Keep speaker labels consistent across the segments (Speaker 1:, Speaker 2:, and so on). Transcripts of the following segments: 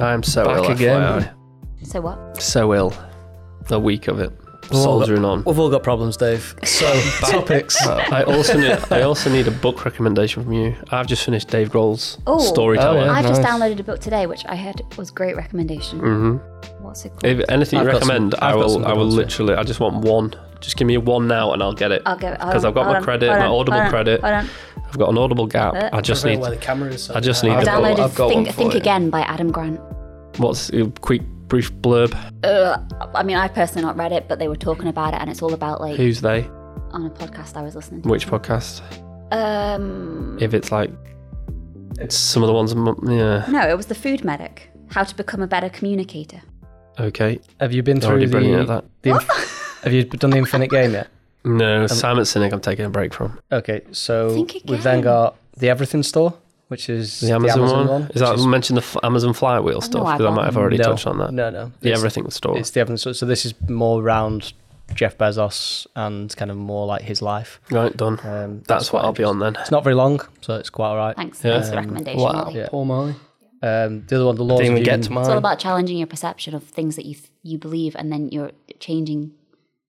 Speaker 1: I'm so
Speaker 2: Back
Speaker 1: ill,
Speaker 2: again.
Speaker 1: FYI.
Speaker 3: So what?
Speaker 1: So ill. A week of it.
Speaker 4: We've all
Speaker 1: Soldiering
Speaker 4: got-
Speaker 1: on.
Speaker 4: We've all got problems, Dave. So topics.
Speaker 1: I also need I also need a book recommendation from you. I've just finished Dave Grohl's
Speaker 3: Oh.
Speaker 1: Storyteller.
Speaker 2: Oh, yeah.
Speaker 3: I just
Speaker 2: nice.
Speaker 3: downloaded a book today, which I heard was great recommendation.
Speaker 1: Mm-hmm.
Speaker 3: What's it called?
Speaker 1: If anything
Speaker 4: I've
Speaker 1: you
Speaker 4: got some-
Speaker 1: recommend, I
Speaker 4: I've got some
Speaker 1: will.
Speaker 4: good
Speaker 1: I will
Speaker 4: ones, yeah.
Speaker 1: literally. I just want one. Just give me a one now, and I'll get it.
Speaker 3: I'll go. hold
Speaker 1: Because
Speaker 3: on,
Speaker 1: I've got
Speaker 3: hold
Speaker 1: my
Speaker 3: on,
Speaker 1: credit,
Speaker 3: hold
Speaker 1: my
Speaker 3: on,
Speaker 1: Audible
Speaker 3: hold on,
Speaker 1: credit.
Speaker 3: Hold on.
Speaker 1: I've got an Audible gap.
Speaker 3: Uh,
Speaker 1: I just
Speaker 4: Just need
Speaker 1: need.
Speaker 4: where the camera is. so
Speaker 1: I just
Speaker 4: can-
Speaker 1: need
Speaker 3: I
Speaker 1: the book.
Speaker 3: downloaded
Speaker 2: I've got
Speaker 3: Think,
Speaker 2: one for
Speaker 3: Think
Speaker 2: you.
Speaker 3: Again by Adam Grant.
Speaker 1: What's a quick brief blurb?
Speaker 3: Uh, I mean, I've personally not read it, but they were talking about it, and it's all about like
Speaker 1: Who's they?
Speaker 3: on a podcast I was listening to.
Speaker 1: Which podcast?
Speaker 3: Um,
Speaker 1: If it's like, it's some of the ones. m- Yeah.
Speaker 3: no, it was the food medic. How to become a better communicator.
Speaker 1: Okay.
Speaker 4: Have you been through
Speaker 1: Already brilliant
Speaker 4: the,
Speaker 1: at that.
Speaker 4: the inf- Have you done the Infinite Game yet?
Speaker 1: No,
Speaker 4: um,
Speaker 1: Simon Sinek. I'm taking a break from
Speaker 4: Okay, so
Speaker 3: Think
Speaker 4: we've then
Speaker 3: again.
Speaker 4: got the Everything Store, which is
Speaker 1: the Amazon, one. Is that
Speaker 4: which
Speaker 1: mentioned the f- Amazon flywheel stuff?
Speaker 3: Oh, I
Speaker 1: Because I might
Speaker 3: want-
Speaker 1: have already
Speaker 4: no,
Speaker 1: touched on that.
Speaker 4: No, no,
Speaker 1: The
Speaker 4: it's,
Speaker 1: everything store.
Speaker 4: It's the Everything Store. So this is more around Jeff Bezos and kind of more like his life.
Speaker 1: Right, done.
Speaker 4: Um,
Speaker 1: That's what
Speaker 4: quite
Speaker 1: I'll be
Speaker 4: interesting.
Speaker 1: on then.
Speaker 4: It's not very long, so it's quite all right. Um,
Speaker 3: Thanks.
Speaker 1: Yeah.
Speaker 3: Thanks for the recommendation.
Speaker 1: Wow.
Speaker 3: Ollie.
Speaker 4: Yeah.
Speaker 2: Poor Molly.
Speaker 4: Um, the other one, the laws
Speaker 2: Didn't
Speaker 4: of
Speaker 2: even
Speaker 4: human,
Speaker 2: get to
Speaker 1: Um,
Speaker 3: It's all
Speaker 2: mine.
Speaker 3: about challenging your perception of things that you th- you believe, and then you're changing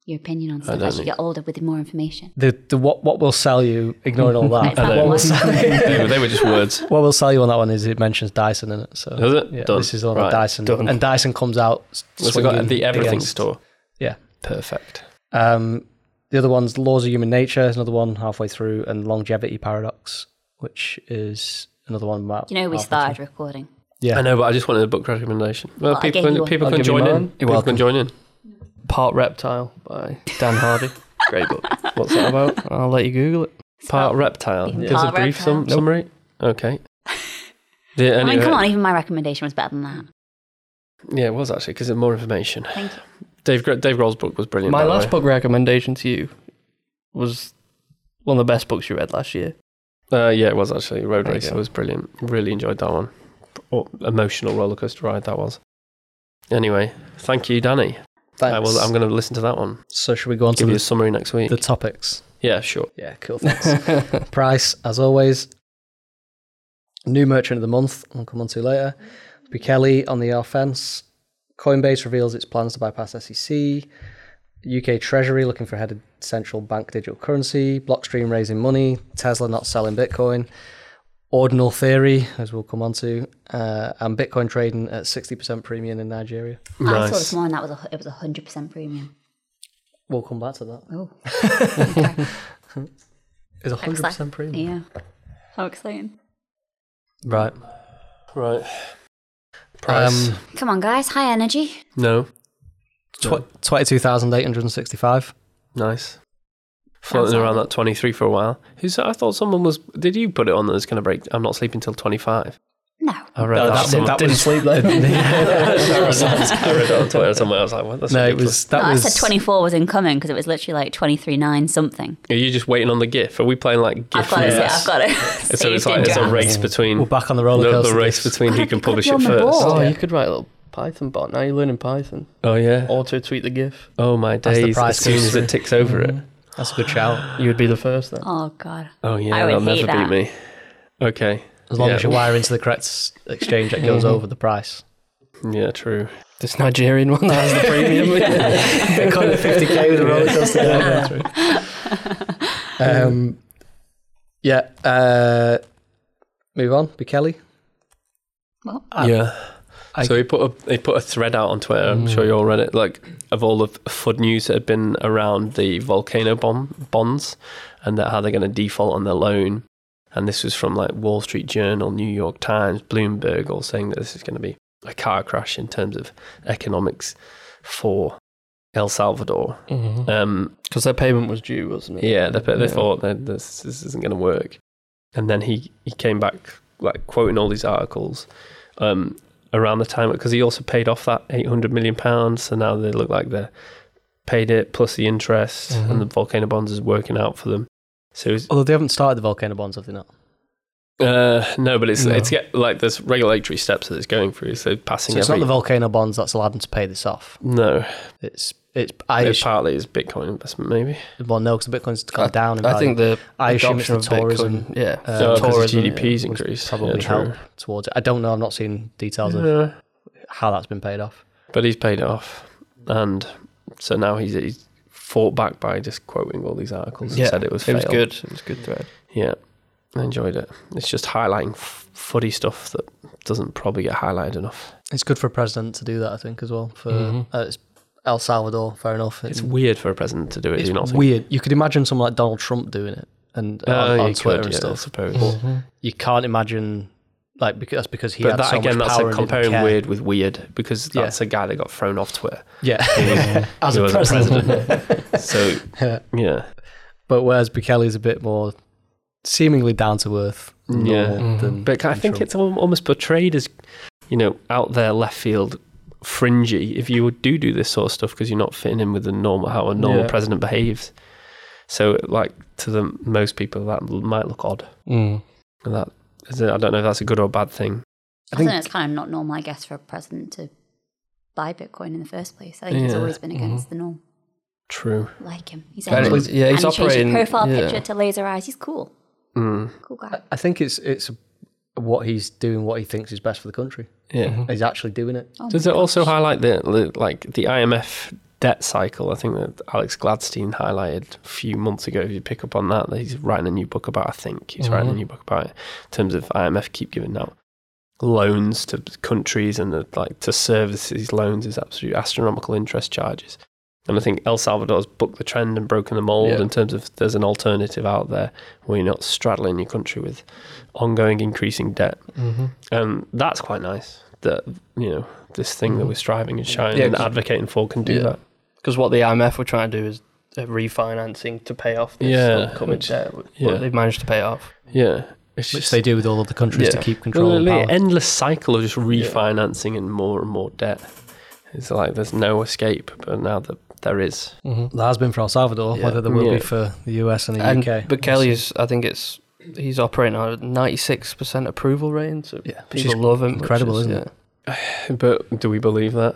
Speaker 3: your opinion on stuff
Speaker 1: don't
Speaker 3: as you
Speaker 1: need-
Speaker 3: get older with more information.
Speaker 4: the, the what what will sell you. Ignoring all that,
Speaker 3: It's not
Speaker 4: what, will
Speaker 3: one.
Speaker 4: sell,
Speaker 1: they, were, they were just words.
Speaker 4: what will sell you on that one is it mentions Dyson in it. So
Speaker 1: Does it?
Speaker 4: Yeah,
Speaker 1: Done.
Speaker 4: this is all
Speaker 1: Right,
Speaker 4: about Dyson,
Speaker 2: done.
Speaker 4: and Dyson comes out. s-
Speaker 1: So we got
Speaker 4: swinging
Speaker 1: the everything
Speaker 4: against-
Speaker 1: store.
Speaker 4: Yeah.
Speaker 1: Perfect.
Speaker 4: Um, the other one's Laws of Human Nature is another one halfway through, and Longevity Paradox, which is another one about.
Speaker 3: You know, we
Speaker 4: halfway
Speaker 3: started
Speaker 4: through.
Speaker 3: recording.
Speaker 4: Yeah.
Speaker 1: I know, but I just wanted a book recommendation. Well,
Speaker 3: Well, I
Speaker 1: people
Speaker 3: gave you
Speaker 1: can,
Speaker 3: one.
Speaker 1: people
Speaker 2: I'll
Speaker 1: can
Speaker 2: give you
Speaker 1: join
Speaker 2: mine.
Speaker 1: in.
Speaker 2: You're
Speaker 1: people
Speaker 2: welcome.
Speaker 1: can join in.
Speaker 2: Part Reptile by Dan Hardy. Great book.
Speaker 1: What's that about?
Speaker 2: I'll let you Google it.
Speaker 1: Part reptile.
Speaker 3: Even
Speaker 1: There's a
Speaker 3: part
Speaker 1: brief
Speaker 3: reptile.
Speaker 1: sum- summary. Okay. Yeah,
Speaker 3: I mean,
Speaker 1: anyway.
Speaker 3: come on, even my recommendation was better than that.
Speaker 1: Yeah, it was actually because there's more information.
Speaker 3: Thank you.
Speaker 1: Dave Gro- Dave Grohl's book was brilliant.
Speaker 2: My
Speaker 1: by the
Speaker 2: last
Speaker 1: way.
Speaker 2: book recommendation to you was one of the best books you read last year.
Speaker 1: Uh, yeah, it was actually Road
Speaker 2: There you
Speaker 1: Racer
Speaker 2: go.
Speaker 1: was brilliant. Really enjoyed that one. Oh, emotional rollercoaster ride that was. Anyway, thank you, Danny.
Speaker 4: Thanks.
Speaker 1: I will, Uh, I'm going to listen to that one.
Speaker 4: so, should we go on to
Speaker 1: Give you a
Speaker 4: the,
Speaker 1: summary next week.
Speaker 4: the topics?
Speaker 1: yeah, sure.
Speaker 4: Yeah, cool. Thanks. Price, as always. New merchant of the month, I'll come on to later. B. Kelly on the offense. Coinbase reveals its plans to bypass E SEC. UK Treasury looking for head of central bank digital currency. Blockstream raising money. Tesla not selling Bitcoin. Ordinal theory, as we'll come on to, uh, and Bitcoin trading at 60% premium in Nigeria.
Speaker 3: I saw this
Speaker 1: Nice.
Speaker 3: morning that was a, it was a hundred percent premium.
Speaker 4: We'll come back to that.
Speaker 3: Oh,
Speaker 4: It's
Speaker 3: Excellent.
Speaker 4: 100% premium. Um,
Speaker 3: yeah. How exciting!
Speaker 4: Right.
Speaker 1: Right. Price.
Speaker 4: Um,
Speaker 3: Come on, guys, high energy.
Speaker 1: no.
Speaker 4: Tw- 22,865.
Speaker 1: Nice. Floating around that 23 for a while. Who's I thought someone was. Did you put it on that it's going to break? I'm not sleeping till 25.
Speaker 3: No,
Speaker 1: I read that.
Speaker 4: that,
Speaker 1: someone-
Speaker 4: that was sleep though.
Speaker 1: I read that on Twitter somewhere. I was like, well, that's
Speaker 4: no, it
Speaker 1: ridiculous.
Speaker 4: was that
Speaker 3: no
Speaker 4: was
Speaker 3: I said twenty four was incoming because it was literally like twenty three nine something.
Speaker 1: Are you just waiting on the GIF? Are we playing like GIF?
Speaker 3: I've got it.
Speaker 1: race?
Speaker 3: I've got it.
Speaker 1: So it's
Speaker 3: saved
Speaker 1: like
Speaker 3: in
Speaker 1: it's a
Speaker 3: drafts.
Speaker 1: race between
Speaker 4: We're back on the roller
Speaker 1: the,
Speaker 4: coaster.
Speaker 1: the race between who
Speaker 3: Gotta
Speaker 1: can
Speaker 3: be- gotta
Speaker 1: publish
Speaker 3: be
Speaker 1: it
Speaker 3: on the
Speaker 1: first.
Speaker 3: ball.
Speaker 2: Oh,
Speaker 4: Yeah.
Speaker 2: you could write a little Python bot. Now you're learning Python.
Speaker 1: Oh yeah.
Speaker 2: Auto tweet the GIF.
Speaker 1: Oh my
Speaker 4: That's the
Speaker 1: days!
Speaker 4: prize
Speaker 1: As soon as
Speaker 4: history.
Speaker 1: it ticks over it.
Speaker 4: Mm. That's a good shout.
Speaker 2: You would be the first then.
Speaker 3: Oh god.
Speaker 1: Oh yeah,
Speaker 3: I would
Speaker 1: that'll never
Speaker 3: hate
Speaker 1: beat
Speaker 3: that.
Speaker 1: me. Okay.
Speaker 4: As long
Speaker 1: Yeah. Mm-hmm.
Speaker 4: as you wire into the correct s- exchange that goes over the price.
Speaker 1: Yeah, true.
Speaker 2: This Nigerian one that has the premium.
Speaker 4: Bitcoin at 50k with a roller coaster. um, yeah. Uh, move on. Be Kelly. Uh,
Speaker 3: Well,
Speaker 1: yeah.
Speaker 4: I-
Speaker 1: so he put a he put a thread out on Twitter. I'm sure you all read it. Like of all the FUD news that had been around the volcano bomb bonds, and that how they're going to default on their loan. And this was from like Wall Street Journal, New York Times, Bloomberg, all saying that this is going to be a car crash in terms of economics for El Salvador.
Speaker 2: Because
Speaker 1: Um,
Speaker 2: their payment was due, wasn't it?
Speaker 1: Yeah, they, they
Speaker 2: Yeah.
Speaker 1: thought that this, this isn't going to work. And then he, he came back, like, quoting all these articles um, around the time, because he also paid off that £800 million. pounds, So now they look like they're paid it, plus the interest,
Speaker 4: Mhm.
Speaker 1: and the volcano bonds is working out for them. So it's,
Speaker 4: Although they haven't started the volcano bonds, have they not? Oh.
Speaker 1: uh, no, but it's
Speaker 2: No.
Speaker 1: it's get, like there's regulatory steps that it's going through. So passing
Speaker 4: So it's not
Speaker 1: every
Speaker 4: the volcano bonds that's allowed them to pay this off.
Speaker 1: no,
Speaker 4: It's it's I
Speaker 1: it
Speaker 4: assu-
Speaker 1: partly is Bitcoin investment maybe.
Speaker 4: well no because the Bitcoin's gone down. In
Speaker 2: I think the
Speaker 4: I assume
Speaker 2: adoption
Speaker 4: it's the
Speaker 2: of
Speaker 4: tourism.
Speaker 2: Bitcoin, yeah,
Speaker 4: Uh,
Speaker 1: Oh, 'cause the
Speaker 2: tourism,
Speaker 1: GDP's
Speaker 4: would
Speaker 1: increase
Speaker 4: probably
Speaker 1: yeah, true.
Speaker 4: help towards it. I don't know. I've not seen details of
Speaker 1: Yeah.
Speaker 4: how that's been paid off.
Speaker 1: But he's paid it off, and so now he's, he's fought back by just quoting all these articles and said it was
Speaker 2: It was
Speaker 1: fail.
Speaker 2: good. It was a good thread.
Speaker 1: Yeah, I enjoyed it. It's just highlighting f- footy stuff that doesn't probably get highlighted enough.
Speaker 4: It's good for a president to do that, I think, as well. For
Speaker 2: Mhm.
Speaker 4: uh, it's El Salvador, fair enough.
Speaker 1: Mm-hmm. It's weird for a president to do it.
Speaker 4: Mm. it's
Speaker 1: do you not think?
Speaker 4: weird. You could imagine someone like Donald Trump doing it and
Speaker 1: Uh,
Speaker 4: on,
Speaker 1: you
Speaker 4: on
Speaker 1: could,
Speaker 4: Twitter
Speaker 1: yeah,
Speaker 4: and
Speaker 1: I
Speaker 4: stuff.
Speaker 1: suppose.
Speaker 4: You can't imagine like because that's because he
Speaker 1: but
Speaker 4: had
Speaker 1: that
Speaker 4: so
Speaker 1: again,
Speaker 4: much
Speaker 1: that's
Speaker 4: power
Speaker 1: like
Speaker 4: and didn't
Speaker 1: comparing
Speaker 4: care.
Speaker 1: weird with weird because
Speaker 4: Yeah.
Speaker 1: that's a guy that got thrown off Twitter.
Speaker 4: Yeah, as
Speaker 1: He
Speaker 4: a
Speaker 1: was
Speaker 4: president.
Speaker 1: so
Speaker 4: Yeah.
Speaker 1: yeah,
Speaker 4: But whereas Bukele's a bit more seemingly down to earth.
Speaker 1: Yeah. Mm-hmm.
Speaker 4: normal than-
Speaker 1: but I
Speaker 4: than
Speaker 1: think
Speaker 4: Trump.
Speaker 1: it's al- almost portrayed as you know out there left field, fringy. If you do do this sort of stuff because you're not fitting in with the normal how a normal
Speaker 2: Yeah.
Speaker 1: president behaves. So like to the most people that might look odd.
Speaker 2: Mm.
Speaker 1: And that is it, I don't know if that's a good or a bad thing.
Speaker 4: I
Speaker 3: I,
Speaker 4: think-
Speaker 3: think it's kind of not normal, I guess, for a president to buy Bitcoin in the first place. I think he's
Speaker 1: Yeah. Mm-hmm.
Speaker 3: always been against the norm.
Speaker 1: True.
Speaker 3: Like him, he's
Speaker 2: And
Speaker 3: actually,
Speaker 2: he's- yeah, he's
Speaker 3: and he changed his
Speaker 2: operating-
Speaker 3: profile
Speaker 2: yeah.
Speaker 3: picture to laser eyes. He's cool,
Speaker 1: Mm.
Speaker 3: cool guy.
Speaker 4: I- I think it's it's what he's doing, what he thinks is best for the country.
Speaker 1: Yeah.
Speaker 2: Mm-hmm.
Speaker 4: He's actually doing it.
Speaker 3: Oh
Speaker 1: Does
Speaker 3: my
Speaker 1: it also
Speaker 3: gosh.
Speaker 1: highlight the the- like the IMF debt cycle? I think that Alex Gladstein highlighted a few months ago. If you pick up on that, that he's writing a new book about. I think he's writing a
Speaker 2: Mhm.
Speaker 1: new book about it in terms of IMF keep giving out loans to countries and the, like to service these loans is absolute astronomical interest charges. And I think El Salvador's bucked the trend and broken the mold
Speaker 2: Yeah.
Speaker 1: in terms of there's an alternative out there where you're not straddling your country with ongoing increasing debt
Speaker 2: Mm-hmm.
Speaker 1: and that's quite nice that you know this thing that we're striving and shining
Speaker 2: Mm-hmm. Yeah,
Speaker 1: and
Speaker 2: 'cause-
Speaker 1: advocating for can do
Speaker 2: Yeah.
Speaker 1: that.
Speaker 2: Because what the IMF were trying to do is uh, refinancing to pay off this
Speaker 1: Yeah,
Speaker 2: upcoming
Speaker 1: which-
Speaker 2: debt, but
Speaker 1: yeah.
Speaker 2: they've managed to pay it off.
Speaker 1: Yeah, it's
Speaker 4: Which
Speaker 1: just
Speaker 4: they do with all of the countries to
Speaker 2: Yeah.
Speaker 4: keep control
Speaker 1: literally
Speaker 4: of power.
Speaker 1: an endless cycle of just refinancing and more and more debt. It's like there's no escape, but now that there is,
Speaker 2: Mm-hmm.
Speaker 4: That has been for El Salvador,
Speaker 2: Yeah.
Speaker 4: whether there will
Speaker 1: Yeah.
Speaker 4: be for the US and the
Speaker 2: And
Speaker 4: UK.
Speaker 2: but Kelly's, I think it's he's operating on a ninety-six percent approval rating, so
Speaker 4: yeah, which is
Speaker 2: people love him. which
Speaker 4: incredible,
Speaker 2: is-
Speaker 4: isn't
Speaker 2: yeah.
Speaker 4: it?
Speaker 1: but do we believe that?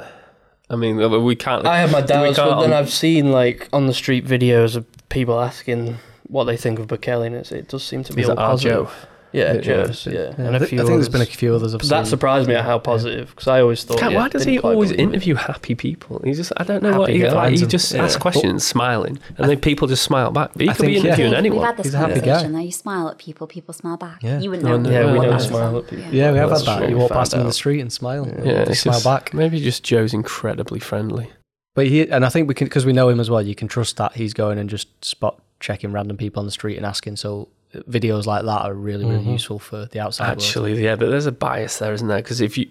Speaker 1: I mean, we can't.
Speaker 2: I have my doubts, but
Speaker 1: can't-
Speaker 2: then I've seen like on the street videos of people asking what they think of Bukele, and it's, it does seem to be
Speaker 1: is
Speaker 2: all
Speaker 1: that our
Speaker 2: positive.
Speaker 1: Joe?
Speaker 2: Yeah,
Speaker 1: Yeah,
Speaker 2: Joe's,
Speaker 1: yeah.
Speaker 2: yeah,
Speaker 4: Yeah,
Speaker 2: and
Speaker 4: I,
Speaker 2: a
Speaker 4: thi-
Speaker 2: few.
Speaker 4: I think there's been a
Speaker 2: others.
Speaker 4: few others. I've
Speaker 2: But that
Speaker 4: seen.
Speaker 2: surprised me at how positive because I always thought.
Speaker 1: God,
Speaker 2: yeah,
Speaker 1: why does
Speaker 2: didn't
Speaker 1: he
Speaker 2: quite
Speaker 1: always
Speaker 2: believe it.
Speaker 1: interview happy people? He's just, I don't know what
Speaker 2: Happy
Speaker 1: he, like,
Speaker 2: guys
Speaker 1: he
Speaker 2: and-
Speaker 1: just
Speaker 2: yeah.
Speaker 1: asks questions, smiling, and then people just smile back. But he
Speaker 4: I
Speaker 1: could be
Speaker 4: think, yeah.
Speaker 1: interviewing
Speaker 3: Dave, We've
Speaker 1: anyone.
Speaker 3: had this
Speaker 4: He's a happy
Speaker 3: conversation
Speaker 4: guy.
Speaker 3: though. You smile at people, people smile back.
Speaker 4: Yeah.
Speaker 3: You wouldn't
Speaker 1: No,
Speaker 3: know.
Speaker 1: no,
Speaker 3: what
Speaker 1: Yeah, we
Speaker 3: that
Speaker 1: don't
Speaker 3: was
Speaker 2: smile
Speaker 3: on.
Speaker 2: at people.
Speaker 4: Yeah, we have
Speaker 1: That's
Speaker 4: had that.
Speaker 1: what
Speaker 4: You
Speaker 1: we
Speaker 4: walk
Speaker 2: found
Speaker 4: past them in the
Speaker 2: out.
Speaker 4: street and smile.
Speaker 2: Yeah.
Speaker 1: Yeah,
Speaker 4: Yeah, they
Speaker 1: it's
Speaker 4: smile
Speaker 1: just-
Speaker 4: back.
Speaker 1: Maybe just Joe's incredibly friendly.
Speaker 4: But he and I think we can because we know him as well. You can trust that he's going and just spot checking random people on the street and asking. So uh, videos like that are really really
Speaker 2: Mhm.
Speaker 4: useful for the outside world.
Speaker 1: Mm-hmm. Actually, yeah, but there's a bias there, isn't there? Because if you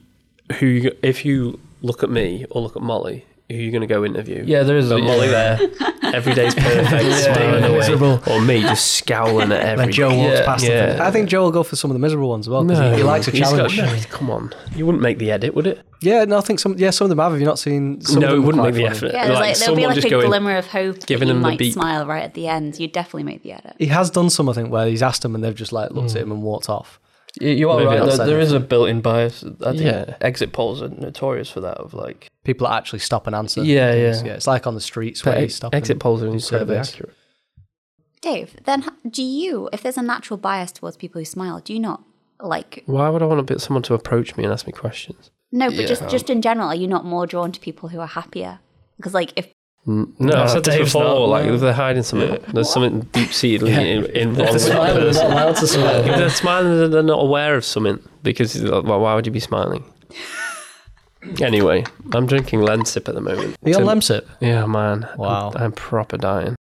Speaker 1: who you, if you look at me or look at Molly, who are you going to go interview?
Speaker 2: Yeah, there is a
Speaker 1: But Molly there, every day's perfect,
Speaker 2: Yeah.
Speaker 1: smiling away,
Speaker 4: Miserable.
Speaker 1: or me just scowling at
Speaker 4: Then
Speaker 1: every.
Speaker 4: Joe walks
Speaker 2: Yeah.
Speaker 4: past.
Speaker 1: Yeah.
Speaker 4: them. I think Joe will go for some of the miserable ones as well because he, he likes a
Speaker 1: He's got-
Speaker 4: challenge.
Speaker 1: no, come on, you wouldn't make the edit, would it?
Speaker 4: Yeah, no, I think some. Yeah, some of them have. Have you not seen? Some of
Speaker 1: no, it
Speaker 4: them are
Speaker 1: wouldn't make
Speaker 4: quite
Speaker 1: the
Speaker 4: funny.
Speaker 1: effort.
Speaker 3: Yeah, there's like, there'll be
Speaker 1: someone
Speaker 3: like
Speaker 1: just
Speaker 3: a
Speaker 1: going,
Speaker 3: glimmer of hope
Speaker 1: giving
Speaker 3: that you
Speaker 1: them the
Speaker 3: might
Speaker 1: beat.
Speaker 3: smile right at the end. You definitely make the edit.
Speaker 4: He has done some, I think, where he's asked them and they've just like looked
Speaker 1: Mm.
Speaker 4: at him and walked off.
Speaker 2: You, you are
Speaker 1: Maybe
Speaker 2: right.
Speaker 4: that's
Speaker 2: There, there is a built-in bias. I think
Speaker 1: Yeah.
Speaker 2: exit polls are notorious for that. Of like,
Speaker 4: People actually stop and answer.
Speaker 2: Yeah,
Speaker 4: things.
Speaker 2: yeah.
Speaker 4: yeah. It's like on the streets
Speaker 1: But
Speaker 4: where you
Speaker 1: ex-
Speaker 4: stop.
Speaker 1: exit
Speaker 4: and
Speaker 1: polls are
Speaker 4: do
Speaker 1: incredibly
Speaker 4: surveys.
Speaker 1: accurate.
Speaker 3: Dave, then h- do you, if there's a natural bias towards people who smile, do you not like,
Speaker 1: Why would I want a bit someone to approach me and ask me questions?
Speaker 3: no, but
Speaker 2: Yeah.
Speaker 3: just, just in general, are you not more drawn to people who are happier? Because, like, if
Speaker 1: N- No, I've said this
Speaker 2: Dave's
Speaker 1: before.
Speaker 2: not,
Speaker 1: like
Speaker 2: no.
Speaker 1: if they're hiding something, there's something deep seated in, in wrong
Speaker 4: The
Speaker 1: with the
Speaker 4: smile is
Speaker 1: person.
Speaker 4: not allowed to smile.
Speaker 1: If they're smiling, then they're not aware of something because like, well, why would you be smiling? anyway, I'm drinking Lensip at the moment.
Speaker 4: Are you on
Speaker 1: So-
Speaker 4: Lemsip?
Speaker 1: Yeah, man.
Speaker 4: Wow.
Speaker 1: I'm, I'm proper dying.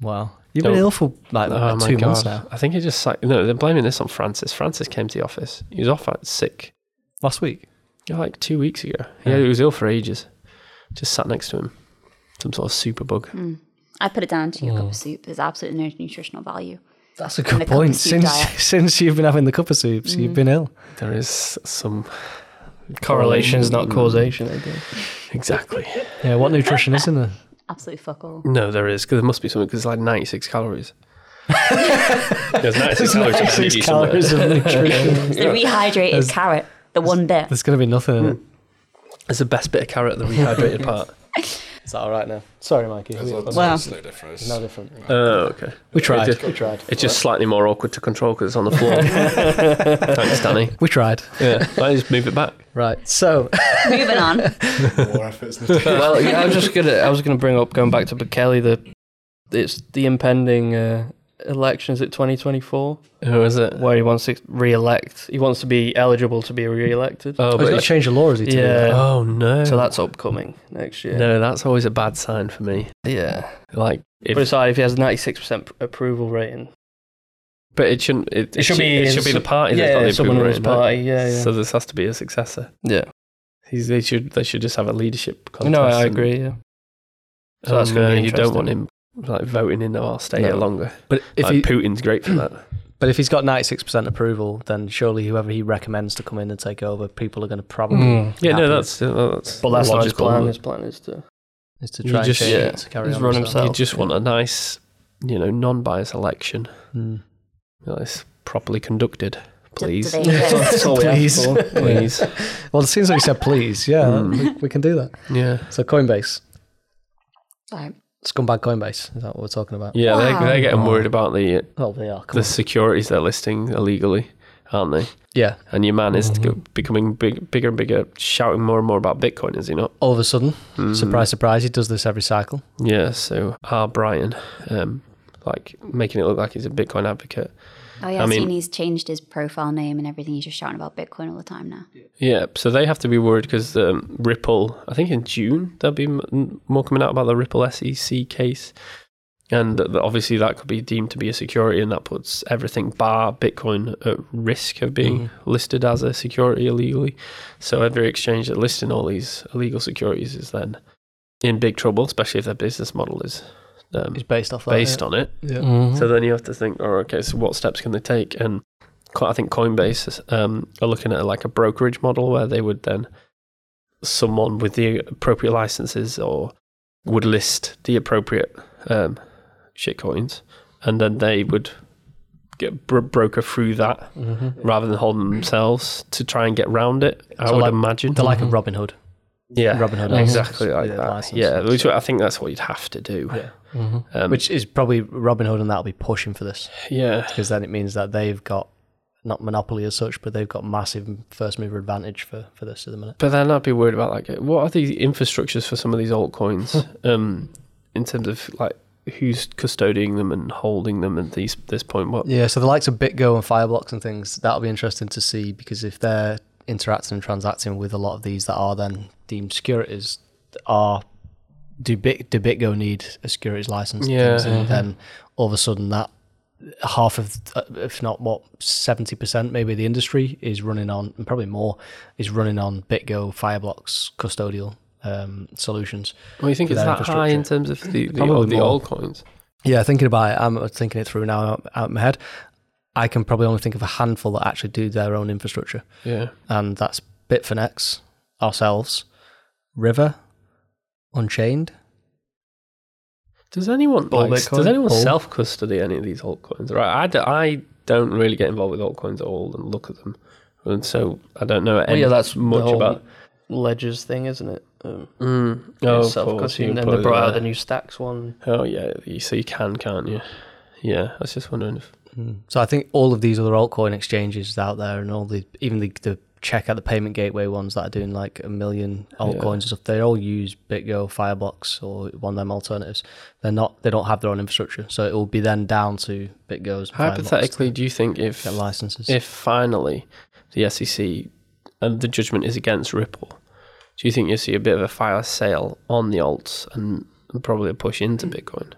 Speaker 4: Wow. You've been
Speaker 1: No.
Speaker 4: ill for like
Speaker 1: Oh
Speaker 4: two
Speaker 1: my
Speaker 4: months
Speaker 1: god!
Speaker 4: now.
Speaker 1: I think it just like no. They're blaming this on Francis. Francis came to the office. He was off like, sick
Speaker 4: Last week.
Speaker 1: like two weeks ago. Yeah, he was ill for ages. Just sat next to him. Some sort of super bug.
Speaker 3: I put it down to your cup
Speaker 1: Mm.
Speaker 3: of soup, there's absolutely no nutritional value.
Speaker 4: That's a
Speaker 3: And
Speaker 4: good
Speaker 3: the cup of
Speaker 4: point.
Speaker 3: soup
Speaker 4: Since
Speaker 3: diet.
Speaker 4: since you've been having the cup of soups, you've been ill.
Speaker 1: There is some Mm.
Speaker 2: correlation is not causation. I think.
Speaker 1: Exactly.
Speaker 4: Yeah, what nutrition is in there?
Speaker 3: Absolutely fuck all.
Speaker 1: No, there is. 'cause there must be something. Because it's like 96 calories. There's 96 calories. in the meat somewhere.
Speaker 4: calories of nutrition.
Speaker 3: It's the rehydrated carrot, the one bit.
Speaker 4: Mm. There's gonna be nothing in it.
Speaker 1: It's the best bit of carrot, the rehydrated part.
Speaker 4: Is that all right now? Sorry, Mikey.
Speaker 5: There's, a, there's
Speaker 4: Well,
Speaker 5: no difference.
Speaker 4: no different.
Speaker 1: Oh, okay.
Speaker 4: We tried.
Speaker 1: It ju-
Speaker 4: We tried.
Speaker 1: It's just slightly more awkward to control because it's on the floor. Thanks, Danny.
Speaker 4: We tried.
Speaker 1: Yeah, I just move it back.
Speaker 4: Right. So
Speaker 1: Oh,
Speaker 3: Moving on.
Speaker 5: More efforts. than-
Speaker 2: well, yeah, I was just gonna. I was gonna bring up going back to Kelly. The it's the impending uh, elections at 2024
Speaker 1: Who is it?
Speaker 2: where he wants to re-elect. He wants to be eligible to be re-elected.
Speaker 1: Oh,
Speaker 4: oh, he's
Speaker 1: but
Speaker 4: got to
Speaker 1: it's-
Speaker 4: change the law, is he? to do that?
Speaker 2: Yeah.
Speaker 1: oh no.
Speaker 2: so that's upcoming next year.
Speaker 1: no, that's always a bad sign for me.
Speaker 2: Yeah,
Speaker 1: Like, if,
Speaker 2: but it's like if he has 96 percent approval rating,
Speaker 1: but it shouldn't. It, it should be. It should be the party. that's
Speaker 2: Yeah,
Speaker 1: got the
Speaker 2: someone in
Speaker 1: approval
Speaker 2: his
Speaker 1: rating, right?
Speaker 2: party. Yeah, yeah.
Speaker 1: So this has to be a successor.
Speaker 2: yeah.
Speaker 1: He's, they should. They should just have a leadership contest.
Speaker 2: no, I
Speaker 1: and-
Speaker 2: agree. Yeah. So
Speaker 1: Oh,
Speaker 2: that's gonna
Speaker 1: no,
Speaker 2: be
Speaker 1: you don't
Speaker 2: interesting.
Speaker 1: want him like voting in our stay here
Speaker 2: No.
Speaker 1: longer.
Speaker 4: But if
Speaker 1: Like,
Speaker 4: he,
Speaker 1: Putin's great for that.
Speaker 4: but if he's got ninety six percent approval, then surely whoever he recommends to come in and take over, people are going to probably
Speaker 1: yeah, no,
Speaker 4: happy
Speaker 1: that's that's.
Speaker 2: But that's not his
Speaker 1: logical.
Speaker 2: plan. His plan is to
Speaker 4: is to
Speaker 1: You
Speaker 4: try
Speaker 1: just-
Speaker 4: and change
Speaker 2: yeah,
Speaker 4: it to carry
Speaker 2: he's
Speaker 4: on
Speaker 2: run
Speaker 4: with that.
Speaker 2: himself.
Speaker 1: You just want a nice, you know, non-biased election.
Speaker 4: Mm.
Speaker 1: You know, It's properly conducted,
Speaker 3: Do- do
Speaker 1: please.
Speaker 3: they exist?
Speaker 4: all we asked for.
Speaker 1: Please.
Speaker 4: Well, it seems like you said please. Yeah,
Speaker 1: Mm.
Speaker 4: we, we can do that.
Speaker 1: Yeah.
Speaker 4: So Coinbase,
Speaker 3: Right.
Speaker 4: scumbag Coinbase, is that what we're talking about?
Speaker 1: Yeah,
Speaker 3: Wow.
Speaker 1: they're, they're getting worried about the
Speaker 4: Oh, they are. Come
Speaker 1: the securities they're listing illegally, aren't they?
Speaker 4: on. Yeah.
Speaker 1: And your man is g- becoming big, bigger and bigger, shouting more and more about Bitcoin, is he not?
Speaker 4: All of a sudden,
Speaker 1: Mm.
Speaker 4: surprise, surprise, he does this every cycle.
Speaker 1: Yeah. So, our Brian, um, like making it look like he's a Bitcoin advocate.
Speaker 3: Oh yeah,
Speaker 1: I
Speaker 3: I've
Speaker 1: mean-
Speaker 3: seen he's changed his profile name and everything. He's just shouting about Bitcoin all the time now.
Speaker 1: Yeah. So they have to be worried because um, Ripple, I think in June there'll be m- more coming out about the Ripple SEC case, and th- obviously that could be deemed to be a security, and that puts everything bar Bitcoin at risk of being listed as a security illegally. So every exchange that listing all these illegal securities is then in big trouble, especially if their business model is um,
Speaker 4: He's based off that.
Speaker 1: based on it.
Speaker 4: Yeah.
Speaker 1: So then you have to think, oh, okay, so what steps can they take? And co- I think Coinbase is, um, are looking at like a brokerage model where they would then someone with the appropriate licenses or would list the appropriate um, shitcoins, and then they would get bro- broker through that
Speaker 4: Mm-hmm.
Speaker 1: rather than holding themselves to try and get round it. I
Speaker 4: So
Speaker 1: would
Speaker 4: like-
Speaker 1: imagine
Speaker 4: They're like a
Speaker 2: Mhm.
Speaker 4: Robin Hood.
Speaker 1: yeah,
Speaker 4: Robin Hood
Speaker 1: exactly
Speaker 4: license.
Speaker 1: like
Speaker 4: Yeah,
Speaker 1: that.
Speaker 4: license.
Speaker 1: yeah, which I think that's what you'd have to do.
Speaker 4: Yeah. Mm-hmm.
Speaker 1: Um,
Speaker 4: Which is probably Robin Hood and that'll be pushing for this
Speaker 1: yeah,
Speaker 4: because then it means that they've got not monopoly as such, but they've got massive first mover advantage for, for this at the minute.
Speaker 1: But then I'd be worried about like what are the infrastructures for some of these altcoins, um, in terms of like who's custodying them and holding them at these this point. What
Speaker 4: Yeah, so the likes of BitGo and Fireblocks and things, that'll be interesting to see because if they're interacting and transacting with a lot of these that are then deemed securities, are do Bit do BitGo need a securities license? and
Speaker 1: Yeah.
Speaker 4: things? and then all of a sudden that half of, uh, if not what, seventy percent maybe of the industry is running on, and probably more is running on BitGo, Fireblocks, custodial um, solutions.
Speaker 1: well, you think
Speaker 4: For
Speaker 1: it's
Speaker 4: their
Speaker 1: that high in terms of the the, all the
Speaker 4: Probably more.
Speaker 1: altcoins?
Speaker 4: Yeah, thinking about it, I'm thinking it through now out, out of my head. I can probably only think of a handful that actually do their own infrastructure,
Speaker 1: Yeah,
Speaker 4: and that's Bitfinex, ourselves, River, Unchained.
Speaker 1: does anyone
Speaker 2: Bull
Speaker 1: like, s- does
Speaker 2: Bitcoin?
Speaker 1: anyone
Speaker 4: Bull.
Speaker 1: self custody any of these altcoins? Right, I, d- I don't really get involved with altcoins at all and look at them, and so I don't know
Speaker 2: Well,
Speaker 1: any
Speaker 2: yeah, that's the
Speaker 1: much
Speaker 2: whole
Speaker 1: about.
Speaker 2: Ledger's thing, isn't it? Um,
Speaker 1: Mm,
Speaker 2: oh,
Speaker 1: of
Speaker 2: self
Speaker 1: course, you
Speaker 2: consumed. Then
Speaker 1: put
Speaker 2: they
Speaker 1: it
Speaker 2: brought out
Speaker 1: there.
Speaker 2: the new Stacks one.
Speaker 1: Oh yeah, you- so you can, can't you? Yeah, I was just wondering if
Speaker 4: So I think all of these other altcoin exchanges out there, and all the even the, the check out the payment gateway ones that are doing like a million altcoins and stuff, they all use BitGo, Firebox, or one of them alternatives. They're not they don't have their own infrastructure, so it will be then down to BitGo's and Firebox to
Speaker 1: hypothetically, do you think if
Speaker 4: get licenses.
Speaker 1: if finally the SEC and uh, the judgment is against Ripple, do you think you'll see a bit of a fire sale on the alts and probably a push into Bitcoin?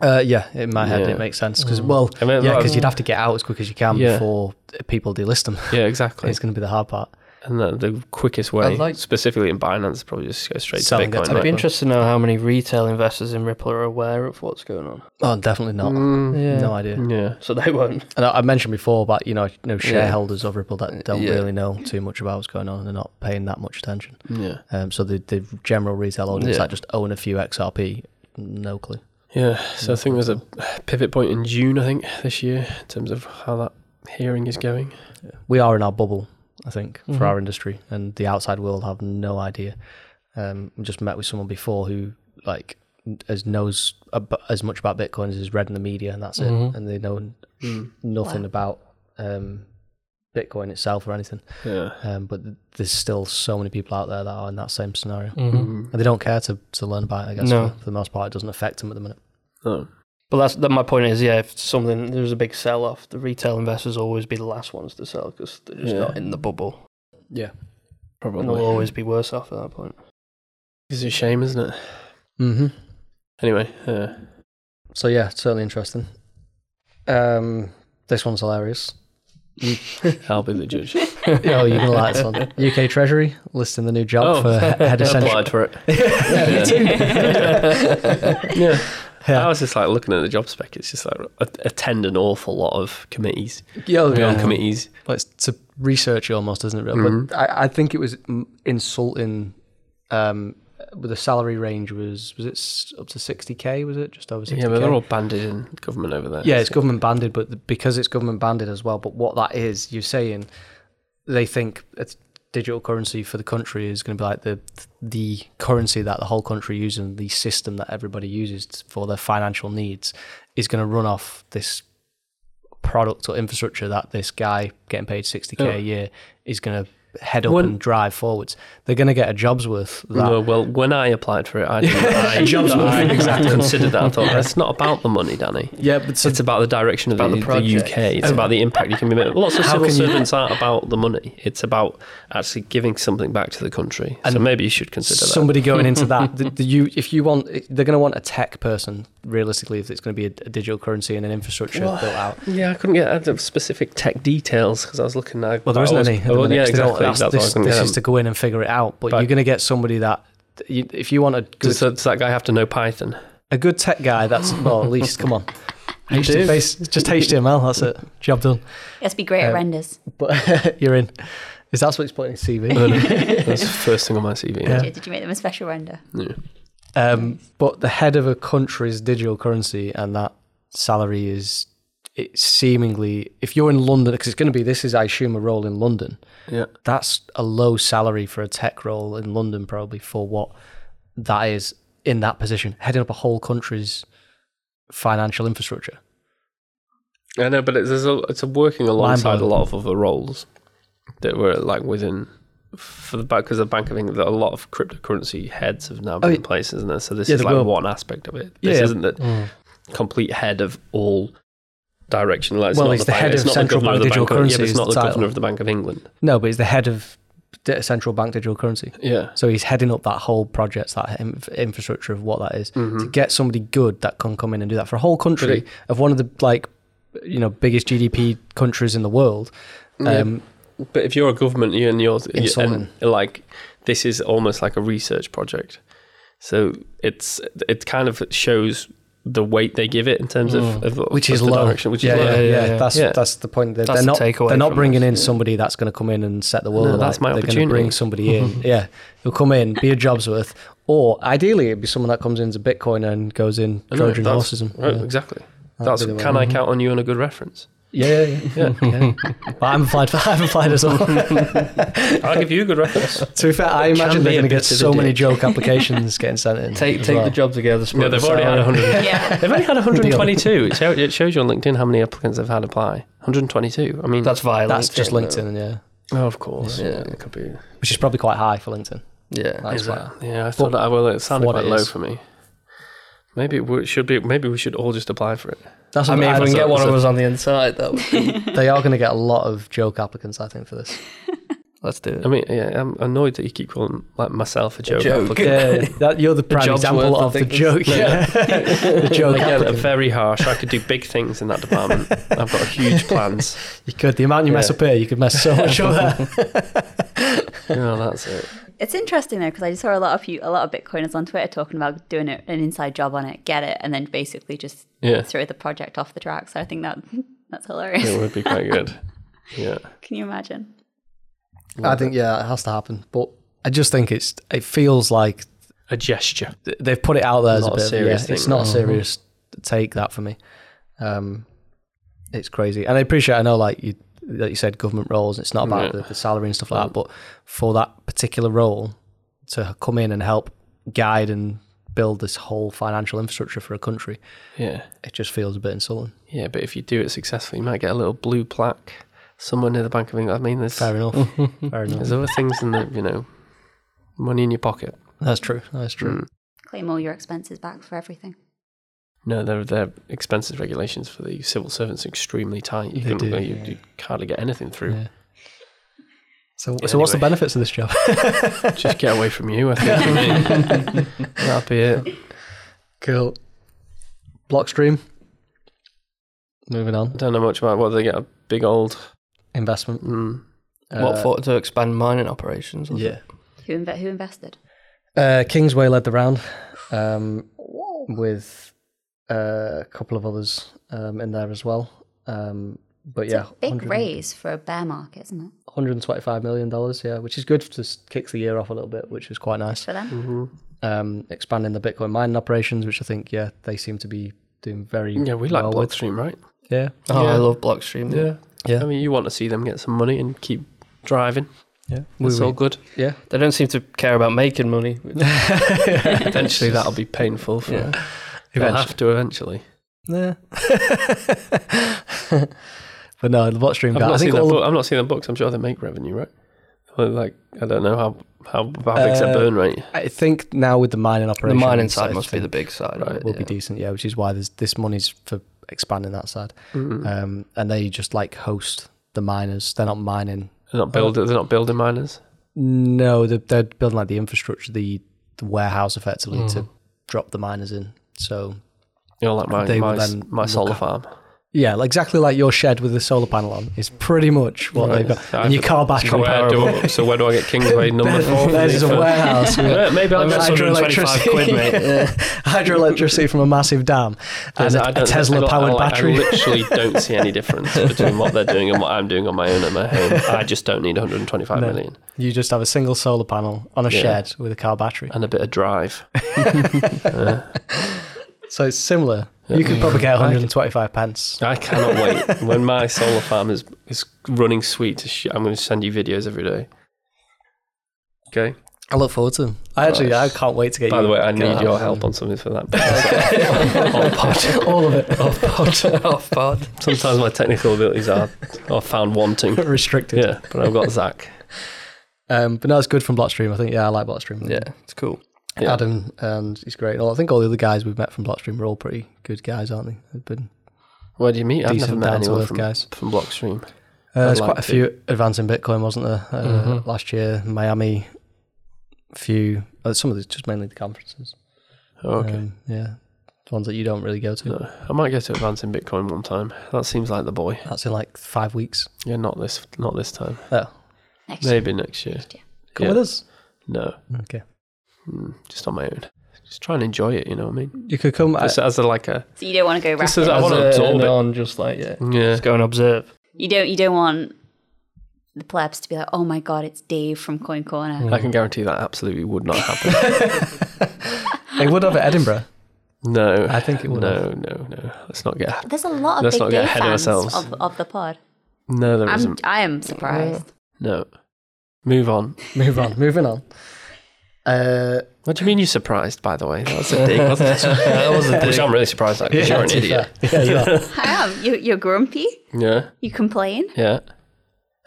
Speaker 4: Uh, yeah, in my head
Speaker 1: Yeah. Mm.
Speaker 4: it makes sense because well,
Speaker 1: I mean,
Speaker 4: yeah,
Speaker 1: like-
Speaker 4: because you'd have to get out as quick as you can
Speaker 1: Yeah.
Speaker 4: before people delist them.
Speaker 1: Yeah, exactly.
Speaker 4: it's going to be the hard part.
Speaker 1: and the, the quickest way,
Speaker 2: I'd like-
Speaker 1: specifically in Binance, is probably just go straight to
Speaker 4: Selling it
Speaker 1: Bitcoin.
Speaker 4: to
Speaker 2: I'd
Speaker 1: right?
Speaker 2: be
Speaker 4: Bitcoin.
Speaker 2: interested to know how many retail investors in Ripple are aware of what's going on.
Speaker 4: Oh, definitely not.
Speaker 1: Mm.
Speaker 2: Yeah.
Speaker 4: No idea.
Speaker 1: Yeah.
Speaker 2: So they won't.
Speaker 4: And I, I mentioned before about you know you know,
Speaker 2: Yeah.
Speaker 4: shareholders of Ripple that don't
Speaker 2: Yeah.
Speaker 4: really know too much about what's going on and they're not paying that much attention.
Speaker 1: Yeah.
Speaker 4: Um, so the the general retail audience
Speaker 2: Yeah.
Speaker 4: that just own a few XRP, no clue.
Speaker 1: Yeah. So I think there's a pivot point in June, I think, this year, in terms of how that hearing is going.
Speaker 4: We are in our bubble, I think,
Speaker 2: Mhm.
Speaker 4: for our industry, and the outside world have no idea. Um, I just met with someone before who like n- as knows ab- as much about Bitcoin as is read in the media, and that's
Speaker 2: Mhm.
Speaker 4: it. And they know n-
Speaker 1: Mm.
Speaker 4: nothing
Speaker 3: Wow.
Speaker 4: about um, Bitcoin itself or anything.
Speaker 1: Yeah.
Speaker 4: Um, but th- there's still so many people out there that are in that same scenario,
Speaker 1: Mm.
Speaker 2: Mhm.
Speaker 4: and they don't care to, to learn about it. I guess
Speaker 2: No.
Speaker 4: for, for the most part, it doesn't affect them at the minute.
Speaker 1: Oh.
Speaker 2: But that's that. My point is, yeah, if something there's a big sell off, the retail investors will always be the last ones to sell because they're just
Speaker 1: Yeah.
Speaker 2: not in the bubble,
Speaker 4: Yeah,
Speaker 2: and they'll
Speaker 1: Probably.
Speaker 2: always be worse off at that point.
Speaker 1: It's a shame, isn't it?
Speaker 4: hmm
Speaker 1: Anyway, yeah.
Speaker 4: So yeah, certainly interesting. Um, this one's hilarious.
Speaker 1: I'll be the judge.
Speaker 4: oh, you're gonna like this one. UK Treasury listing the new job
Speaker 1: Oh.
Speaker 4: for he- head of central.
Speaker 1: Applied for it.
Speaker 4: yeah, me too.
Speaker 1: Yeah.
Speaker 4: Yeah.
Speaker 1: I was just like looking at the job spec. It's just like a- attend an awful lot of committees,
Speaker 4: Yeah,
Speaker 1: beyond
Speaker 2: Yeah.
Speaker 1: committees.
Speaker 4: Well, it's to research almost, isn't it? Really?
Speaker 1: Mhm.
Speaker 4: But I, I think it was mm, insulting. Um, but the salary range was was it s- up to sixty k? Was it just over sixty
Speaker 1: Yeah,
Speaker 4: k?
Speaker 1: but they're all banded in government over there.
Speaker 4: Yeah, it's government banded, but the, because it's government banded as well. But what that is, you're saying they think it's digital currency for the country is going to be like the the currency that the whole country uses, and the system that everybody uses t- for their financial needs is going to run off this product or infrastructure that this guy getting paid 60k
Speaker 1: Yeah.
Speaker 4: a year is going to head up
Speaker 1: When-
Speaker 4: and drive forwards. They're going to get a job's worth. That,
Speaker 1: No, well, when I applied for it, I, didn't, I,
Speaker 4: Jobs
Speaker 1: I
Speaker 4: worth.
Speaker 1: exactly considered that. I thought that's not about the money, Danny.
Speaker 4: Yeah, but
Speaker 1: It's about the direction of
Speaker 2: About
Speaker 1: the,
Speaker 2: the
Speaker 1: the
Speaker 2: project.
Speaker 1: UK. It's about the impact you can be making. Lots of
Speaker 4: How
Speaker 1: civil
Speaker 4: can you-
Speaker 1: servants aren't about the money. It's about actually giving something back to the country. so
Speaker 4: And
Speaker 1: maybe you should consider that.
Speaker 4: somebody going into that. The, the, you, if you want, they're going to want a tech person realistically if it's going to be a, a digital currency and an infrastructure
Speaker 1: Well,
Speaker 4: built out.
Speaker 1: Yeah, I couldn't get out of specific tech details because I was looking at.
Speaker 4: Well, there
Speaker 1: I
Speaker 4: isn't
Speaker 1: was-
Speaker 4: any. at the
Speaker 1: Oh,
Speaker 4: minute,
Speaker 1: yeah,
Speaker 4: 'cause
Speaker 1: exactly.
Speaker 4: they don't- that's-
Speaker 1: That's what I
Speaker 4: this
Speaker 1: couldn't
Speaker 4: this
Speaker 1: get
Speaker 4: is to go in and figure it out. But
Speaker 1: But-
Speaker 4: you're going to get somebody that, you, if you want a good,
Speaker 1: Does, that- does that guy have to know Python?
Speaker 4: a good tech guy, that's well at least come on.
Speaker 2: You
Speaker 4: HTML,
Speaker 2: do.
Speaker 4: base- just HTML. That's it. Job done.
Speaker 3: Let's be
Speaker 1: Uh,
Speaker 3: great at
Speaker 4: Um,
Speaker 3: renders.
Speaker 4: But you're in. Is that what's put in his CV?
Speaker 1: That's the first thing on my CV.
Speaker 4: Yeah.
Speaker 1: Yeah.
Speaker 3: Did, did you make them a special render?
Speaker 1: Yeah.
Speaker 4: Um, but the head of a country's digital currency and that salary is it seemingly, if you're in London, because it's going to be, this is, I assume, a role in London.
Speaker 1: Yeah.
Speaker 4: That's a low salary for a tech role in London, probably for what that is in that position, heading up a whole country's financial infrastructure.
Speaker 1: I know, but it's, there's a, it's a working alongside a
Speaker 4: blowing.
Speaker 1: lot of other roles that were like within for the back because the Bank of England, a lot of cryptocurrency heads have now been
Speaker 4: yeah.
Speaker 1: in place, isn't there? So this
Speaker 4: Oh, Yeah,
Speaker 1: is
Speaker 4: there
Speaker 1: like
Speaker 4: will.
Speaker 1: one aspect of it. This
Speaker 4: Yeah. Mm.
Speaker 1: isn't the complete head of all direction. Like, it's
Speaker 4: Well,
Speaker 1: not
Speaker 4: he's the head
Speaker 1: it's
Speaker 4: of
Speaker 1: not the
Speaker 4: central
Speaker 1: governor of
Speaker 4: bank
Speaker 1: the
Speaker 4: digital
Speaker 1: Bank of- Yeah,
Speaker 4: currency
Speaker 1: but it's
Speaker 4: is
Speaker 1: not
Speaker 4: the
Speaker 1: the governor
Speaker 4: title.
Speaker 1: of the Bank of England.
Speaker 4: No, but he's the head of di- central bank digital currency.
Speaker 1: Yeah.
Speaker 4: So he's heading up that whole project, that inf- infrastructure of what that is, to get somebody good that can come in and do that for a whole country
Speaker 1: Hmm. Really?
Speaker 4: of one of the like, you know, biggest GDP countries in the world.
Speaker 1: Hmm.
Speaker 4: Um,
Speaker 1: But if you're a government, you and you're you-
Speaker 4: Insolvent.
Speaker 1: and like this is almost like a research project. So it's it kind of shows the weight they give it in terms of, of
Speaker 4: Mm. Which
Speaker 1: of
Speaker 4: is
Speaker 1: the
Speaker 4: low.
Speaker 1: direction, which
Speaker 4: yeah,
Speaker 1: is low.
Speaker 4: yeah, yeah,
Speaker 2: yeah, yeah.
Speaker 4: That's
Speaker 1: Yeah.
Speaker 4: that's the point. They're,
Speaker 2: That's
Speaker 4: they're
Speaker 2: the
Speaker 4: not
Speaker 2: takeaway
Speaker 4: they're not
Speaker 2: from
Speaker 4: bringing
Speaker 2: this,
Speaker 4: in somebody that's going to come in and set the world.
Speaker 1: No, that's
Speaker 4: alight.
Speaker 1: my
Speaker 4: they're going to bring
Speaker 1: opportunity.
Speaker 4: somebody in. yeah, they'll come in, be a job's worth, or ideally it'd be someone that comes into Bitcoin and goes in
Speaker 1: I know,
Speaker 4: Trojan
Speaker 1: that's-
Speaker 4: horses. and-
Speaker 1: Right,
Speaker 4: yeah.
Speaker 1: Exactly.
Speaker 4: That'd
Speaker 1: That's
Speaker 4: be the way.
Speaker 1: can I count on you on a good reference?
Speaker 4: Yeah, yeah, yeah. yeah. But I haven't applied for, I haven't applied as well.
Speaker 1: I'll give you a good reference.
Speaker 4: To be fair, I
Speaker 1: It can
Speaker 4: imagine they're
Speaker 1: be a
Speaker 4: going to
Speaker 1: bit
Speaker 4: get
Speaker 1: of a
Speaker 4: so many
Speaker 1: dick.
Speaker 4: joke applications getting sent in.
Speaker 2: Take
Speaker 4: as
Speaker 2: take
Speaker 4: well.
Speaker 2: the job together.
Speaker 1: no,
Speaker 2: split
Speaker 1: they've
Speaker 2: the
Speaker 1: already had
Speaker 2: salary.
Speaker 1: 100.
Speaker 3: Yeah.
Speaker 1: They've only had 122. It, show, it shows you on LinkedIn how many applicants they've had apply. 122. I mean,
Speaker 2: That's via
Speaker 4: That's just
Speaker 2: though.
Speaker 4: LinkedIn, yeah,
Speaker 1: oh, of course.
Speaker 2: Yeah.
Speaker 1: Yeah, it could be.
Speaker 4: which is probably quite high for LinkedIn.
Speaker 2: Yeah.
Speaker 4: That's
Speaker 1: Is
Speaker 4: why.
Speaker 1: it? Yeah, I thought that. Well, it sounded
Speaker 4: what
Speaker 1: quite
Speaker 4: it
Speaker 1: low
Speaker 4: is.
Speaker 1: for me. Maybe it would- should be. Maybe we should all just apply for it.
Speaker 4: That's
Speaker 2: I
Speaker 4: what
Speaker 2: mean, if we can
Speaker 4: that's
Speaker 2: get
Speaker 4: what-
Speaker 2: one of
Speaker 4: that's
Speaker 2: us on the inside, that would be,
Speaker 4: what- they are going to get a lot of joke applicants. I think for this.
Speaker 2: let's do it.
Speaker 1: I mean, yeah, I'm annoyed that you keep calling like myself a joke.
Speaker 2: joke.
Speaker 4: Yeah, that, you're the prime
Speaker 2: job's
Speaker 4: example
Speaker 2: worth, I
Speaker 4: of the
Speaker 2: think, is-
Speaker 4: joke. Yeah. the joke
Speaker 1: Again,
Speaker 4: applicant.
Speaker 1: very harsh. I could do big things in that department. I've got huge plans.
Speaker 4: You could the amount you mess
Speaker 1: Yeah.
Speaker 4: up here, you could mess so much up there.
Speaker 1: No, that's it.
Speaker 3: It's interesting though because I saw a lot of you, a lot of Bitcoiners on Twitter talking about doing it, an inside job on it, get it, and then basically just
Speaker 1: Yeah.
Speaker 3: throw the project off the track. So I think that that's hilarious.
Speaker 1: It would be quite good. Yeah.
Speaker 3: Can you imagine?
Speaker 4: I think yeah, it has to happen. But I just think it's it feels like
Speaker 1: A gesture.
Speaker 4: th- they've put it out there as a
Speaker 1: Not a
Speaker 4: bit of-
Speaker 1: serious
Speaker 4: yeah,
Speaker 1: thing,
Speaker 4: It's not a
Speaker 1: though.
Speaker 4: serious take that for me. Um, it's crazy, and I appreciate. I know, like you, like you said, government roles. It's not about
Speaker 1: Yeah. Mm.
Speaker 4: the, the salary and stuff like that, but for that particular role to come in and help guide and build this whole financial infrastructure for a country.
Speaker 1: Yeah.
Speaker 4: It just feels a bit insulting.
Speaker 1: Yeah, but if you do it successfully, you might get a little blue plaque somewhere near the Bank of England. I mean, there's,
Speaker 4: Fair enough. Fair enough.
Speaker 1: there's other things in the, you know, money in your pocket.
Speaker 4: That's true. That's
Speaker 1: Mm.
Speaker 4: true.
Speaker 3: Claim all your expenses back for everything.
Speaker 1: No, their their expenses regulations for the civil servants are extremely tight. You,
Speaker 4: They
Speaker 1: couldn't,
Speaker 4: do,
Speaker 1: you, you hardly get anything through.
Speaker 4: Yeah. So, so
Speaker 1: Anyway.
Speaker 4: what's the benefits of this job?
Speaker 1: Just get away from you. I think that'd be it.
Speaker 4: cool. Blockstream. Moving on.
Speaker 1: I don't know much about what they get. A big old.
Speaker 4: Investment.
Speaker 1: Mm,
Speaker 2: what
Speaker 4: Uh,
Speaker 2: for to expand mining operations? was
Speaker 4: Yeah.
Speaker 2: it?
Speaker 3: Who inve- who invested?
Speaker 4: Uh, Kingsway led the round um, with uh, a couple of others um, in there as well. Um, but yeah,
Speaker 3: Big
Speaker 4: 100
Speaker 3: raise for a bear market, isn't it?
Speaker 4: 125 million dollars. Yeah, which is good to s- kicks the year off a little bit, which is quite nice.
Speaker 3: For them?
Speaker 1: Mm-hmm.
Speaker 4: Um, expanding the Bitcoin mining operations, which I think yeah they seem to be doing very
Speaker 1: yeah, we like
Speaker 4: well with.
Speaker 1: Bloodstream, right?
Speaker 4: Yeah,
Speaker 2: Oh,
Speaker 1: Yeah.
Speaker 2: I love Blockstream. Yeah.
Speaker 4: Yeah.
Speaker 1: I mean, you want to see them get some money and keep driving.
Speaker 4: yeah, we,
Speaker 1: It's all
Speaker 4: we,
Speaker 1: good.
Speaker 4: yeah.
Speaker 2: They don't seem to care about making money.
Speaker 1: Eventually, that'll be painful for.
Speaker 2: Yeah.
Speaker 1: You'll have to eventually.
Speaker 4: Yeah. but no, the bot stream
Speaker 1: I've
Speaker 4: guy. I
Speaker 1: not, seen
Speaker 4: think
Speaker 1: their
Speaker 4: all
Speaker 1: book. I've not seen their books. I'm sure they make revenue, right? Well, Like I don't know how how, how big's
Speaker 4: Uh,
Speaker 1: their burn rate.
Speaker 4: I think now with the mining
Speaker 2: the
Speaker 4: operations,
Speaker 2: mining side
Speaker 4: I
Speaker 2: must be
Speaker 4: think
Speaker 2: the big side.
Speaker 1: Right,
Speaker 2: Right,
Speaker 4: will be decent. Yeah, which is why there's this money's for expanding that side.
Speaker 1: Mm.
Speaker 4: Um, and they just like host the miners. They're not mining.
Speaker 1: they're not build. They're not building miners.
Speaker 4: No, they're, they're building like the infrastructure, the, the warehouse effectively to drop the miners in. So
Speaker 1: You know, like my
Speaker 4: They
Speaker 1: my,
Speaker 4: will
Speaker 1: s-
Speaker 4: then
Speaker 1: my
Speaker 4: look
Speaker 1: solar
Speaker 4: up-
Speaker 1: farm.
Speaker 4: yeah, like- exactly like your shed with the solar panel on is pretty much what
Speaker 1: Right.
Speaker 4: they've got.
Speaker 1: I
Speaker 4: And your
Speaker 1: have-
Speaker 4: car battery.
Speaker 1: So where, do I, so where do I get Kingsway number four?
Speaker 4: Theirs is a
Speaker 1: for-
Speaker 4: warehouse. with-
Speaker 1: Yeah, maybe I'll
Speaker 4: I've
Speaker 1: get
Speaker 4: got
Speaker 1: some.
Speaker 4: hydroelectricity. hydroelectricity from a massive dam and
Speaker 1: I
Speaker 4: a,
Speaker 1: don't-
Speaker 4: Tesla
Speaker 1: I
Speaker 4: powered
Speaker 1: like- I
Speaker 4: battery.
Speaker 1: literally don't see any difference between what they're doing and what I'm doing on my own at my home. I just don't need 125
Speaker 4: No.
Speaker 1: million
Speaker 4: You just have a single solar panel on a
Speaker 1: Yeah. Uh,
Speaker 4: shed with a car battery.
Speaker 1: and a bit of drive.
Speaker 4: So it's similar. You could probably get 125 pence.
Speaker 1: I cannot wait when my solar farm is is running sweet. To sh- I'm going to send you videos every day. Okay.
Speaker 4: I look forward to them. I actually, I can't wait to get
Speaker 1: By
Speaker 4: you.
Speaker 1: the way, I
Speaker 4: get
Speaker 1: need
Speaker 4: that.
Speaker 1: your help on something for that. On pod.
Speaker 4: All of it. Off pod.
Speaker 2: off pod.
Speaker 1: Sometimes my technical abilities are are found wanting.
Speaker 4: Restricted.
Speaker 1: Yeah, but I've got Zach.
Speaker 4: Um, but no, it's good from Blockstream. I think, yeah, I like Blockstream.
Speaker 2: Yeah, it's cool.
Speaker 1: Yeah.
Speaker 4: Adam, and he's great. And all- I think all the other guys we've met from Blockstream are all pretty good guys, aren't they? They've been
Speaker 1: Where do you meet? I've never
Speaker 4: decent,
Speaker 1: met
Speaker 4: down to
Speaker 1: anyone
Speaker 4: earth
Speaker 1: from,
Speaker 4: guys.
Speaker 1: from Blockstream.
Speaker 4: Uh, there's
Speaker 1: I'd
Speaker 4: quite
Speaker 1: like to.
Speaker 4: a
Speaker 1: Mm-hmm.
Speaker 4: few advancing Bitcoin, wasn't there? Uh, Last year, Miami, few. Uh, some of these just mainly the conferences.
Speaker 1: Oh, okay.
Speaker 4: Um, yeah, the ones that you don't really go to.
Speaker 1: No, I might go to Advancing Bitcoin one time. That seems like the boy.
Speaker 4: That's in like five weeks.
Speaker 1: Yeah, not this, not this time.
Speaker 4: Oh,
Speaker 3: Next year.
Speaker 1: Maybe next year.
Speaker 4: come
Speaker 1: Yeah.
Speaker 4: with us.
Speaker 1: No,
Speaker 4: Okay,
Speaker 1: Mm, just on my own. Just try and enjoy it. You know what I mean?
Speaker 4: you could come. I,
Speaker 1: Just as a like a
Speaker 3: So you don't want to go
Speaker 1: This
Speaker 3: rapid.
Speaker 1: is- I
Speaker 2: As
Speaker 1: wanna
Speaker 2: a-
Speaker 1: absorb
Speaker 2: and
Speaker 1: it.
Speaker 2: on just like yeah,
Speaker 1: yeah.
Speaker 2: just go and observe.
Speaker 3: you don't you don't want the plebs to be like, oh my god, it's Dave from Coin Corner.
Speaker 1: I can guarantee that absolutely would not happen.
Speaker 4: they would have at Edinburgh.
Speaker 1: no,
Speaker 4: I think it would
Speaker 1: No, no, no. Let's not get.
Speaker 3: There's a lot of
Speaker 1: Let's
Speaker 3: big
Speaker 1: not get
Speaker 3: Dave
Speaker 1: ahead of
Speaker 3: fans
Speaker 1: ourselves.
Speaker 3: of, of the pod.
Speaker 1: No, there
Speaker 3: I'm
Speaker 1: not
Speaker 3: I am surprised.
Speaker 1: No, move on.
Speaker 4: Move on. Moving on. Uh,
Speaker 1: What do you mean you're surprised? By the way, that's a dig. wasn't it?
Speaker 2: that was a
Speaker 1: Which I'm really surprised at because you're an
Speaker 4: to be
Speaker 1: idiot.
Speaker 4: fair. Yeah, you are.
Speaker 3: I am. You, you're grumpy.
Speaker 1: Yeah,
Speaker 3: You complain.
Speaker 1: yeah.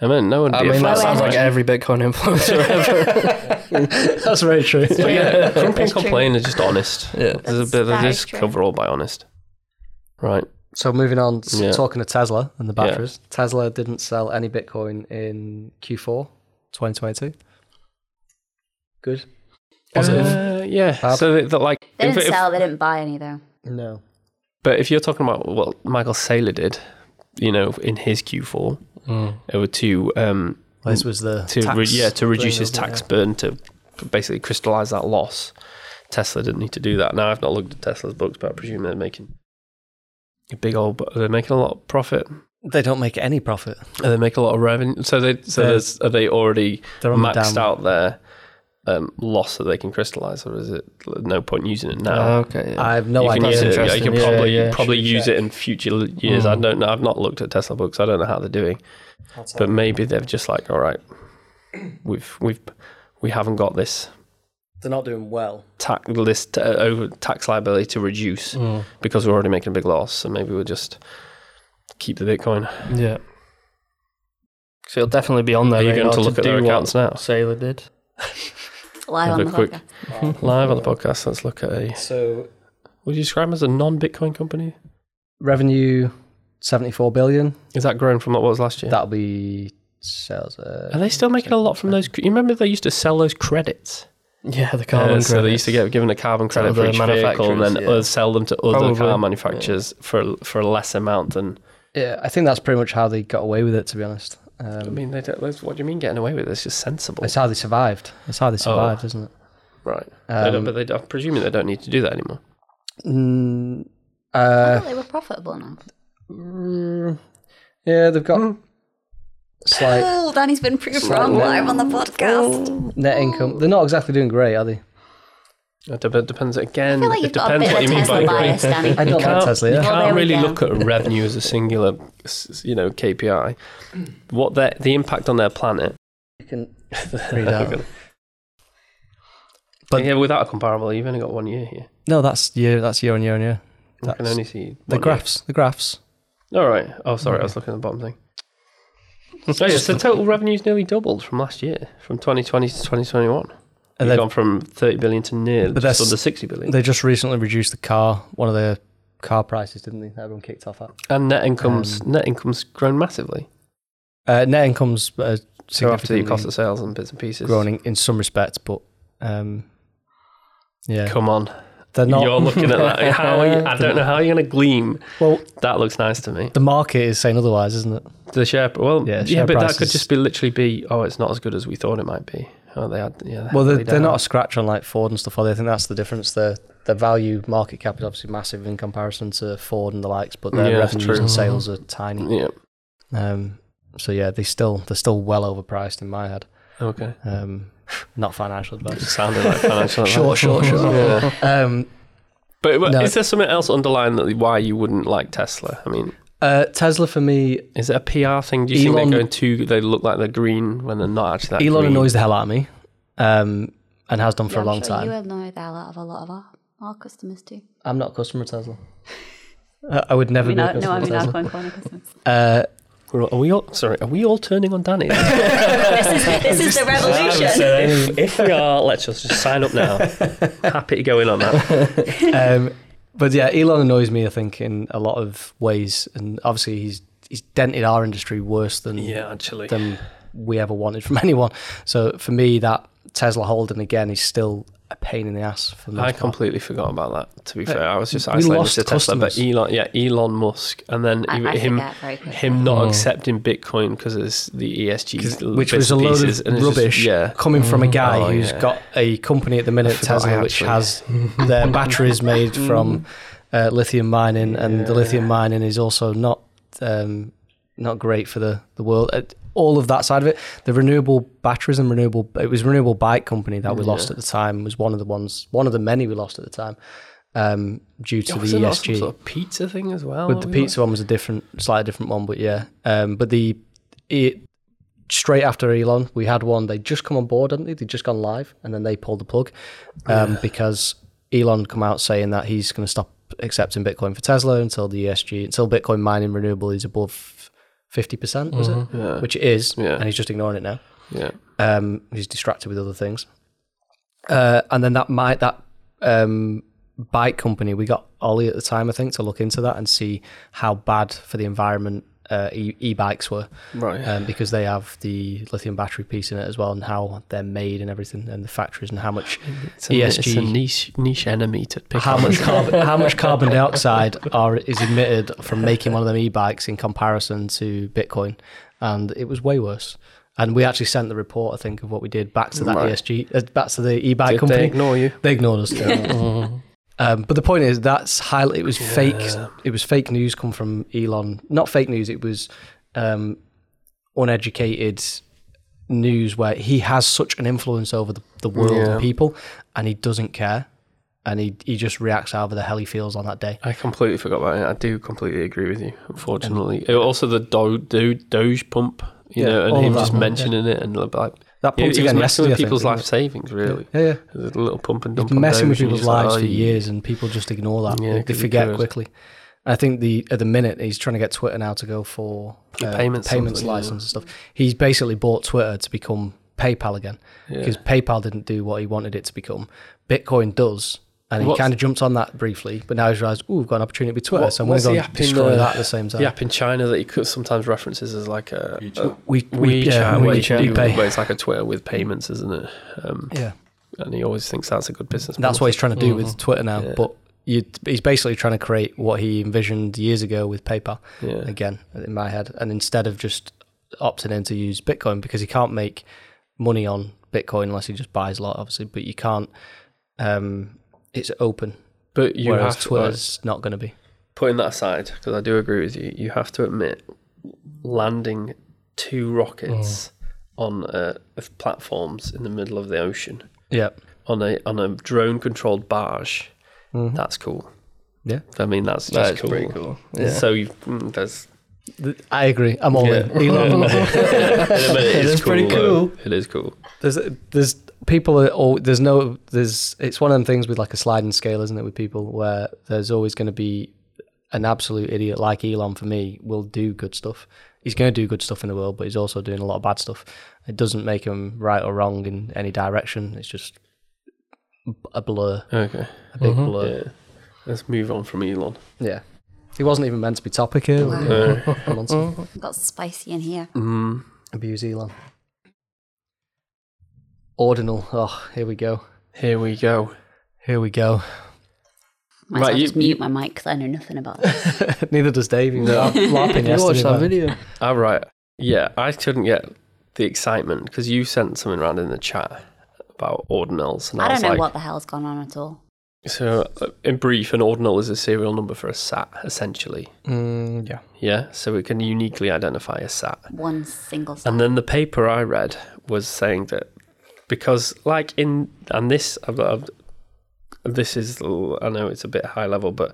Speaker 1: I mean, no one.
Speaker 2: I mean,
Speaker 3: fat
Speaker 2: that sounds like
Speaker 3: man.
Speaker 2: every Bitcoin influencer ever.
Speaker 4: That's very true.
Speaker 1: But yeah, grumpy and
Speaker 3: That's true.
Speaker 1: complain are just honest.
Speaker 2: Yeah.
Speaker 1: There's a
Speaker 3: That's-
Speaker 1: bit of
Speaker 3: that is
Speaker 1: this
Speaker 3: true.
Speaker 1: cover all by honest. Right.
Speaker 4: So moving on, s-
Speaker 1: Yeah.
Speaker 4: talking to Tesla and the
Speaker 1: Yeah.
Speaker 4: batteries. Tesla didn't sell any Bitcoin in Q4 2022. Good. Positive.
Speaker 1: Uh, yeah.
Speaker 4: Bad.
Speaker 1: So that, that like,
Speaker 3: They
Speaker 1: if-
Speaker 3: didn't
Speaker 1: if-
Speaker 3: sell. They didn't buy any though.
Speaker 4: no.
Speaker 1: but if you're talking about what Michael Saylor did, you know, in his Q4, it were to um
Speaker 4: Well, this was the
Speaker 1: to
Speaker 4: tax
Speaker 1: re- yeah to reduce
Speaker 4: thing,
Speaker 1: his
Speaker 4: wasn't it?
Speaker 1: tax burn to basically crystallize that loss. Tesla didn't need to do that. Now I've not looked at Tesla's books, but I presume they're making a big old. They're making a lot of profit.
Speaker 4: They don't make any profit.
Speaker 1: And they make a lot of revenue. So they so
Speaker 4: They're-
Speaker 1: there's, are they already
Speaker 4: They're on the
Speaker 1: maxed
Speaker 4: down.
Speaker 1: out their um, loss that they can crystallize, or is it no point using it now?
Speaker 2: Oh, okay. Yeah.
Speaker 4: I have Uh, no
Speaker 1: you can
Speaker 4: idea.
Speaker 1: use it. yeah, You
Speaker 2: interesting.
Speaker 1: can
Speaker 2: Yeah,
Speaker 1: probably
Speaker 2: yeah.
Speaker 1: probably
Speaker 4: Should
Speaker 1: use
Speaker 4: check. Hmm.
Speaker 1: it in future l- years. I don't know. I've not looked at Tesla books. I don't know how they're doing, but maybe they're just like, all right, we've we've we haven't got this
Speaker 4: They're not doing well.
Speaker 1: tax list uh, over tax liability to reduce
Speaker 4: Hmm.
Speaker 1: because we're already making a big loss. So maybe we'll just keep the Bitcoin.
Speaker 2: Yeah. So it'll definitely be on there.
Speaker 1: Are you going to look at their accounts now?
Speaker 2: Sailor did.
Speaker 3: Live
Speaker 1: Have
Speaker 3: on
Speaker 1: a
Speaker 3: the
Speaker 1: quick-
Speaker 3: podcast.
Speaker 1: Live on the podcast, let's look at a.
Speaker 4: So
Speaker 1: Would you describe them as a non-Bitcoin company?
Speaker 4: revenue, seventy-four billion.
Speaker 1: Is that grown from what was last year?
Speaker 4: That'll be sales. Uh,
Speaker 1: Are they still making a lot from those? You remember they used to sell those credits.
Speaker 2: Yeah, the
Speaker 1: Uh,
Speaker 2: carbon.
Speaker 1: so they used
Speaker 2: credits.
Speaker 1: to get given a carbon credit for
Speaker 2: other
Speaker 1: each vehicle, and then
Speaker 2: manufacturers, yeah.
Speaker 1: us sell them to other
Speaker 2: Probably,
Speaker 1: car manufacturers for for a less amount than.
Speaker 4: yeah, I think that's pretty much how they got away with it. To be honest, um,
Speaker 1: I mean, they don't, that's- what do you mean getting away with it? It's just sensible,
Speaker 4: it's how they survived. It's how they survived, isn't it?
Speaker 1: right? They don't-
Speaker 4: Um,
Speaker 1: but they, don't- I'm presuming they don't need to do that anymore.
Speaker 4: Mm,
Speaker 3: I
Speaker 4: uh,
Speaker 3: thought they were profitable now.
Speaker 4: mm, yeah, they've got slight
Speaker 3: Oh, Danny's been proved wrong live on the podcast.
Speaker 4: net income. They're not exactly doing great, are they?
Speaker 1: It dep- depends again.
Speaker 3: I feel like
Speaker 1: it
Speaker 3: you've got a
Speaker 1: depends
Speaker 3: bit
Speaker 1: what
Speaker 3: of a
Speaker 1: you mean by
Speaker 3: Tesla bias,
Speaker 1: green.
Speaker 3: Danny.
Speaker 4: I don't like
Speaker 1: can't-
Speaker 4: Tesla.
Speaker 1: You
Speaker 4: Yeah.
Speaker 3: Oh, there
Speaker 1: can't
Speaker 3: we
Speaker 1: really
Speaker 3: go.
Speaker 1: look at revenue as a singular, s- you know, KPI. What their, the impact on their planet?
Speaker 4: You can read out.
Speaker 1: But
Speaker 4: But-
Speaker 1: yeah, without a comparable, you've only got one year here.
Speaker 4: No, that's year. That's year on year on year.
Speaker 1: I can
Speaker 4: That's-
Speaker 1: only see
Speaker 4: The
Speaker 1: one
Speaker 4: graphs. The graphs.
Speaker 1: Year. All right. Oh, sorry, I was looking at the bottom thing. So yeah, so total revenue's nearly doubled from last year, from 2020 to 2021.
Speaker 4: And
Speaker 1: And
Speaker 4: they've-
Speaker 1: they've gone from 30 billion to nearly
Speaker 4: But
Speaker 1: just
Speaker 4: that's-
Speaker 1: under 60 billion.
Speaker 4: They just recently reduced the car. One of their car prices, didn't they? that Everyone kicked off at.
Speaker 1: and net income's
Speaker 4: um,
Speaker 1: net income's grown massively.
Speaker 4: Uh, net income's uh,
Speaker 1: So after the
Speaker 4: significantly
Speaker 1: cost of sales and bits and pieces.
Speaker 4: grown in, in some respects, but um, yeah,
Speaker 1: Come on.
Speaker 4: they're not.
Speaker 1: You're looking at that. How are you, I don't know how you're going to gleam.
Speaker 4: Well,
Speaker 1: That looks nice to me.
Speaker 4: the market is saying otherwise, isn't it?
Speaker 1: The share, well,
Speaker 4: Yeah,
Speaker 1: yeah,
Speaker 4: share
Speaker 1: but
Speaker 4: price
Speaker 1: that could
Speaker 4: is-
Speaker 1: just be literally be. Oh, it's not as good as we thought it might be. Oh, they had, yeah.
Speaker 4: Well, they're,
Speaker 1: heavily
Speaker 4: they're
Speaker 1: down.
Speaker 4: not a scratch on like Ford and stuff. Are they? I think that's the difference. The the value market cap is obviously massive in comparison to Ford and the likes, but their
Speaker 1: Yeah, that's
Speaker 4: revenues
Speaker 1: true.
Speaker 4: and sales are tiny.
Speaker 1: Yeah.
Speaker 4: Um, so yeah, they still they're still well overpriced in my head.
Speaker 1: Okay.
Speaker 4: Um, not financial
Speaker 1: It
Speaker 4: advice.
Speaker 1: sounded like financial.
Speaker 4: Sure,
Speaker 1: advice.
Speaker 4: sure, sure.
Speaker 1: Yeah.
Speaker 4: Um,
Speaker 1: But, but
Speaker 4: No.
Speaker 1: is there something else underlying that why you wouldn't like Tesla? I mean,
Speaker 4: uh, Tesla for me,
Speaker 1: is it a PR thing? Do you
Speaker 4: Elon-
Speaker 1: think they're going too? They look like they're green when they're not actually that
Speaker 4: Elon
Speaker 1: green?
Speaker 4: annoys the hell out of me, um, and has done for
Speaker 3: Yeah,
Speaker 4: a
Speaker 3: I'm
Speaker 4: long
Speaker 3: sure
Speaker 4: time.
Speaker 3: You annoy the hell out of a lot of our, our customers too.
Speaker 4: I'm not a customer of Tesla. Uh, I would never
Speaker 3: We
Speaker 4: be
Speaker 3: know,
Speaker 4: a
Speaker 3: no,
Speaker 4: customer
Speaker 3: I
Speaker 4: of
Speaker 3: mean our
Speaker 4: Tesla.
Speaker 3: coin corner customers.
Speaker 4: Uh,
Speaker 1: We're all- Are we all sorry? Are we all turning on Danny?
Speaker 3: this, is, this is the revolution.
Speaker 1: if, if we are, let's just, just sign up now. Happy to go in on that.
Speaker 4: um, but yeah, Elon annoys me. I think in a lot of ways, and obviously he's he's dented our industry worse than
Speaker 1: Yeah, actually.
Speaker 4: than we ever wanted from anyone. So for me, that Tesla holding again is still a pain in the ass for me.
Speaker 1: I completely forgot about that. To be fair, I was just
Speaker 4: we
Speaker 1: isolating
Speaker 4: lost
Speaker 1: to Tesla, but
Speaker 4: customers.
Speaker 1: Elon, yeah, Elon Musk, and then
Speaker 3: I-
Speaker 1: even
Speaker 3: I
Speaker 1: him,
Speaker 3: forget very quickly.
Speaker 1: him not accepting Bitcoin because it's the E ESG,
Speaker 4: Mm. which
Speaker 1: bits
Speaker 4: was a
Speaker 1: and
Speaker 4: load
Speaker 1: pieces,
Speaker 4: of
Speaker 1: and it's just-
Speaker 4: rubbish
Speaker 1: yeah,
Speaker 4: coming from a guy
Speaker 1: Oh,
Speaker 4: who's
Speaker 1: yeah.
Speaker 4: got a company at the minute,
Speaker 1: forgot I
Speaker 4: Tesla, which
Speaker 1: actually- Mm.
Speaker 4: has their batteries made from uh, lithium mining, and the lithium mining is also not um, not great for the the world. Uh, all of that side of it, the renewable batteries and renewable it was renewable bike company that we lost at the time was one of the ones one of the many we lost at the time um, due to
Speaker 1: Was
Speaker 4: the
Speaker 1: there not some
Speaker 4: ESG
Speaker 1: sort of pizza thing as well. that
Speaker 4: with the
Speaker 1: we
Speaker 4: pizza one was a different, slightly different one, but yeah. Um, but the it, straight after Elon, we had one. They just come on board, hadn't they? They just gone live, and then they pulled the plug um, because Elon come out saying that he's going to stop accepting Bitcoin for Tesla until the ESG, until Bitcoin mining renewable is above fifty percent, was it?
Speaker 1: Mm-hmm. Yeah.
Speaker 4: Which it is,
Speaker 1: Yeah.
Speaker 4: and he's just ignoring it now.
Speaker 1: Yeah.
Speaker 4: Um, he's distracted with other things. Uh, and then that might that um, bike company we got Ollie at the time, I think, to look into that and see how bad for the environment uh, e- e-bikes were,
Speaker 1: Right.
Speaker 4: um, because they have the lithium battery piece in it as well, and how they're made and everything, and the factories and how much
Speaker 1: It's a, it's
Speaker 4: ESG
Speaker 1: a niche niche enemy to pick
Speaker 4: E how
Speaker 1: on.
Speaker 4: much carbon how much carbon dioxide are is emitted from making one of them e-bikes in comparison to Bitcoin, and it was way worse. And we actually sent the report, I think, of what we did back to that
Speaker 1: Right.
Speaker 4: ESG, uh, back to the e-bike
Speaker 1: Did
Speaker 4: company.
Speaker 1: they ignore you?
Speaker 4: They ignored us. um, but the point is, that's highly. It was fake. It was fake news come from Elon. Not fake news. It was um, uneducated news where he has such an influence over the, the world
Speaker 1: Yeah.
Speaker 4: and people, and he doesn't care, and he he just reacts however the hell he feels on that day.
Speaker 1: I completely forgot about it. I do completely agree with you. Unfortunately, also the do- do- Doge pump, you
Speaker 4: Yeah,
Speaker 1: know,
Speaker 4: all
Speaker 1: and him
Speaker 4: of that
Speaker 1: just
Speaker 4: one, yeah.
Speaker 1: mentioning it and like
Speaker 4: That pumped
Speaker 1: It, it was
Speaker 4: again
Speaker 1: messing
Speaker 4: yesterday. I
Speaker 1: with
Speaker 4: think,
Speaker 1: people's
Speaker 4: didn't
Speaker 1: life savings, really.
Speaker 4: it? Yeah, yeah.
Speaker 1: It was a little pump and dump.
Speaker 4: It's
Speaker 1: on
Speaker 4: messing
Speaker 1: those, and
Speaker 4: with people's
Speaker 1: you're just like,
Speaker 4: lives
Speaker 1: oh,
Speaker 4: for
Speaker 1: you-
Speaker 4: years, and people just ignore that.
Speaker 1: Yeah,
Speaker 4: they, they
Speaker 1: 'cause it
Speaker 4: forget
Speaker 1: occurs.
Speaker 4: quickly. I think the at the minute he's trying to get Twitter now to go for
Speaker 1: The
Speaker 4: uh,
Speaker 1: payments
Speaker 4: payments
Speaker 1: something, yeah.
Speaker 4: license and stuff. He's basically bought Twitter to become PayPal again
Speaker 1: Yeah.
Speaker 4: because PayPal didn't do what he wanted it to become. Bitcoin does, and
Speaker 1: What's-
Speaker 4: he kind of jumped on that briefly, but now he's realised, oh, we've got an opportunity with Twitter,
Speaker 1: What-
Speaker 4: so I'm going
Speaker 1: what's
Speaker 4: to go
Speaker 1: the
Speaker 4: and
Speaker 1: app in,
Speaker 4: destroy
Speaker 1: uh,
Speaker 4: that at the same time.
Speaker 1: The app in China that he could sometimes references as like a, a
Speaker 4: we
Speaker 1: WeChat,
Speaker 4: yeah,
Speaker 1: where,
Speaker 4: we
Speaker 1: you
Speaker 4: WeChat
Speaker 1: do-
Speaker 4: Pay.
Speaker 1: where it's like a Twitter with payments, isn't it? Um,
Speaker 4: Yeah,
Speaker 1: and he always thinks that's a good business.
Speaker 4: that's
Speaker 1: model.
Speaker 4: what he's trying to do with Twitter now.
Speaker 1: Mm-hmm. Yeah.
Speaker 4: But you, he's basically trying to create what he envisioned years ago with PayPal.
Speaker 1: Yeah.
Speaker 4: again in my head and instead of just opting in to use bitcoin because you can't make money on bitcoin unless he just buys a lot obviously but you can't um it's open
Speaker 1: But you
Speaker 4: whereas
Speaker 1: have to like,
Speaker 4: twitter's not going to be
Speaker 1: putting that aside because I do agree with you. You have to admit landing two
Speaker 4: Mm.
Speaker 1: rockets on uh, of platforms in the middle of the ocean
Speaker 4: yeah
Speaker 1: on a on a drone controlled barge.
Speaker 4: Mm-hmm.
Speaker 1: That's cool.
Speaker 4: Yeah.
Speaker 1: I mean that's just
Speaker 2: That's
Speaker 1: cool.
Speaker 2: pretty cool. Yeah.
Speaker 1: So you, mm, there's
Speaker 4: Th- i agree i'm all in
Speaker 1: Yeah.
Speaker 4: Elon Musk.
Speaker 1: it
Speaker 4: is pretty
Speaker 1: though. It is cool.
Speaker 4: there's there's people are all there's no there's it's one of them things with like a sliding scale isn't it with people where there's always going to be an absolute idiot like Elon for me will do good stuff he's going to do good stuff in the world but he's also doing a lot of bad stuff it doesn't make him right or wrong in any direction it's just a blur
Speaker 1: Okay.
Speaker 4: a big blur
Speaker 1: Yeah. Let's move on from Elon.
Speaker 4: yeah. he wasn't even meant to be topical
Speaker 1: Uh,
Speaker 4: Come on, son.
Speaker 3: Got spicy in here.
Speaker 1: mm,
Speaker 4: abuse Elon ordinal oh here we go
Speaker 1: here we go.
Speaker 4: here we go
Speaker 3: Might
Speaker 1: Right,
Speaker 3: as well
Speaker 1: you-
Speaker 3: just mute
Speaker 1: you-
Speaker 3: my mic because I know nothing about this.
Speaker 4: Neither does Dave. He was
Speaker 1: No.
Speaker 4: la- laughing
Speaker 2: You
Speaker 4: yesterday.
Speaker 2: watched that
Speaker 4: about it.
Speaker 2: video?
Speaker 1: All right. Yeah, I couldn't get the excitement because you sent something around in the chat about ordinals, and I,
Speaker 3: I don't
Speaker 1: was
Speaker 3: know
Speaker 1: like,
Speaker 3: what the hell's gone on at all.
Speaker 1: So, uh, in brief, an ordinal is a serial number for a sat, essentially.
Speaker 4: Mm, yeah.
Speaker 1: Yeah, so it can uniquely identify a sat.
Speaker 3: One single
Speaker 1: And
Speaker 3: song.
Speaker 1: then the paper I read was saying that because, like in, and this, I've, I've, this is, l- I know it's a bit high level, but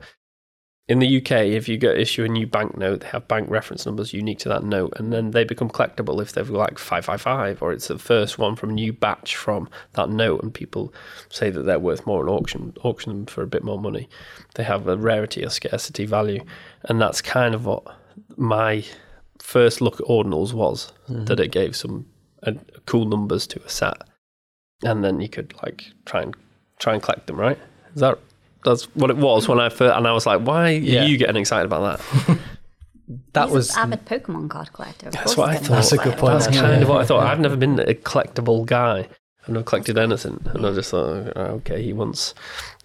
Speaker 1: in the UK, if you go issue a new banknote, they have bank reference numbers unique to that note, and then they become collectible if they're like five five five, or it's the first one from new batch from that note, and people say that they're worth more at auction, auction them for a bit more money. They have a rarity or scarcity value, and that's kind of what my first look at ordinals was that it gave some uh, cool numbers to a set, and then you could like try and try and collect them. Right? Is that that's what it was when I first, and I was like, why
Speaker 4: Yeah.
Speaker 1: are you getting excited about that?
Speaker 4: That
Speaker 3: He's
Speaker 4: was
Speaker 3: an avid Pokemon card collector. Of
Speaker 1: That's
Speaker 3: course
Speaker 1: what I thought.
Speaker 3: he's gonna be
Speaker 4: That's a good
Speaker 3: excited
Speaker 4: point.
Speaker 3: about
Speaker 1: That's
Speaker 3: it.
Speaker 4: Yeah.
Speaker 1: kind of what I thought. I've never been a collectible guy. I've never collected anything, and I just thought, "Oh, okay, he wants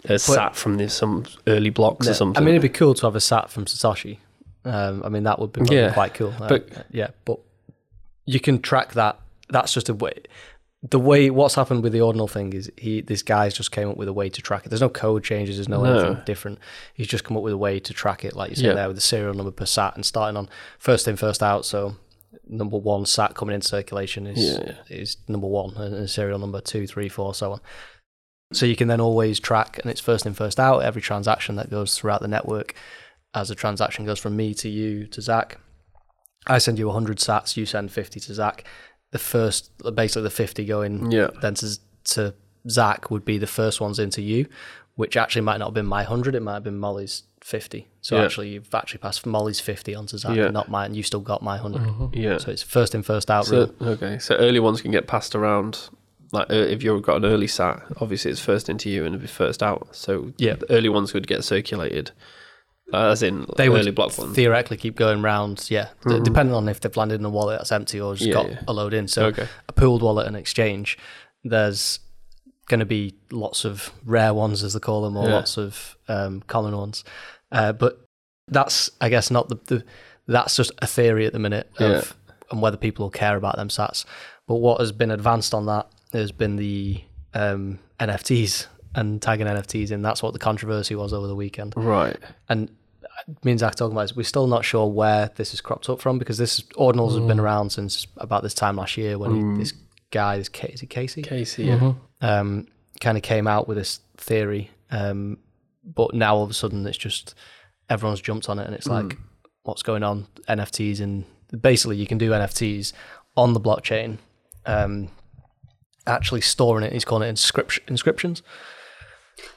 Speaker 1: a sat from the, some early blocks or something.
Speaker 4: I mean, it'd be cool to have a sat from Satoshi. Um, I mean, that would be probably
Speaker 1: Yeah,
Speaker 4: quite cool. Uh,
Speaker 1: but-
Speaker 4: yeah, but you can track that. That's just a way. The way what's happened with the ordinal thing is he this guy's just came up with a way to track it. There's no code changes. There's no,
Speaker 1: No.
Speaker 4: anything different. He's just come up with a way to track it, like you said
Speaker 1: Yeah.
Speaker 4: there, with the serial number per sat and starting on first in, first out. So number one sat coming into circulation is
Speaker 1: Yeah,
Speaker 4: is number one, and and serial number two, three, four, so on. So you can then always track, and it's first in, first out, every transaction that goes throughout the network. As a transaction goes from me to you to Zach, I send you 100 sats, you send 50 to Zach. The first, basically the 50 going
Speaker 1: yeah,
Speaker 4: then to, to Zach would be the first ones into you, which actually might not have been my 100, it might have been Molly's 50. So
Speaker 1: Yeah.
Speaker 4: actually, you've actually passed Molly's 50 onto Zach,
Speaker 1: Yeah.
Speaker 4: not mine. You still got my 100.
Speaker 1: yeah.
Speaker 4: So it's first in, first out. rule.
Speaker 1: So, okay, so early ones can get passed around. Like uh, if you've got an early sat, obviously it's first into you and it'll be first out. So
Speaker 4: Yeah.
Speaker 1: the early ones would get circulated, uh, as in
Speaker 4: they
Speaker 1: early
Speaker 4: would
Speaker 1: block ones.
Speaker 4: theoretically keep going round. Yeah, d- depending on if they've landed in a wallet that's empty or just
Speaker 1: Yeah,
Speaker 4: got
Speaker 1: yeah.
Speaker 4: a load in. So
Speaker 1: Okay.
Speaker 4: a pooled wallet and exchange, there's going to be lots of rare ones as they call them, or
Speaker 1: Yeah.
Speaker 4: lots of um, common ones. Uh, but that's, I guess, not the, the that's just a theory at the minute of
Speaker 1: Yeah.
Speaker 4: and whether people will care about them sats. But what has been advanced on that has been the um, NFTs and tagging NFTs in. That's what the controversy was over the weekend
Speaker 1: right.
Speaker 4: and me and Zach talking about this, we're still not sure where this has cropped up from because this ordinals has been around since about this time last year when he, this guy, this Ca- is it Casey,
Speaker 1: Casey, yeah.
Speaker 4: um, kind of came out with this theory. Um, but now all of a sudden it's just everyone's jumped on it and it's like, what's going on? NFTs and basically you can do NFTs on the blockchain. Um, actually storing it. He's calling it inscription, inscriptions.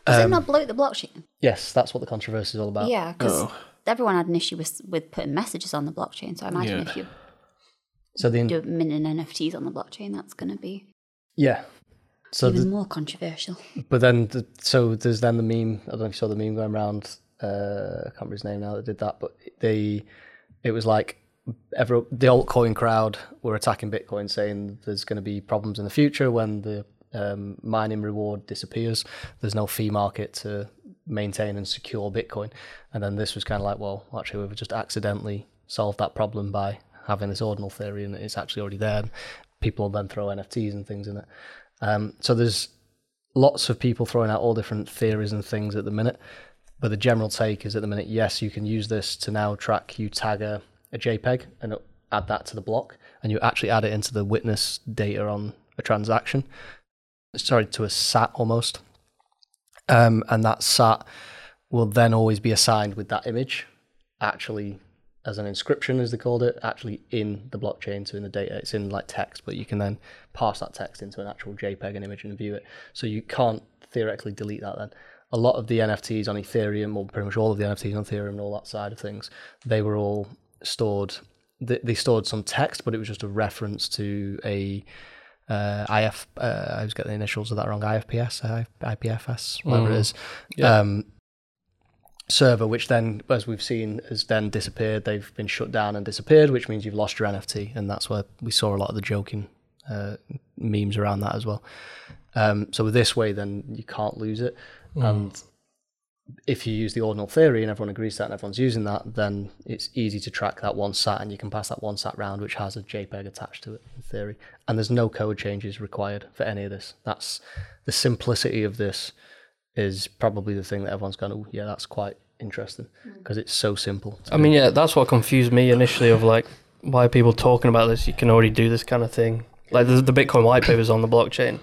Speaker 3: Does it
Speaker 4: Um,
Speaker 3: not bloat the blockchain?
Speaker 4: Yes, that's what the controversy is all about.
Speaker 3: Yeah, because everyone had an issue with with putting messages on the blockchain. So I imagine
Speaker 1: Yeah.
Speaker 3: if you
Speaker 4: So the
Speaker 3: do minting NFTs on the blockchain, that's going to be
Speaker 4: yeah. So
Speaker 3: even
Speaker 4: the,
Speaker 3: more controversial.
Speaker 4: But then, the, so there's then the meme. I don't know if you saw the meme going around. Uh, I can't remember his name now that did that, but they, it was like every the altcoin crowd were attacking Bitcoin, saying there's going to be problems in the future when the um, mining reward disappears. There's no fee market to maintain and secure Bitcoin, and then this was kind of like, well, actually, we've just accidentally solved that problem by having this ordinal theory, and it's actually already there. People then throw NFTs and things in it. Um, so there's lots of people throwing out all different theories and things at the minute. But the general take is at the minute, yes, you can use this to now track you tag a, a JPEG and it- add that to the block, and you actually add it into the witness data on a transaction. Sorry, to a SAT almost. Um, and that SAT will then always be assigned with that image, actually as an inscription, as they called it, actually in the blockchain, so in the data, it's in like text, but you can then pass that text into an actual JPEG and image and view it. So you can't theoretically delete that then. A lot of the NFTs on Ethereum, or pretty much all of the NFTs on Ethereum and all that side of things, they were all stored. They, they stored some text, but it was just a reference to a uh, IF. Uh, I always get the initials of that wrong. IFPS, I, IPFS, whatever it
Speaker 2: Mhm.
Speaker 4: is.
Speaker 2: Yeah.
Speaker 4: Um, server, which then, as we've seen, has then disappeared. They've been shut down and disappeared, which means you've lost your NFT, and that's where we saw a lot of the joking uh, memes around that as well. Um, so this way, then you can't lose it,
Speaker 2: Hmm.
Speaker 4: and if you use the ordinal theory and everyone agrees to that and everyone's using that, then it's easy to track that one sat and you can pass that one sat round which has a JPEG attached to it in theory. And there's no code changes required for any of this. That's the simplicity of this is probably the thing that everyone's gone, oh yeah, that's quite interesting because it's so simple.
Speaker 2: I mean, yeah, that's what confused me initially of like why are people talking about this. You can already do this kind of thing. Like the, the Bitcoin white papers on the blockchain.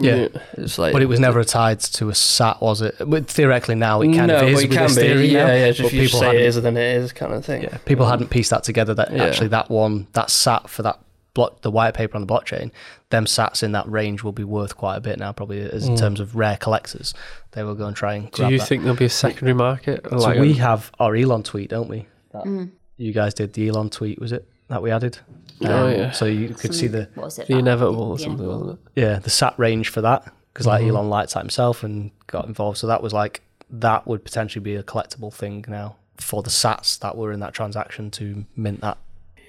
Speaker 4: Yeah.
Speaker 2: it's like
Speaker 4: But it was never tied to a sat, was it? But theoretically now it can
Speaker 2: no,
Speaker 4: if it is
Speaker 2: but it
Speaker 4: with
Speaker 2: can
Speaker 4: this
Speaker 2: be.
Speaker 4: theory
Speaker 2: yeah,
Speaker 4: now,
Speaker 2: yeah, just
Speaker 4: but
Speaker 2: if you just
Speaker 4: people
Speaker 2: say it
Speaker 4: hadn't
Speaker 2: is, then it is kind of thing.
Speaker 4: Yeah, people hadn't pieced that together. That
Speaker 2: Yeah.
Speaker 4: actually, that one, that sat for that block, the white paper on the blockchain, them sats in that range will be worth quite a bit now, probably as in terms of rare collectors. They will go and try and.
Speaker 1: Mm. Do
Speaker 4: grab
Speaker 1: you
Speaker 4: that.
Speaker 1: think there'll be a secondary market?
Speaker 4: So
Speaker 1: Like,
Speaker 4: we have our Elon tweet, don't we? That
Speaker 3: Mm.
Speaker 4: You guys did the Elon tweet, was it that we added? Um,
Speaker 1: Oh, yeah.
Speaker 4: So you could see the
Speaker 3: what was it?
Speaker 1: the
Speaker 3: that-
Speaker 1: inevitable or
Speaker 3: the
Speaker 1: something,
Speaker 3: inevitable.
Speaker 1: wasn't it?
Speaker 4: yeah the sat range for that because like
Speaker 1: Mm-hmm.
Speaker 4: Elon liked that himself and got involved. So that was like that would potentially be a collectible thing now for the sats that were in that transaction to mint that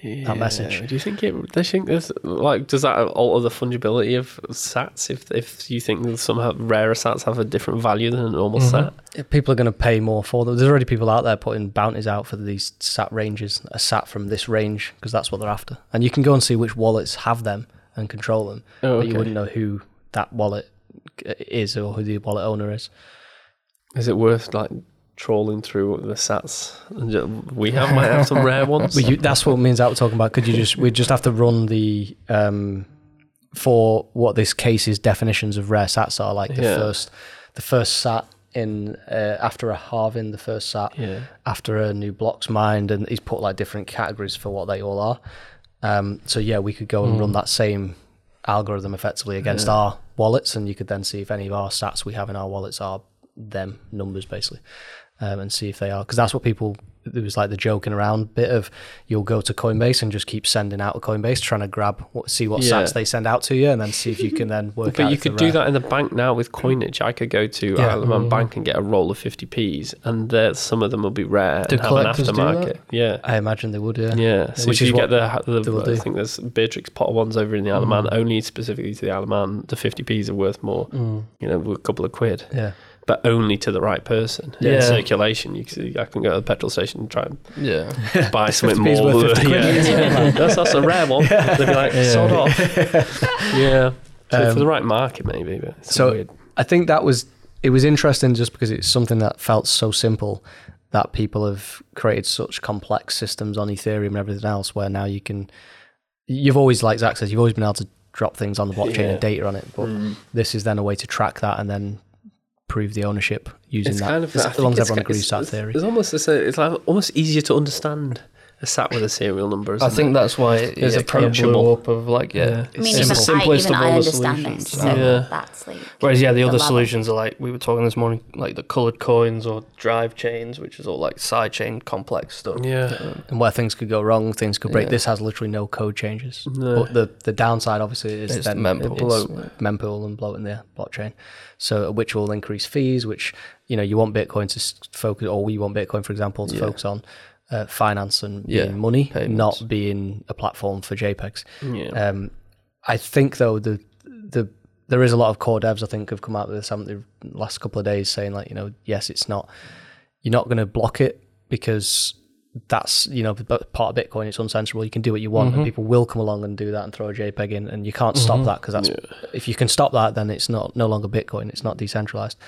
Speaker 1: Yeah.
Speaker 4: message.
Speaker 1: Do you think it? Do you think there's like does that alter the fungibility of sats? If if you think that somehow rarer sats have a different value than a normal sat,
Speaker 4: people are going to pay more for them. There's already people out there putting bounties out for these sat ranges, a sat from this range, because that's what they're after. And you can go and see which wallets have them and control them,
Speaker 1: Oh,
Speaker 4: but
Speaker 1: okay.
Speaker 4: you wouldn't know who that wallet uh, is or who the wallet owner is.
Speaker 1: is it worth like trawling through the sats? And ju- We have might have some rare ones.
Speaker 4: But you, that's what means out talking about. Could you just we just have to run the um, for what this case's definitions of rare sats are like the
Speaker 1: Yeah.
Speaker 4: first the first sat in uh, after a halving the first sat
Speaker 1: Yeah.
Speaker 4: after a new block's mined and he's put like different categories for what they all are. Um, so yeah, we could go
Speaker 1: Hmm.
Speaker 4: and run that same algorithm effectively against our wallets, and you could then see if any of our stats we have in our wallets are them numbers basically, um, and see if they are because that's what people. There was like the joking around bit of you'll go to Coinbase and just keep sending out a Coinbase trying to grab what see what
Speaker 1: Yeah.
Speaker 4: sats they send out to you, and then see if you can then work.
Speaker 1: But
Speaker 4: out
Speaker 1: you
Speaker 4: if they're
Speaker 1: could do
Speaker 4: rare.
Speaker 1: that in the bank now with coinage. I could go to
Speaker 4: Yeah. Mm.
Speaker 1: Isle of Man Bank and get a roll of 50p's, and there, some of them will be rare
Speaker 2: Do
Speaker 1: and have an
Speaker 2: collectors do that?
Speaker 1: aftermarket. Yeah.
Speaker 4: I imagine they would. Yeah.
Speaker 1: Yeah, so
Speaker 4: Which
Speaker 1: if
Speaker 4: is
Speaker 1: you
Speaker 4: what
Speaker 1: get the,
Speaker 4: they
Speaker 1: the
Speaker 4: will
Speaker 1: I
Speaker 4: do. Mm.
Speaker 1: think there's Beatrix Potter ones over in the Isle of Man, only specifically to the Isle of Man. The 50p's are worth more,
Speaker 4: Mm.
Speaker 1: you know, a couple of quid,
Speaker 4: Yeah.
Speaker 1: but only to the right person.
Speaker 2: Yeah.
Speaker 1: In circulation, you can, I can go to the petrol station and try and
Speaker 2: yeah.
Speaker 1: buy something
Speaker 4: 50p's
Speaker 1: more.
Speaker 4: worth
Speaker 1: than-
Speaker 4: 50 quid.
Speaker 1: yeah. that's, that's a rare one. They'd be like, sod off. yeah. So for the right market, maybe. But it's
Speaker 4: so
Speaker 1: weird.
Speaker 4: I think that was it was interesting just because it's something that felt so simple that people have created such complex systems on Ethereum and everything else where now you can you've always like Zach says you've always been able to drop things on the blockchain
Speaker 1: Yeah. Mm.
Speaker 4: and data on it, but this is then a way to track that and then prove the ownership using
Speaker 1: It's
Speaker 4: that
Speaker 1: kind of
Speaker 4: as,
Speaker 1: I
Speaker 4: as
Speaker 1: think
Speaker 4: long as
Speaker 1: it's
Speaker 4: everyone
Speaker 1: ki-
Speaker 4: agrees to that
Speaker 1: it's-
Speaker 4: theory.
Speaker 1: It's almost it's, a, it's like almost easier to understand They're sat with the serial numbers.
Speaker 2: I
Speaker 1: and
Speaker 2: think that's why it,
Speaker 1: It's
Speaker 2: it kind of blew
Speaker 1: approachable.
Speaker 2: up of like yeah.
Speaker 1: Yeah.
Speaker 3: I mean,
Speaker 2: It's
Speaker 3: even
Speaker 2: the
Speaker 3: I,
Speaker 2: simplest
Speaker 3: even
Speaker 2: of
Speaker 3: I
Speaker 2: all the
Speaker 3: understand this.
Speaker 2: solutions.
Speaker 3: So
Speaker 1: Yeah.
Speaker 3: that's like.
Speaker 2: Whereas yeah, the other
Speaker 3: level.
Speaker 2: solutions are like we were talking this morning, like the colored coins or drive chains, which is all like side chain complex stuff.
Speaker 1: Yeah.
Speaker 2: Um,
Speaker 4: And where things could go wrong, things could break.
Speaker 2: Yeah.
Speaker 4: This has literally no code changes.
Speaker 1: No.
Speaker 4: But the, the downside, obviously, is
Speaker 2: It's
Speaker 4: then
Speaker 2: mempool.
Speaker 4: it bloat- mempool and bloating the blockchain. So, which will increase fees, which you know you want Bitcoin to s- focus, or we want Bitcoin, for example, to
Speaker 2: Yeah.
Speaker 4: focus on uh, finance and
Speaker 2: Yeah,
Speaker 4: being money,
Speaker 2: payments.
Speaker 4: not being a platform for JPEGs.
Speaker 1: Yeah.
Speaker 4: Um, I think though the the there is a lot of core devs I think have come out with this haven't they, the last couple of days saying like you know yes it's not you're not going to block it because that's you know b- part of Bitcoin it's uncensorable you can do what you want and people will come along and do that and throw a JPEG in and you can't stop that because that's if you can stop that then it's not no longer Bitcoin it's not decentralized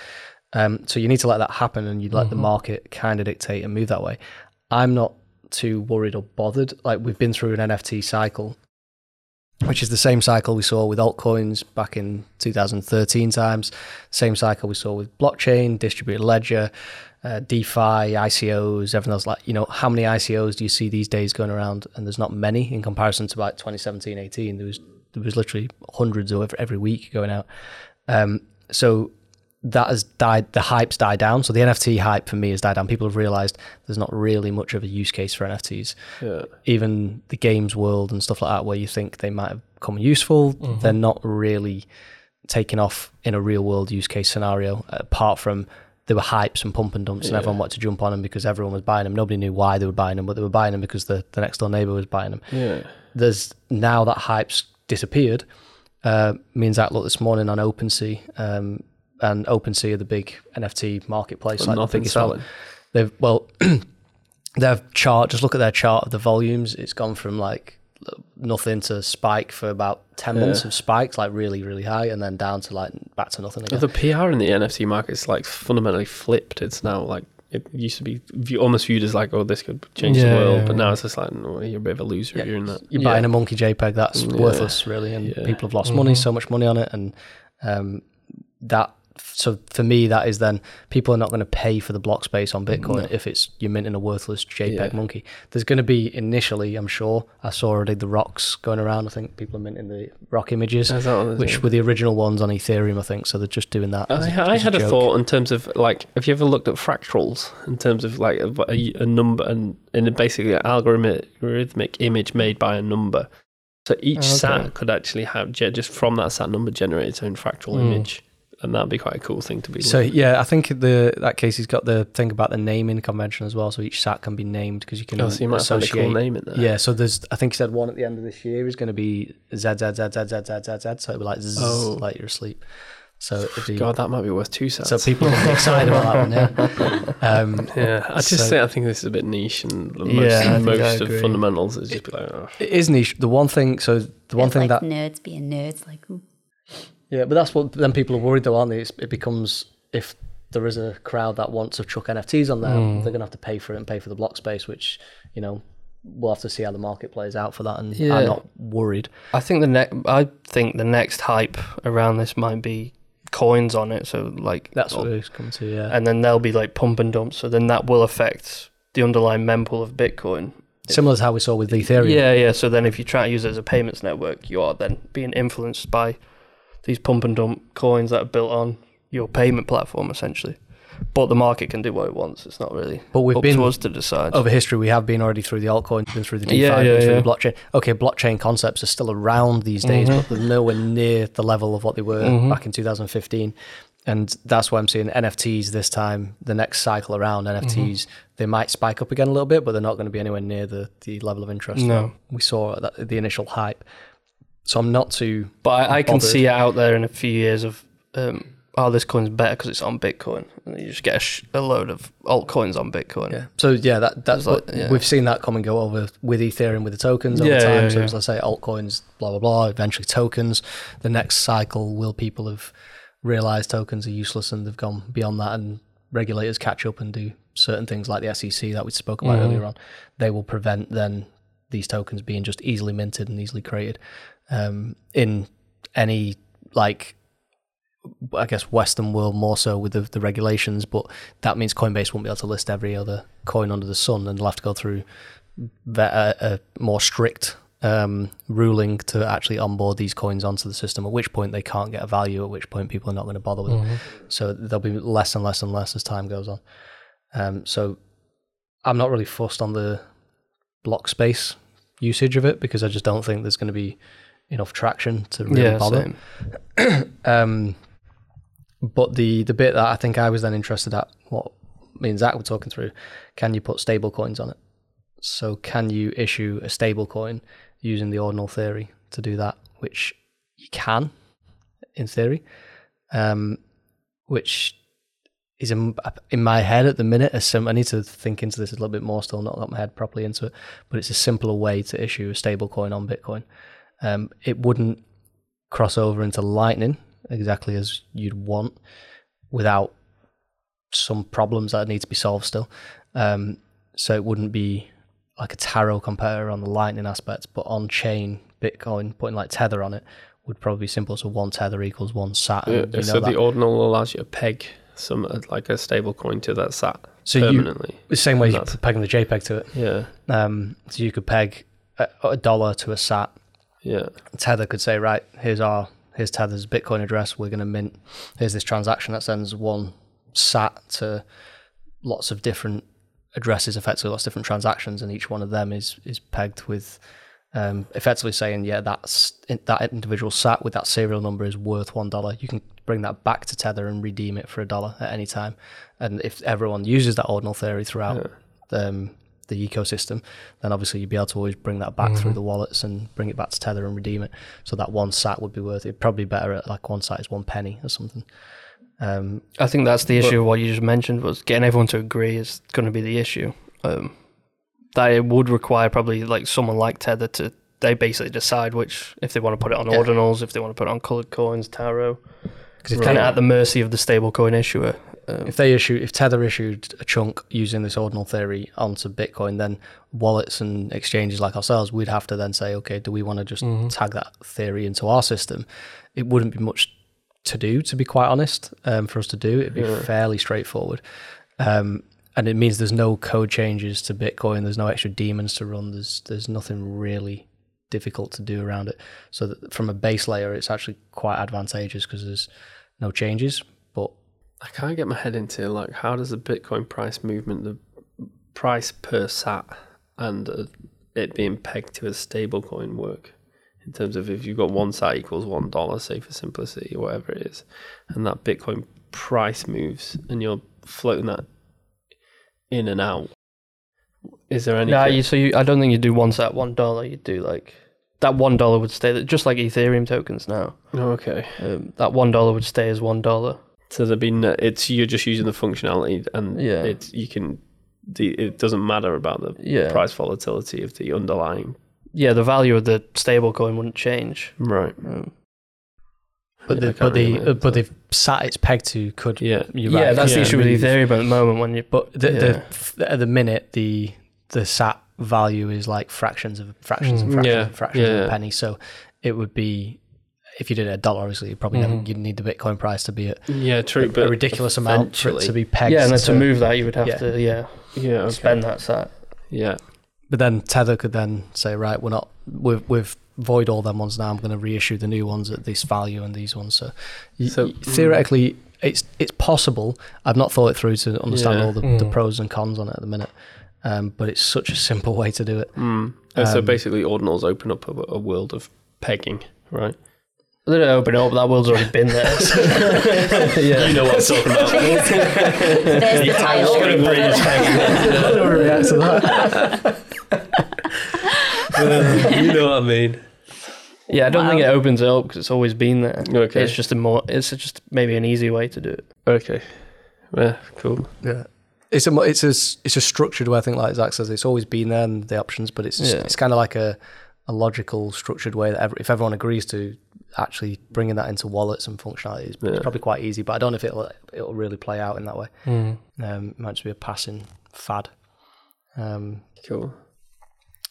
Speaker 4: um, so you need to let that happen and you let the market kind of dictate and move that way I'm not too worried or bothered like we've been through an NFT cycle which is the same cycle we saw with altcoins back in 2013 times, same cycle we saw with blockchain, distributed ledger, uh, DeFi, ICOs, everything else. Like, you know, how many ICOs do you see these days going around? And there's not many in comparison to like 2017, 18. There was there was literally hundreds over every week going out. Um, so that has died. The hype's died down. So the NFT hype for me has died down. People have realized there's not really much of a use case for NFTs
Speaker 1: yeah.
Speaker 4: even the games world and stuff like that, where you think they might have come useful,
Speaker 1: Mm-hmm.
Speaker 4: they're not really taking off in a real world use case scenario. Apart from there were hypes and pump and dumps, and everyone wanted to jump on them because everyone was buying them. Nobody knew why they were buying them, but they were buying them because the, the next door neighbor was buying them.
Speaker 1: Yeah.
Speaker 4: There's now that hype's disappeared. Uh, means outlook this morning on OpenSea, um, and OpenSea are the big NFT marketplace,
Speaker 1: But
Speaker 4: like the
Speaker 1: nothing's
Speaker 4: biggest one.
Speaker 1: selling.
Speaker 4: They've well, their chart. Just look at their chart of the volumes. It's gone from like nothing to spike for about ten months of spikes, like really, really high, and then down to like back to nothing again.
Speaker 1: The PR in the NFT market is like fundamentally flipped. It's now like it used to be view, almost viewed as like, oh, this could change
Speaker 2: Yeah,
Speaker 1: the world,
Speaker 2: yeah,
Speaker 1: but
Speaker 2: yeah.
Speaker 1: now it's just like, no, you're a bit of a loser if you're in that.
Speaker 4: You're buying a
Speaker 2: Yeah.
Speaker 4: monkey JPEG that's
Speaker 1: Yeah.
Speaker 4: worthless, really, and
Speaker 1: Yeah. Mm-hmm.
Speaker 4: people have lost money, so much money on it, and um, that. So for me, that is then people are not going to pay for the block space on Bitcoin if it's you're minting a worthless JPEG
Speaker 1: Yeah.
Speaker 4: monkey. There's going to be initially, I'm sure. I saw already the rocks going around. I think people are minting the rock images,
Speaker 1: Is that what they're
Speaker 4: which
Speaker 1: doing?
Speaker 4: were the original ones on Ethereum, I think. So they're just doing that. as
Speaker 1: I, I
Speaker 4: as
Speaker 1: had a
Speaker 4: joke.
Speaker 1: thought in terms of like, have you ever looked at fractals in terms of like a, a- a number and, and basically an algorithmic algorithmic image made by a number? So
Speaker 4: Oh,
Speaker 1: each
Speaker 2: Okay.
Speaker 1: sat could actually have ge- just from that sat number generate its own fractal
Speaker 2: Mm.
Speaker 1: image, and that'd be quite a cool thing to be.
Speaker 4: Hmm. So
Speaker 1: looking at.
Speaker 4: yeah, I think the that case he's got the thing about the naming convention as well. So each sat can be named because you can
Speaker 1: oh, so you might find a
Speaker 4: associate.
Speaker 1: cool name in there.
Speaker 4: Yeah, so there's. I think he said one at the end of this year is going to be Z Z Z Z Z Z Z Z. So it'll be like zzz,
Speaker 1: Oh.
Speaker 4: like you're asleep. So it'd be,
Speaker 1: God, that might be worth two sets.
Speaker 4: so people are excited about that one. Yeah. Um,
Speaker 1: Yeah, I just
Speaker 4: So-
Speaker 1: think I think this is a bit niche, and the most,
Speaker 2: Yeah, I think I
Speaker 1: most of
Speaker 2: agree.
Speaker 1: fundamentals is just be like, oh,
Speaker 4: it is niche. The one thing. So the one
Speaker 3: it's
Speaker 4: thing
Speaker 3: like
Speaker 4: that.
Speaker 3: nerds being nerds, like ooh.
Speaker 4: Yeah, but that's what then people are worried though, aren't they? It's, it becomes if there is a crowd that wants to chuck NFTs on there, they're going to have to pay for it and pay for the block space, which you know we'll have to see how the market plays out for that. And
Speaker 2: Yeah.
Speaker 4: I'm not worried.
Speaker 2: I think the next, I think the next hype around this might be coins on it. So like
Speaker 4: That's what it's come to. Yeah.
Speaker 2: and then they'll be like pump and dump. So then that will affect the underlying mempool of Bitcoin.
Speaker 4: Similar to how we saw with Ethereum.
Speaker 2: Yeah, yeah. So then if you try to use it as a payments network, you are then being influenced by these pump and dump coins that are built on your payment platform essentially. But the market can do what it wants. It's not really
Speaker 4: But we've
Speaker 2: up
Speaker 4: been
Speaker 2: to us to decide.
Speaker 4: over history, we have been already through the altcoins, been through the DeFi,
Speaker 2: Yeah, yeah,
Speaker 4: been through
Speaker 2: yeah. Mm-hmm.
Speaker 4: the blockchain. Okay, blockchain concepts are still around these days, but they're nowhere near the level of what they were back in 2015. And that's why I'm seeing NFTs this time, the next cycle around NFTs,
Speaker 2: Mm-hmm.
Speaker 4: they might spike up again a little bit, but they're not going to be anywhere near the, the level of interest
Speaker 2: No.
Speaker 4: that we saw at that, the initial hype. So I'm not too.
Speaker 2: But I, I can
Speaker 4: bothered.
Speaker 2: see it out there in a few years of, um, oh, this coin's better because it's on Bitcoin. And you just get a, sh- a load of altcoins on Bitcoin.
Speaker 4: Yeah. So yeah, that that's
Speaker 2: It's like-
Speaker 4: what
Speaker 2: yeah.
Speaker 4: we've seen that come and go over with Ethereum with the tokens over
Speaker 2: Yeah,
Speaker 4: time.
Speaker 2: yeah,
Speaker 4: so
Speaker 2: yeah.
Speaker 4: as I say, altcoins, blah blah blah. Eventually, tokens. The next cycle will people have realized tokens are useless and they've gone beyond that, and regulators catch up and do certain things like the SEC that we spoke about earlier on. They will prevent then these tokens being just easily minted and easily created um, in any like I guess Western world more so with the, the regulations, but that means Coinbase won't be able to list every other coin under the sun, and they'll have to go through that a, a more strict um, ruling to actually onboard these coins onto the system. At which point they can't get a value. At which point people are not going to bother with
Speaker 2: Mm-hmm.
Speaker 4: them. So there'll be less and less and less as time goes on. Um, so I'm not really fussed on the block space usage of it because I just don't think there's going to be enough traction to really
Speaker 2: yeah,
Speaker 4: bother.
Speaker 2: same.
Speaker 4: Um, but the the bit that I think I was then interested at, what me and Zach were talking through, can you put stable coins on it? So can you issue a stable coin using the ordinal theory to do that, which you can, in theory, um, which is in, in my head at the minute. A sim- I need to think into this a little bit more still, not got my head properly into it, but it's a simpler way to issue a stable coin on Bitcoin. Um, it wouldn't cross over into Lightning exactly as you'd want without some problems that need to be solved still. Um, so it wouldn't be like a tarot competitor on the Lightning aspect, but on chain Bitcoin, putting like Tether on it would probably be simple. So one Tether equals one sat. and
Speaker 1: Yeah,
Speaker 4: you know
Speaker 1: so
Speaker 4: that.
Speaker 1: the ordinal allows you to peg some uh, like a stable coin to that sat
Speaker 4: So you-
Speaker 1: permanently.
Speaker 4: the same way you're
Speaker 1: Nuts.
Speaker 4: pegging the JPEG to it.
Speaker 1: yeah,
Speaker 4: Um, so you could peg a, a dollar to a sat
Speaker 1: yeah,
Speaker 4: Tether could say, right, here's our here's Tether's Bitcoin address. We're going to mint. Here's this transaction that sends one sat to lots of different addresses, effectively lots of different transactions, and each one of them is is pegged with um, effectively saying, yeah, that's that individual sat with that serial number is worth one dollar. You can bring that back to Tether and redeem it for a dollar at any time. And if everyone uses that ordinal theory throughout um, the ecosystem, then obviously you'd be able to always bring that back
Speaker 2: Mm-hmm.
Speaker 4: through the wallets and bring it back to Tether and redeem it. So that one sat would be worth it. Probably better at like one sat is one penny or something. Um,
Speaker 2: I think that's the issue. what you just mentioned was getting everyone to agree is going to be the issue. Um, that it would require probably like someone like Tether to they basically decide which if they want to put it on
Speaker 4: Yeah.
Speaker 2: ordinals, if they want to put it on colored coins, tarot.
Speaker 4: 'cause if
Speaker 2: Kind of
Speaker 4: they-
Speaker 2: at the mercy of the stablecoin issuer. Um,
Speaker 4: if they issue if tether issued a chunk using this ordinal theory onto bitcoin then wallets and exchanges like ourselves we'd have to then say okay do we want to just tag that theory into our system it wouldn't be much to do to be quite honest um, for us to do it'd be fairly straightforward um, and it means there's no code changes to bitcoin there's no extra demons to run there's there's nothing really difficult to do around it so that from a base layer it's actually quite advantageous because there's no changes but
Speaker 1: I can't get my head into like how does the Bitcoin price movement, the price per sat, and uh, it being pegged to a stable coin work in terms of if you've got one sat equals one dollar, say for simplicity or whatever it is, and that Bitcoin price moves and you're floating that in and out. Is there any?
Speaker 2: No, you, so you, I don't think you do one sat one dollar. You do like that one dollar would stay there, just like Ethereum tokens now.
Speaker 1: Oh, okay.
Speaker 2: Um, that one dollar would stay as one dollar.
Speaker 1: So there'd be no, it's you're just using the functionality and
Speaker 2: Yeah.
Speaker 1: it's you can the it doesn't matter about the
Speaker 2: Yeah.
Speaker 1: price volatility of the underlying
Speaker 2: Yeah, the value of the stable coin wouldn't change.
Speaker 1: right.
Speaker 2: Um,
Speaker 4: But
Speaker 1: Yeah, I
Speaker 4: the
Speaker 1: can't
Speaker 4: but the
Speaker 1: really-
Speaker 4: uh, but the sat it's pegged to could
Speaker 1: Yeah.
Speaker 4: you're
Speaker 2: yeah,
Speaker 4: right,
Speaker 2: that's
Speaker 4: could
Speaker 2: the issue with
Speaker 4: move.
Speaker 2: Ethereum at the moment. When you
Speaker 4: But the,
Speaker 2: Yeah.
Speaker 4: the f- at the minute the the sat value is like fractions of fractions and
Speaker 2: Mm.
Speaker 4: fractions
Speaker 1: Yeah,
Speaker 4: and fractions of
Speaker 1: yeah.
Speaker 4: a penny. So it would be if you did it a dollar, obviously you probably never, you'd need the Bitcoin price to be at
Speaker 1: Yeah, true. But
Speaker 4: a ridiculous amount for it to be pegged.
Speaker 2: yeah, and then to move that, you would have
Speaker 4: yeah.
Speaker 2: to yeah
Speaker 1: yeah, okay.
Speaker 2: spend that sat.
Speaker 1: Yeah,
Speaker 4: But then Tether could then say, right, we're not we've we've void all them ones now. I'm going to reissue the new ones at this value and these ones. So, y-
Speaker 1: So-
Speaker 4: y- theoretically, it's it's possible. I've not thought it through to understand
Speaker 1: Yeah.
Speaker 4: all the, the pros and cons on it at the minute. Um, but it's such a simple way to do it.
Speaker 1: And Mm. Uh, so
Speaker 4: Um,
Speaker 1: basically, ordinals open up a, a world of pegging, right?
Speaker 2: They don't open it up. That world's already been there.
Speaker 1: You know what I'm talking about.
Speaker 3: There's the title.
Speaker 4: React to that.
Speaker 1: Uh, you know what I mean?
Speaker 2: yeah, I don't think it
Speaker 3: Wow.
Speaker 2: opens it up because it's always been there.
Speaker 1: Okay.
Speaker 2: It's just a more. It's just maybe an easy way to do it.
Speaker 1: Okay, yeah, cool.
Speaker 4: Yeah. It's a mo- it's a s- it's a structured way. I think, like Zach says, it's always been there and the options, but it's
Speaker 2: Yeah.
Speaker 4: it's kind of like a, a logical, structured way that ever, if everyone agrees to, actually bringing that into wallets and functionality is
Speaker 1: Yeah.
Speaker 4: it's probably quite easy. But I don't know if it'll it'll really play out in that way.
Speaker 2: Mm.
Speaker 4: Um, it might just be a passing fad. Um,
Speaker 1: Cool.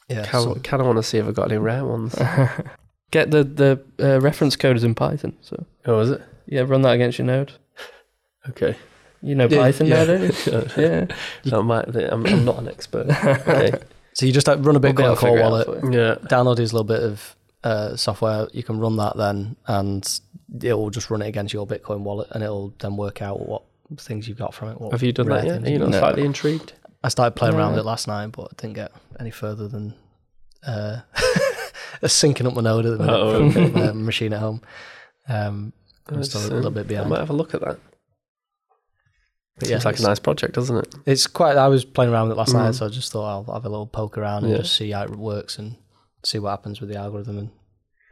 Speaker 4: yeah,
Speaker 1: Kind
Speaker 4: so-
Speaker 1: of, want to see if I got any rare ones.
Speaker 2: Get the the uh, reference code is in Python. So
Speaker 1: oh, is it?
Speaker 2: yeah, run that against your node.
Speaker 1: Okay.
Speaker 2: You know
Speaker 4: Yeah,
Speaker 2: Python
Speaker 4: yeah.
Speaker 2: now, don't you? Yeah.
Speaker 1: I might, I'm, I'm not an expert. Okay.
Speaker 4: So you just uh, run a
Speaker 2: We'll be
Speaker 4: Bitcoin
Speaker 2: able to
Speaker 4: core
Speaker 2: figure it out
Speaker 4: wallet,
Speaker 2: for you.
Speaker 1: Yeah.
Speaker 4: download his little bit of uh, software. You can run that then, and it will just run it against your Bitcoin wallet, and it'll then work out what things you've got from it. what
Speaker 1: Have you done
Speaker 4: rare
Speaker 1: that yet?
Speaker 4: things
Speaker 1: Are you not
Speaker 4: you've got.
Speaker 2: No.
Speaker 1: slightly intrigued?
Speaker 4: I started playing around with
Speaker 1: No.
Speaker 4: it last night, but I didn't get any further than uh, syncing up my node at the minute
Speaker 1: Oh,
Speaker 4: from the uh, machine at home. Um, I'm still a
Speaker 1: That's,
Speaker 4: little
Speaker 1: um,
Speaker 4: bit
Speaker 1: I
Speaker 4: behind.
Speaker 1: might have a look at that.
Speaker 4: But yeah,
Speaker 1: Seems like a
Speaker 4: it's-
Speaker 1: nice project, doesn't it?
Speaker 4: It's quite. I was playing around with it last night,
Speaker 1: Mm.
Speaker 4: so I just thought I'll have a little poke around
Speaker 1: Yeah.
Speaker 4: and just see how it works and see what happens with the algorithm and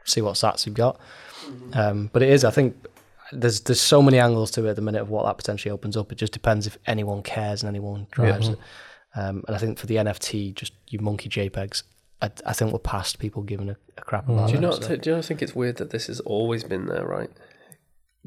Speaker 4: see what stats you've got.
Speaker 1: Mm-hmm.
Speaker 4: Um, but it is, I think, there's there's so many angles to it at the minute of what that potentially opens up. It just depends if anyone cares and anyone drives
Speaker 1: mm-hmm.
Speaker 4: it. Um, and I think for the NFT, just you monkey JPEGs, I, I think we're past people giving a, a crap about
Speaker 1: Mm. Do you
Speaker 4: them,
Speaker 1: not?
Speaker 4: so-
Speaker 1: do you not think it's weird that this has always been there, right?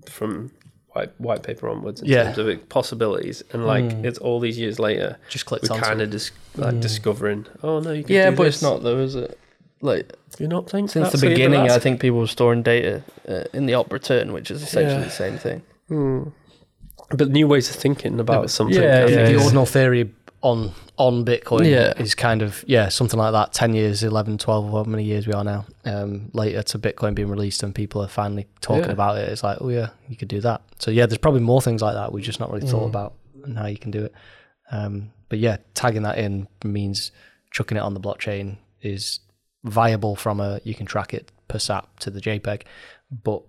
Speaker 1: From white white paper onwards, in
Speaker 4: Yeah.
Speaker 1: terms of it- possibilities, and like
Speaker 2: Hmm.
Speaker 1: it's all these years later,
Speaker 4: just clicked
Speaker 1: we're
Speaker 4: onto
Speaker 1: kind
Speaker 4: it.
Speaker 1: of dis- like discovering. Oh no, you can
Speaker 2: Yeah,
Speaker 1: do
Speaker 2: but it's
Speaker 1: this.
Speaker 2: not though, is it? Like
Speaker 1: You're not thinking
Speaker 2: since the beginning, I think people were storing data uh, in the op return, which is essentially
Speaker 1: Yeah.
Speaker 2: the same thing.
Speaker 1: Hmm. but new ways of thinking about something.
Speaker 2: yeah,
Speaker 1: I think
Speaker 2: yeah,
Speaker 1: is-
Speaker 4: the
Speaker 2: yeah.
Speaker 4: ordinal theory on on bitcoin
Speaker 2: Yeah.
Speaker 4: is kind of yeah something like that 10 years 11 12 how many years we are now um later to bitcoin being released and people are finally talking
Speaker 1: Yeah.
Speaker 4: about it it's like oh yeah you could do that so yeah there's probably more things like that we've just not really
Speaker 2: Mm.
Speaker 4: thought about and how you can do it um but yeah tagging that in means chucking it on the blockchain is viable from a you can track it per sap to the jpeg but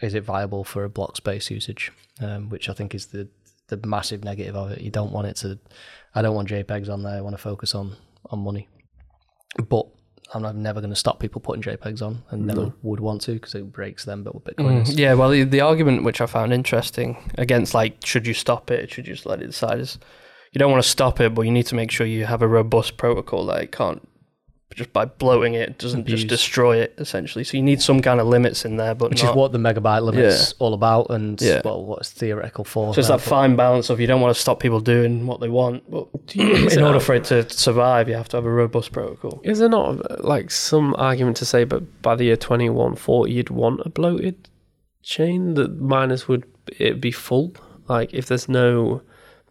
Speaker 4: is it viable for a block space usage um, which i think is the the massive negative of it you don't want it to i don't want jpegs on there i want to focus on on money but i'm, I'm never going to stop people putting jpegs on and never would want to because it breaks them but with bitcoin is
Speaker 2: Mm-hmm. Yeah, well, the, the argument which I found interesting against like, should you stop it? Should you just let it decide? Is you don't want to stop it, but you need to make sure you have a robust protocol that it can't just by bloating it doesn't
Speaker 4: Abuse.
Speaker 2: just destroy it essentially. So you need some kind of limits in there, but
Speaker 4: which
Speaker 2: not,
Speaker 4: is what the megabyte limit's all about and
Speaker 2: Yeah.
Speaker 4: well what's theoretical for
Speaker 2: So it's
Speaker 4: there,
Speaker 2: that
Speaker 4: but-
Speaker 2: fine balance of you don't want to stop people doing what they want, but
Speaker 1: is it
Speaker 2: in order
Speaker 1: not-
Speaker 2: for it to survive, you have to have a robust protocol.
Speaker 1: Is there not uh, like some argument to say, but by the year 2140, you'd want a bloated chain that miners would it be full? Like if there's no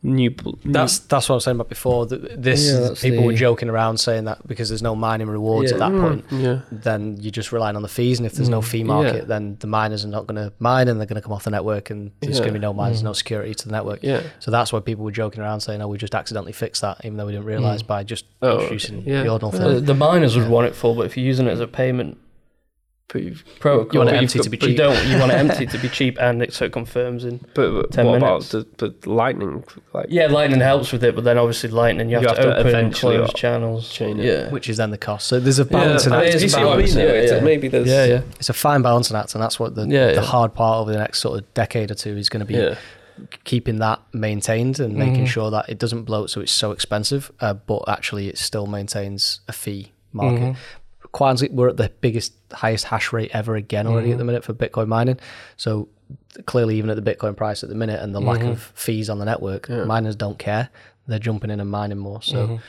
Speaker 1: new, bl- new-
Speaker 4: That's that's what I was saying about before. that This
Speaker 2: Yeah,
Speaker 4: is-
Speaker 2: that's
Speaker 4: people were
Speaker 2: the-
Speaker 4: joking around saying that because there's no mining rewards at
Speaker 1: Yeah.
Speaker 4: that point,
Speaker 1: Hmm. yeah.
Speaker 4: then you're just relying on the fees. And if
Speaker 1: Mm,
Speaker 4: there's no fee market, then the miners are not going to mine, and they're going to come off the network, and there's
Speaker 1: Yeah. Mm.
Speaker 4: going to be no miners, no security to the network.
Speaker 1: Yeah.
Speaker 4: So that's why people were joking around saying, "Oh, we just accidentally fixed that," even though we didn't realize by just
Speaker 1: Oh,
Speaker 4: introducing
Speaker 1: yeah.
Speaker 4: the ordinal
Speaker 2: The,
Speaker 4: thing.
Speaker 2: the miners would want it full, but if you're using it as a payment
Speaker 1: But, you've,
Speaker 2: protocol,
Speaker 4: You want it
Speaker 2: you've
Speaker 4: empty
Speaker 2: got-
Speaker 4: to be
Speaker 2: but You
Speaker 4: cheap.
Speaker 2: don't. You want it empty to be cheap, and it so it confirms in.
Speaker 1: but what
Speaker 2: 10
Speaker 1: about
Speaker 2: minutes.
Speaker 1: the but lightning? Like
Speaker 2: Yeah, Lightning helps with it, but then obviously Lightning, you have, to, open and
Speaker 1: eventually
Speaker 2: close
Speaker 1: up-
Speaker 2: channels.
Speaker 1: chain it.
Speaker 2: yeah.
Speaker 4: Which is then the cost. So there's a
Speaker 1: Yeah,
Speaker 4: balancing
Speaker 1: I mean,
Speaker 4: act.
Speaker 2: uh, It's
Speaker 1: you
Speaker 2: a
Speaker 1: see what I mean?
Speaker 2: balance,
Speaker 1: though?
Speaker 2: yeah,
Speaker 1: It's-
Speaker 2: yeah.
Speaker 1: Maybe there's
Speaker 2: yeah, yeah.
Speaker 4: It's a fine balancing act, and that's what the,
Speaker 2: Yeah,
Speaker 4: the
Speaker 2: yeah.
Speaker 4: hard part over the next sort of decade or two is going to be
Speaker 1: yeah.
Speaker 4: keeping that maintained and
Speaker 2: Mm-hmm.
Speaker 4: making sure that it doesn't bloat so it's so expensive, uh, but actually it still maintains a fee market.
Speaker 2: Mm-hmm.
Speaker 4: Quantity, we're at the biggest, highest hash rate ever again already at
Speaker 2: Mm-hmm.
Speaker 4: the minute for Bitcoin mining. So th- clearly, even at the Bitcoin price at the minute and the lack
Speaker 2: Mm-hmm.
Speaker 4: of fees on the network, miners don't care. They're jumping in and mining more. So,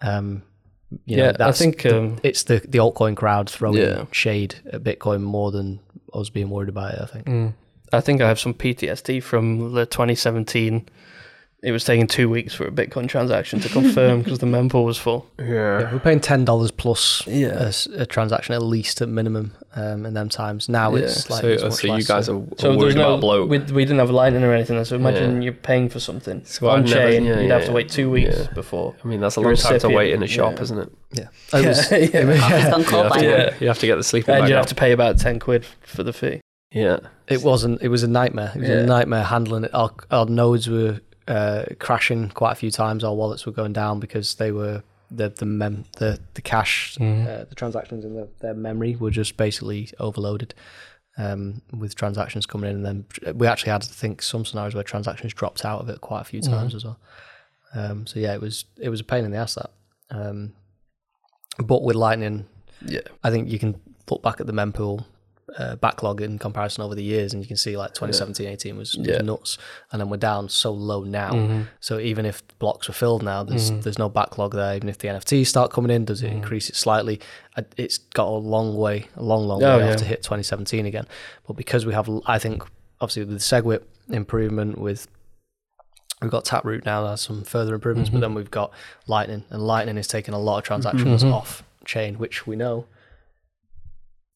Speaker 4: um, you know,
Speaker 2: Mm-hmm. Yeah, I
Speaker 4: that's
Speaker 2: think,
Speaker 4: the-
Speaker 2: um,
Speaker 4: it's the the altcoin crowd throwing
Speaker 2: Yeah.
Speaker 4: shade at Bitcoin more than us being worried about it. I
Speaker 1: Mm.
Speaker 4: think.
Speaker 2: I think I have some PTSD from the 2017. It was taking two weeks for a Bitcoin transaction to confirm because the mempool was full.
Speaker 4: Yeah, we're paying ten dollars plus
Speaker 2: Yeah.
Speaker 4: a s- a, transaction at least at minimum um, in them times. Now
Speaker 2: Yeah.
Speaker 4: it's like
Speaker 1: so, uh,
Speaker 4: it's much
Speaker 1: so you
Speaker 4: less,
Speaker 1: guys
Speaker 4: so-
Speaker 1: are,
Speaker 2: So
Speaker 1: are
Speaker 2: there's
Speaker 1: worried
Speaker 2: no
Speaker 1: about bloat.
Speaker 2: We, we didn't have lightning or anything. So imagine
Speaker 1: Yeah.
Speaker 2: you're paying for something
Speaker 1: So
Speaker 2: on
Speaker 1: I've never-
Speaker 2: chain.
Speaker 1: yeah,
Speaker 2: you'd have
Speaker 1: yeah.
Speaker 2: to wait two weeks
Speaker 1: Yeah.
Speaker 2: before.
Speaker 1: I mean, that's a
Speaker 2: You're
Speaker 1: long time to
Speaker 2: recipient,
Speaker 1: wait in a shop,
Speaker 2: yeah.
Speaker 1: isn't it?
Speaker 4: yeah. It was-
Speaker 2: yeah, yeah.
Speaker 3: It's gone
Speaker 1: You
Speaker 3: cold
Speaker 1: have,
Speaker 3: by
Speaker 1: to,
Speaker 3: now.
Speaker 1: you have to get the sleeping
Speaker 2: And
Speaker 1: bag
Speaker 2: you'd have
Speaker 1: out.
Speaker 2: to pay about ten quid for the fee.
Speaker 1: Yeah.
Speaker 4: it wasn't. It was a nightmare. It was
Speaker 2: Yeah.
Speaker 4: a nightmare handling it. Our, our nodes were uh, crashing quite a few times. Our wallets were going down because they were the the mem the the cache
Speaker 2: Mm.
Speaker 4: uh, the transactions in the, their memory were just basically overloaded. Um, with transactions coming in, and then uh, we actually had to think some scenarios where transactions dropped out of it quite a few times as well. Um, so yeah, it was it was a pain in the ass that. Um, but with Lightning,
Speaker 2: Yeah.
Speaker 4: I think you can look back at the mempool uh, backlog in comparison over the years, and you can see like 2017, 18 was, was
Speaker 2: Yeah. Mm-hmm.
Speaker 4: nuts, and then we're down so low now. So even if blocks were filled now, there's there's no backlog there. Even if the NFTs start coming in, does it
Speaker 2: Mm-hmm.
Speaker 4: increase it slightly? I- It's got a long way, a long, long
Speaker 2: Oh,
Speaker 4: way
Speaker 2: yeah.
Speaker 4: off to hit 2017 again. But because we have, l- I think obviously with the Segwit improvement with We've got Taproot now that has some further improvements, but then we've got Lightning, and Lightning is taking a lot of transactions off chain, which we know.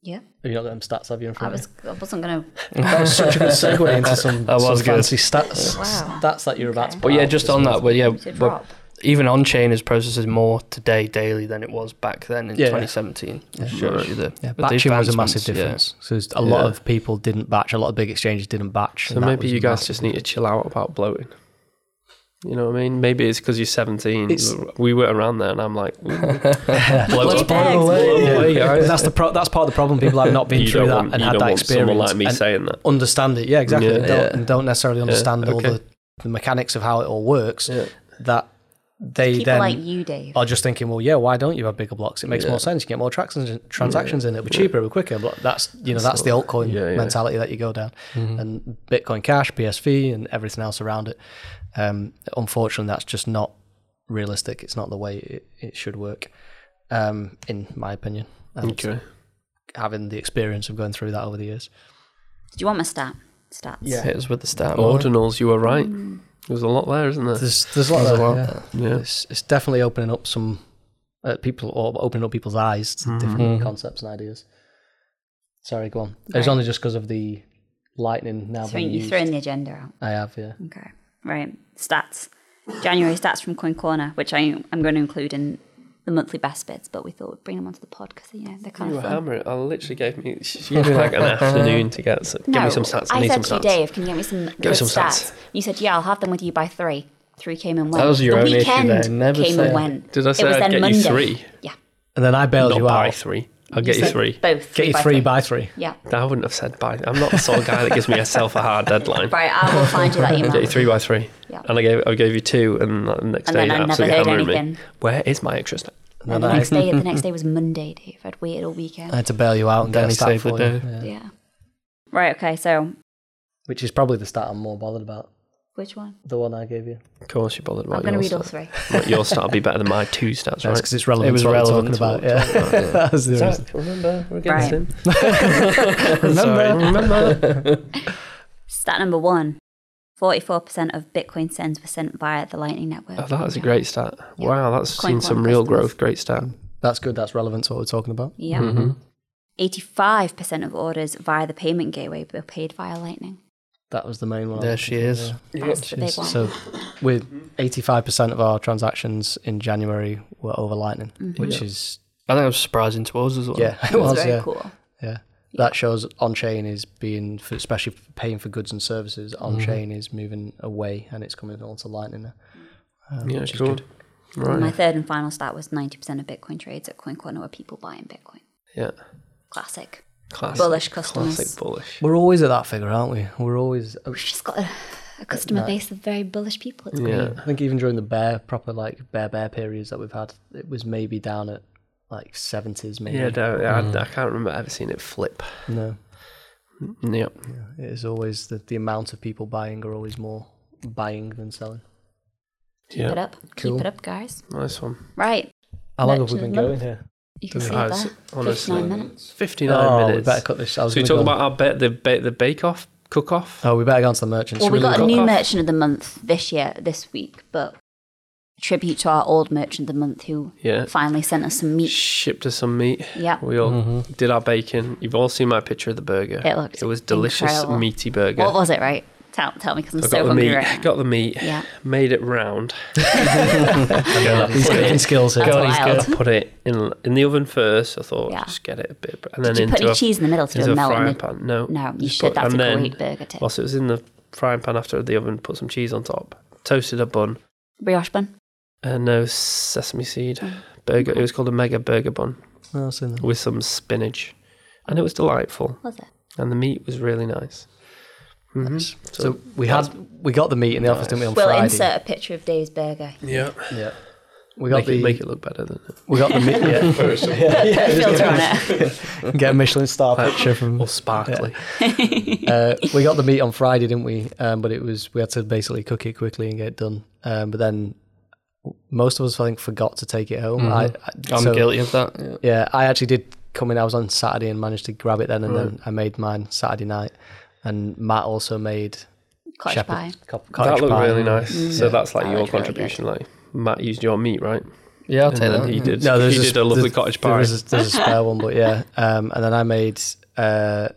Speaker 3: Yeah.
Speaker 4: Have you not got them stats? Have you in
Speaker 3: I
Speaker 4: front of
Speaker 3: was I wasn't gonna
Speaker 4: That was such a good segue into some,
Speaker 2: That
Speaker 4: some
Speaker 2: was good.
Speaker 4: fancy stats.
Speaker 3: Wow.
Speaker 4: Stats that you're about to.
Speaker 3: Okay.
Speaker 2: But yeah, just on that, but yeah,
Speaker 3: to
Speaker 2: but
Speaker 3: drop.
Speaker 2: even on chain is processes more today daily than it was back then in
Speaker 4: Yeah.
Speaker 2: 2017. It shows you the-
Speaker 4: Yeah,
Speaker 2: but the
Speaker 4: batching was a massive
Speaker 2: advancements, yeah.
Speaker 4: difference. So there's a lot
Speaker 2: Yeah.
Speaker 4: of people didn't batch. A lot of big exchanges didn't batch.
Speaker 1: So
Speaker 4: and that
Speaker 1: maybe
Speaker 4: was
Speaker 1: you guys
Speaker 4: massive.
Speaker 1: just need to chill out about bloating. You know what I mean? Maybe it's because you're 17.
Speaker 4: It's-
Speaker 1: we were around there, and I'm like, ooh, bloat
Speaker 3: Let's
Speaker 1: up.
Speaker 3: blow away.
Speaker 1: Blow away,
Speaker 4: Yeah,
Speaker 1: guys.
Speaker 4: that's the pro- that's part of the problem. People have not been
Speaker 1: You
Speaker 4: through
Speaker 1: don't
Speaker 4: that
Speaker 1: want,
Speaker 4: and
Speaker 1: you
Speaker 4: had
Speaker 1: don't
Speaker 4: that
Speaker 1: want
Speaker 4: experience.
Speaker 1: someone like me
Speaker 4: and
Speaker 1: saying that.
Speaker 4: understand it. Yeah, exactly.
Speaker 1: Yeah.
Speaker 4: and, don't,
Speaker 2: Yeah.
Speaker 4: and don't necessarily understand all
Speaker 1: okay.
Speaker 4: the, the mechanics of how it all works.
Speaker 1: Yeah.
Speaker 4: That they
Speaker 3: People
Speaker 4: then
Speaker 3: like you, Dave.
Speaker 4: are just thinking, well, yeah, why don't you have bigger blocks? It makes more sense. You get more tractions, transactions in. It'll be cheaper, it'll be quicker. But that's you know that's the altcoin
Speaker 1: yeah, Mm-hmm. yeah.
Speaker 4: mentality that you go down, and Bitcoin Cash, PSV, and everything else around it. Um, unfortunately, that's just not realistic. It's not the way it, it should work, um, in my opinion. And
Speaker 1: Okay.
Speaker 4: having the experience of going through that over the years.
Speaker 3: Do you want my stat? Stats.
Speaker 2: Yeah, hit us with the stat. mode.
Speaker 1: Ordinals, you were right.
Speaker 4: Mm.
Speaker 1: There's a lot there, isn't there?
Speaker 4: There's there's a lot of uh,
Speaker 2: lot.
Speaker 4: yeah.
Speaker 1: Yeah.
Speaker 4: It's, it's definitely opening up some uh, people or opening up people's eyes to different concepts and ideas. Sorry, go on. It was
Speaker 3: Right.
Speaker 4: only just because of the lightning now.
Speaker 3: Throwing,
Speaker 4: being
Speaker 3: you've
Speaker 4: used.
Speaker 3: thrown the agenda out.
Speaker 4: I have, yeah.
Speaker 3: Okay. Right. Stats. January stats from Coin Corner, which I, I'm going to include in the monthly best bits, but we thought we'd bring them onto the pod because, you know, they're kind
Speaker 1: You were
Speaker 3: of fun.
Speaker 1: hammering. I literally gave me. She gave me like an afternoon to get. So, give me some stats. I,
Speaker 3: I
Speaker 1: need
Speaker 3: said
Speaker 1: some
Speaker 3: to you,
Speaker 1: stats.
Speaker 3: Dave, can you get me some,
Speaker 1: me
Speaker 3: good
Speaker 1: some
Speaker 3: stats?
Speaker 1: stats.
Speaker 3: You said, yeah, I'll have them with you by three. Three came and went.
Speaker 2: was your
Speaker 3: the
Speaker 2: own issue
Speaker 3: weekend
Speaker 2: there. Never
Speaker 3: came
Speaker 2: say
Speaker 3: and
Speaker 2: it.
Speaker 3: went.
Speaker 1: Did I say
Speaker 3: it was
Speaker 1: I'd
Speaker 3: then
Speaker 1: get
Speaker 3: Monday.
Speaker 1: you three?
Speaker 3: Yeah.
Speaker 4: And then I bailed
Speaker 1: Not
Speaker 4: you
Speaker 1: by
Speaker 4: out.
Speaker 1: three. I'll get you
Speaker 3: said
Speaker 1: three.
Speaker 3: Both.
Speaker 4: Get you
Speaker 3: by
Speaker 4: three by three.
Speaker 3: Yeah.
Speaker 1: I wouldn't have said by. I'm not the sort of guy that gives myself a hard deadline.
Speaker 3: Right, I will find you that email.
Speaker 1: Get you three by three.
Speaker 3: Yeah.
Speaker 1: And I gave I gave you two, and the next
Speaker 3: And
Speaker 1: day
Speaker 3: then
Speaker 1: you
Speaker 3: I never
Speaker 1: absolutely
Speaker 3: heard
Speaker 1: hammering me.
Speaker 3: anything.
Speaker 1: Where is my extra stat?
Speaker 3: And the next day, the next day was Monday, Dave. I'd waited all weekend.
Speaker 4: I
Speaker 1: Uh,
Speaker 4: had to bail you out and get
Speaker 2: Danny
Speaker 4: a stat
Speaker 2: saved the
Speaker 4: for you.
Speaker 2: day.
Speaker 4: yeah.
Speaker 3: yeah. Right. Okay. So,
Speaker 4: Which is probably the stat I'm more bothered about.
Speaker 3: which one?
Speaker 4: The one I gave you.
Speaker 1: Of course, you bothered
Speaker 3: I'm
Speaker 1: about
Speaker 3: going to
Speaker 1: your
Speaker 3: read all
Speaker 1: stat.
Speaker 3: three.
Speaker 1: But your stat will be better than my two stats,
Speaker 4: That's
Speaker 1: right?
Speaker 4: because it's relevant
Speaker 2: It was
Speaker 4: to what
Speaker 2: relevant
Speaker 4: we're talking
Speaker 2: to
Speaker 4: about. Yeah. That was the reason.
Speaker 1: remember, we're
Speaker 3: Right.
Speaker 1: him.
Speaker 4: Remember?
Speaker 1: remember.
Speaker 3: Stat number one 44% of Bitcoin sends were sent via the Lightning Network.
Speaker 1: Oh, that is a great stat.
Speaker 3: Yeah.
Speaker 1: Wow, that's
Speaker 3: Coin
Speaker 1: seen some
Speaker 3: farm
Speaker 1: real
Speaker 3: customers.
Speaker 1: growth. Great stat. Mm-hmm.
Speaker 4: That's good. That's relevant to what we're talking about.
Speaker 3: Yeah.
Speaker 1: Hmm.
Speaker 3: 85% of orders via the payment gateway were paid via Lightning.
Speaker 4: That was the main one. I
Speaker 2: There
Speaker 4: was
Speaker 2: she
Speaker 4: thinking,
Speaker 2: is.
Speaker 4: yeah.
Speaker 3: That's the big one.
Speaker 4: So, with 85% of our transactions in January were over Lightning,
Speaker 3: Mm-hmm.
Speaker 4: which is
Speaker 2: I think it was surprising to us as well.
Speaker 4: yeah, it
Speaker 3: It's
Speaker 4: was
Speaker 3: very
Speaker 4: yeah,
Speaker 3: cool.
Speaker 4: yeah. That shows on chain is being, for, especially for paying for goods and services,
Speaker 1: Mm-hmm.
Speaker 4: on chain is moving away and it's coming onto Lightning. now. Um,
Speaker 1: Yeah,
Speaker 4: which is
Speaker 1: cool.
Speaker 4: good.
Speaker 1: Right.
Speaker 3: My third and final stat was 90% of Bitcoin trades at Coin Corner were people buying Bitcoin.
Speaker 1: Yeah.
Speaker 3: Classic.
Speaker 1: Classic,
Speaker 3: Bullish customers.
Speaker 1: Classic bullish.
Speaker 4: We're always at that figure, aren't we? We're always. oh,
Speaker 3: We've just got a, a customer base of very bullish people. It's great.
Speaker 1: Yeah.
Speaker 4: I think even during the bear proper like bear bear periods that we've had, it was maybe down at like 70s maybe.
Speaker 1: Yeah, no, I,
Speaker 4: Mm.
Speaker 1: I can't remember ever seeing it flip. Mm,
Speaker 4: No,
Speaker 1: Yep.
Speaker 4: it is always the the amount of people buying are always more buying than selling.
Speaker 3: Keep it up.
Speaker 4: Cool.
Speaker 3: Keep it up, guys.
Speaker 1: Nice one.
Speaker 3: Right.
Speaker 4: How long have we
Speaker 3: Merchant
Speaker 4: been
Speaker 3: of the
Speaker 4: going here?
Speaker 3: You can see it
Speaker 1: Guys,
Speaker 3: there.
Speaker 1: honestly,
Speaker 3: 59 minutes.
Speaker 1: 59
Speaker 4: oh, We
Speaker 1: minutes.
Speaker 4: better cut this. I was
Speaker 1: so we
Speaker 4: gonna
Speaker 1: talk
Speaker 4: go-
Speaker 1: about our bet, the, ba- the bake off, cook off.
Speaker 4: Oh, we better go on to the merchants.
Speaker 3: Well, we got a
Speaker 1: got
Speaker 3: new
Speaker 1: off.
Speaker 3: merchant of the month this year, this week, but tribute to our old merchant of the month who
Speaker 1: Yeah.
Speaker 3: finally sent us some meat.
Speaker 1: Shipped us some meat.
Speaker 3: Yeah.
Speaker 1: We all
Speaker 4: Mm-hmm.
Speaker 1: did our baking. You've all seen my picture of the burger.
Speaker 3: It looked
Speaker 1: It was delicious,
Speaker 3: incredible.
Speaker 1: meaty burger.
Speaker 3: What was it, right? Tell, tell me because I'm
Speaker 1: I
Speaker 3: so
Speaker 1: got the
Speaker 3: hungry
Speaker 1: meat.
Speaker 3: right Mm-hmm. now.
Speaker 1: Got the meat.
Speaker 3: Yeah.
Speaker 1: Made it round.
Speaker 4: He's getting skills here.
Speaker 3: That's
Speaker 1: Got it,
Speaker 3: wild.
Speaker 1: got- Put it in in the oven first. I thought
Speaker 3: Yeah.
Speaker 1: just get it a bit, and
Speaker 3: Did
Speaker 1: then
Speaker 3: you
Speaker 1: into
Speaker 3: put any
Speaker 1: a,
Speaker 3: cheese in the middle to do
Speaker 1: into
Speaker 3: a
Speaker 1: a
Speaker 3: melt in
Speaker 1: frying
Speaker 3: the-
Speaker 1: pan. No,
Speaker 3: No, you
Speaker 1: Just
Speaker 3: should.
Speaker 1: put-
Speaker 3: That's a
Speaker 1: and then
Speaker 3: great burger tip.
Speaker 1: Whilst it was in the frying pan after the oven, put some cheese on top, toasted a bun,
Speaker 3: Brioche bun.
Speaker 1: and no sesame seed
Speaker 3: Mm.
Speaker 1: burger.
Speaker 3: Mm-hmm.
Speaker 1: It was called a mega burger bun
Speaker 4: Oh, I've seen that.
Speaker 1: with some spinach, and it was delightful.
Speaker 3: Was it?
Speaker 1: And the meat was really nice. Mhm.
Speaker 4: So we had we got the meat in the office, didn't we? On
Speaker 3: We'll
Speaker 4: Friday.
Speaker 3: insert a picture of Dave's burger.
Speaker 1: yeah,
Speaker 4: Yeah. We got
Speaker 1: make
Speaker 4: the
Speaker 1: it, make it look better than it.
Speaker 4: we got the meat. Yeah.
Speaker 3: Filter on it.
Speaker 4: Get a Michelin star picture from.
Speaker 1: or sparkly.
Speaker 4: Uh, we got the meat on Friday, didn't we? Um, but it was we had to basically cook it quickly and get it done. Um, but then most of us, I think, forgot to take it
Speaker 1: Mm-hmm.
Speaker 4: home. I, I,
Speaker 2: I'm
Speaker 4: so-
Speaker 2: guilty of that. Yeah.
Speaker 4: Yeah, I actually did come in. I was on Saturday and managed to grab it then, and then I made mine Saturday night. And Matt also made
Speaker 3: Cottage
Speaker 4: Shepherd-
Speaker 3: pie.
Speaker 4: co-
Speaker 1: that
Speaker 4: cottage
Speaker 1: looked
Speaker 4: pie.
Speaker 1: really nice.
Speaker 3: Mm.
Speaker 1: So that's like
Speaker 3: That
Speaker 1: your
Speaker 3: looked really
Speaker 1: contribution. like Matt used your meat, right?
Speaker 2: Yeah, I'll
Speaker 1: And
Speaker 2: take
Speaker 1: then
Speaker 2: that.
Speaker 1: he did.
Speaker 4: No, there's
Speaker 1: he
Speaker 4: a
Speaker 1: did
Speaker 4: sp-
Speaker 1: a lovely
Speaker 4: there's-
Speaker 1: cottage
Speaker 4: There
Speaker 1: pie.
Speaker 4: is a, there's a spare one, but yeah. Um, and then I made uh,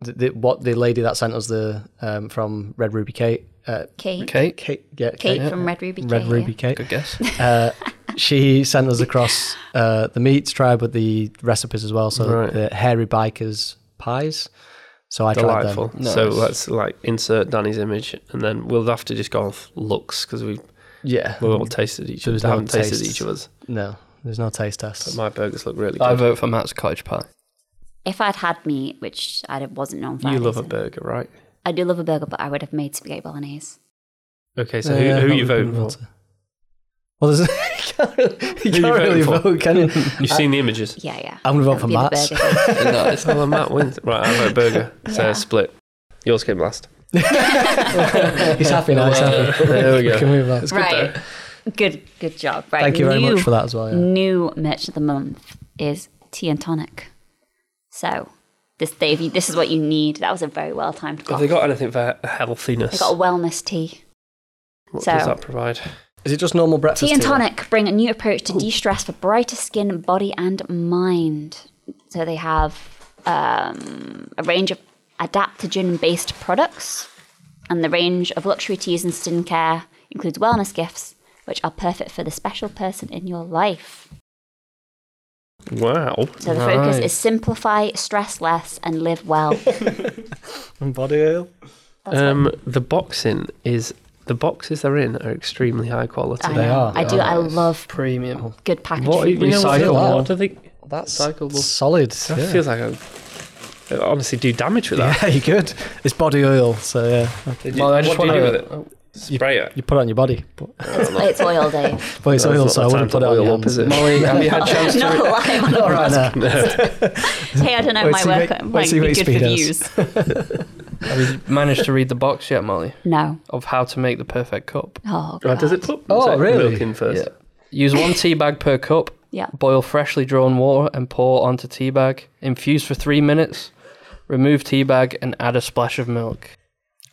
Speaker 4: the, the, what the lady that sent us the um, from Red Ruby Kate. Uh,
Speaker 3: Kate. Kate,
Speaker 2: Mm. Cake.
Speaker 4: Kate, yeah,
Speaker 3: from Red Ruby.
Speaker 4: Red
Speaker 3: Kate,
Speaker 4: Ruby Kate.
Speaker 2: Good guess.
Speaker 4: Uh, she sent us across uh, the meats. Tried with the recipes as well. So
Speaker 1: Right.
Speaker 4: the hairy bikers pies. So I tried
Speaker 1: Delightful.
Speaker 4: them.
Speaker 2: Nice.
Speaker 1: So let's like insert Danny's image, and then we'll have to just go off looks because we
Speaker 4: Yeah.
Speaker 1: we all tasted each
Speaker 4: There
Speaker 1: other.
Speaker 4: was
Speaker 1: We
Speaker 4: Mm. no
Speaker 1: haven't tasted
Speaker 4: taste.
Speaker 1: each other's.
Speaker 4: No, there's no taste test.
Speaker 1: But my burgers look really
Speaker 2: I
Speaker 1: good.
Speaker 2: vote for Matt's cottage pie.
Speaker 3: If I'd had meat, which I wasn't
Speaker 4: uh,
Speaker 3: known for,
Speaker 1: you love a burger, right?
Speaker 3: I do love a burger, but I would have made spaghetti bolognese.
Speaker 1: Okay, so
Speaker 4: Yeah,
Speaker 1: who,
Speaker 4: yeah,
Speaker 1: who
Speaker 4: not
Speaker 1: you
Speaker 4: really
Speaker 1: voting
Speaker 4: good
Speaker 1: for?
Speaker 4: Well, there's, you can't really, you
Speaker 1: you
Speaker 4: can't
Speaker 1: voting
Speaker 4: really
Speaker 1: for?
Speaker 4: vote, can you?
Speaker 1: You've seen the images.
Speaker 3: Yeah, yeah.
Speaker 4: I'm gonna vote
Speaker 3: That
Speaker 4: for
Speaker 3: would be the
Speaker 4: Matt's.
Speaker 3: burger thing.
Speaker 2: No, it's-
Speaker 1: Oh, and Matt wins. Right, I vote burger. So
Speaker 3: Yeah.
Speaker 1: split. Yours came last.
Speaker 4: He's happy now. He's happy.
Speaker 1: There we go.
Speaker 4: Can move on.
Speaker 3: right. Good, good job. Right. Mm.
Speaker 4: Thank you very
Speaker 3: new-
Speaker 4: much for that as well. Yeah.
Speaker 3: New merch of the month is tea and tonic. So this Davey, this is what you need. That was a very well timed
Speaker 1: Have
Speaker 3: cough.
Speaker 1: they got anything for healthiness?
Speaker 3: They got a wellness tea.
Speaker 1: what
Speaker 3: so-
Speaker 1: does that provide?
Speaker 4: Is it just normal breakfast?
Speaker 3: Tea and tonic bring a new approach to de-stress for brighter skin, body, and mind. So they have um, a range of adaptogen-based products, and the range of luxury teas and skincare includes wellness gifts, which are perfect for the special person in your life.
Speaker 1: Wow.
Speaker 3: So the focus
Speaker 2: Nice.
Speaker 3: is simplify, stress less, and live well.
Speaker 4: and body oil.
Speaker 3: That's what
Speaker 1: Um, the boxing is the boxes they're in are extremely high quality.
Speaker 3: I
Speaker 4: they
Speaker 3: know.
Speaker 4: are.
Speaker 3: I do. I love
Speaker 2: Premium.
Speaker 3: good packaging.
Speaker 1: What you know, what,
Speaker 4: Recycle.
Speaker 1: what do they?
Speaker 4: That's
Speaker 1: Recyclable.
Speaker 4: solid.
Speaker 1: That
Speaker 4: yeah.
Speaker 1: feels like I, I honestly do damage with that.
Speaker 4: Yeah, you could. It's body oil, so yeah,
Speaker 1: Did you-
Speaker 2: Well, I just
Speaker 1: what
Speaker 2: want
Speaker 1: do you do with
Speaker 2: to.
Speaker 1: it? Spray it.
Speaker 4: you put it on your body. But,
Speaker 3: it's, it's oil, Dave.
Speaker 4: but it's
Speaker 1: That's
Speaker 4: oil,
Speaker 1: not
Speaker 4: so I
Speaker 1: the
Speaker 4: wouldn't
Speaker 1: time to
Speaker 4: put it on your
Speaker 1: oil up,
Speaker 4: hands.
Speaker 1: is it?
Speaker 2: Molly, have you had chance to?
Speaker 3: Not alive on a
Speaker 4: All right, now.
Speaker 3: Hey, I don't know.
Speaker 4: Wait
Speaker 3: It
Speaker 4: till
Speaker 3: might
Speaker 4: you
Speaker 3: work.
Speaker 4: make-
Speaker 3: It
Speaker 4: wait
Speaker 3: might
Speaker 4: till
Speaker 3: be
Speaker 4: you make
Speaker 3: good
Speaker 4: speedos.
Speaker 3: reviews.
Speaker 2: Have you managed to read the box yet, Molly?
Speaker 3: No.
Speaker 2: Of how to make the perfect cup.
Speaker 3: Oh,
Speaker 1: Oh,
Speaker 3: God.
Speaker 1: does it put
Speaker 4: Oh,
Speaker 1: is it
Speaker 4: really?
Speaker 1: milk in first?
Speaker 2: Use one tea bag per cup.
Speaker 3: Yeah.
Speaker 2: Boil freshly drawn water and pour onto tea bag. Infuse for three minutes. Remove tea bag and add a splash of milk.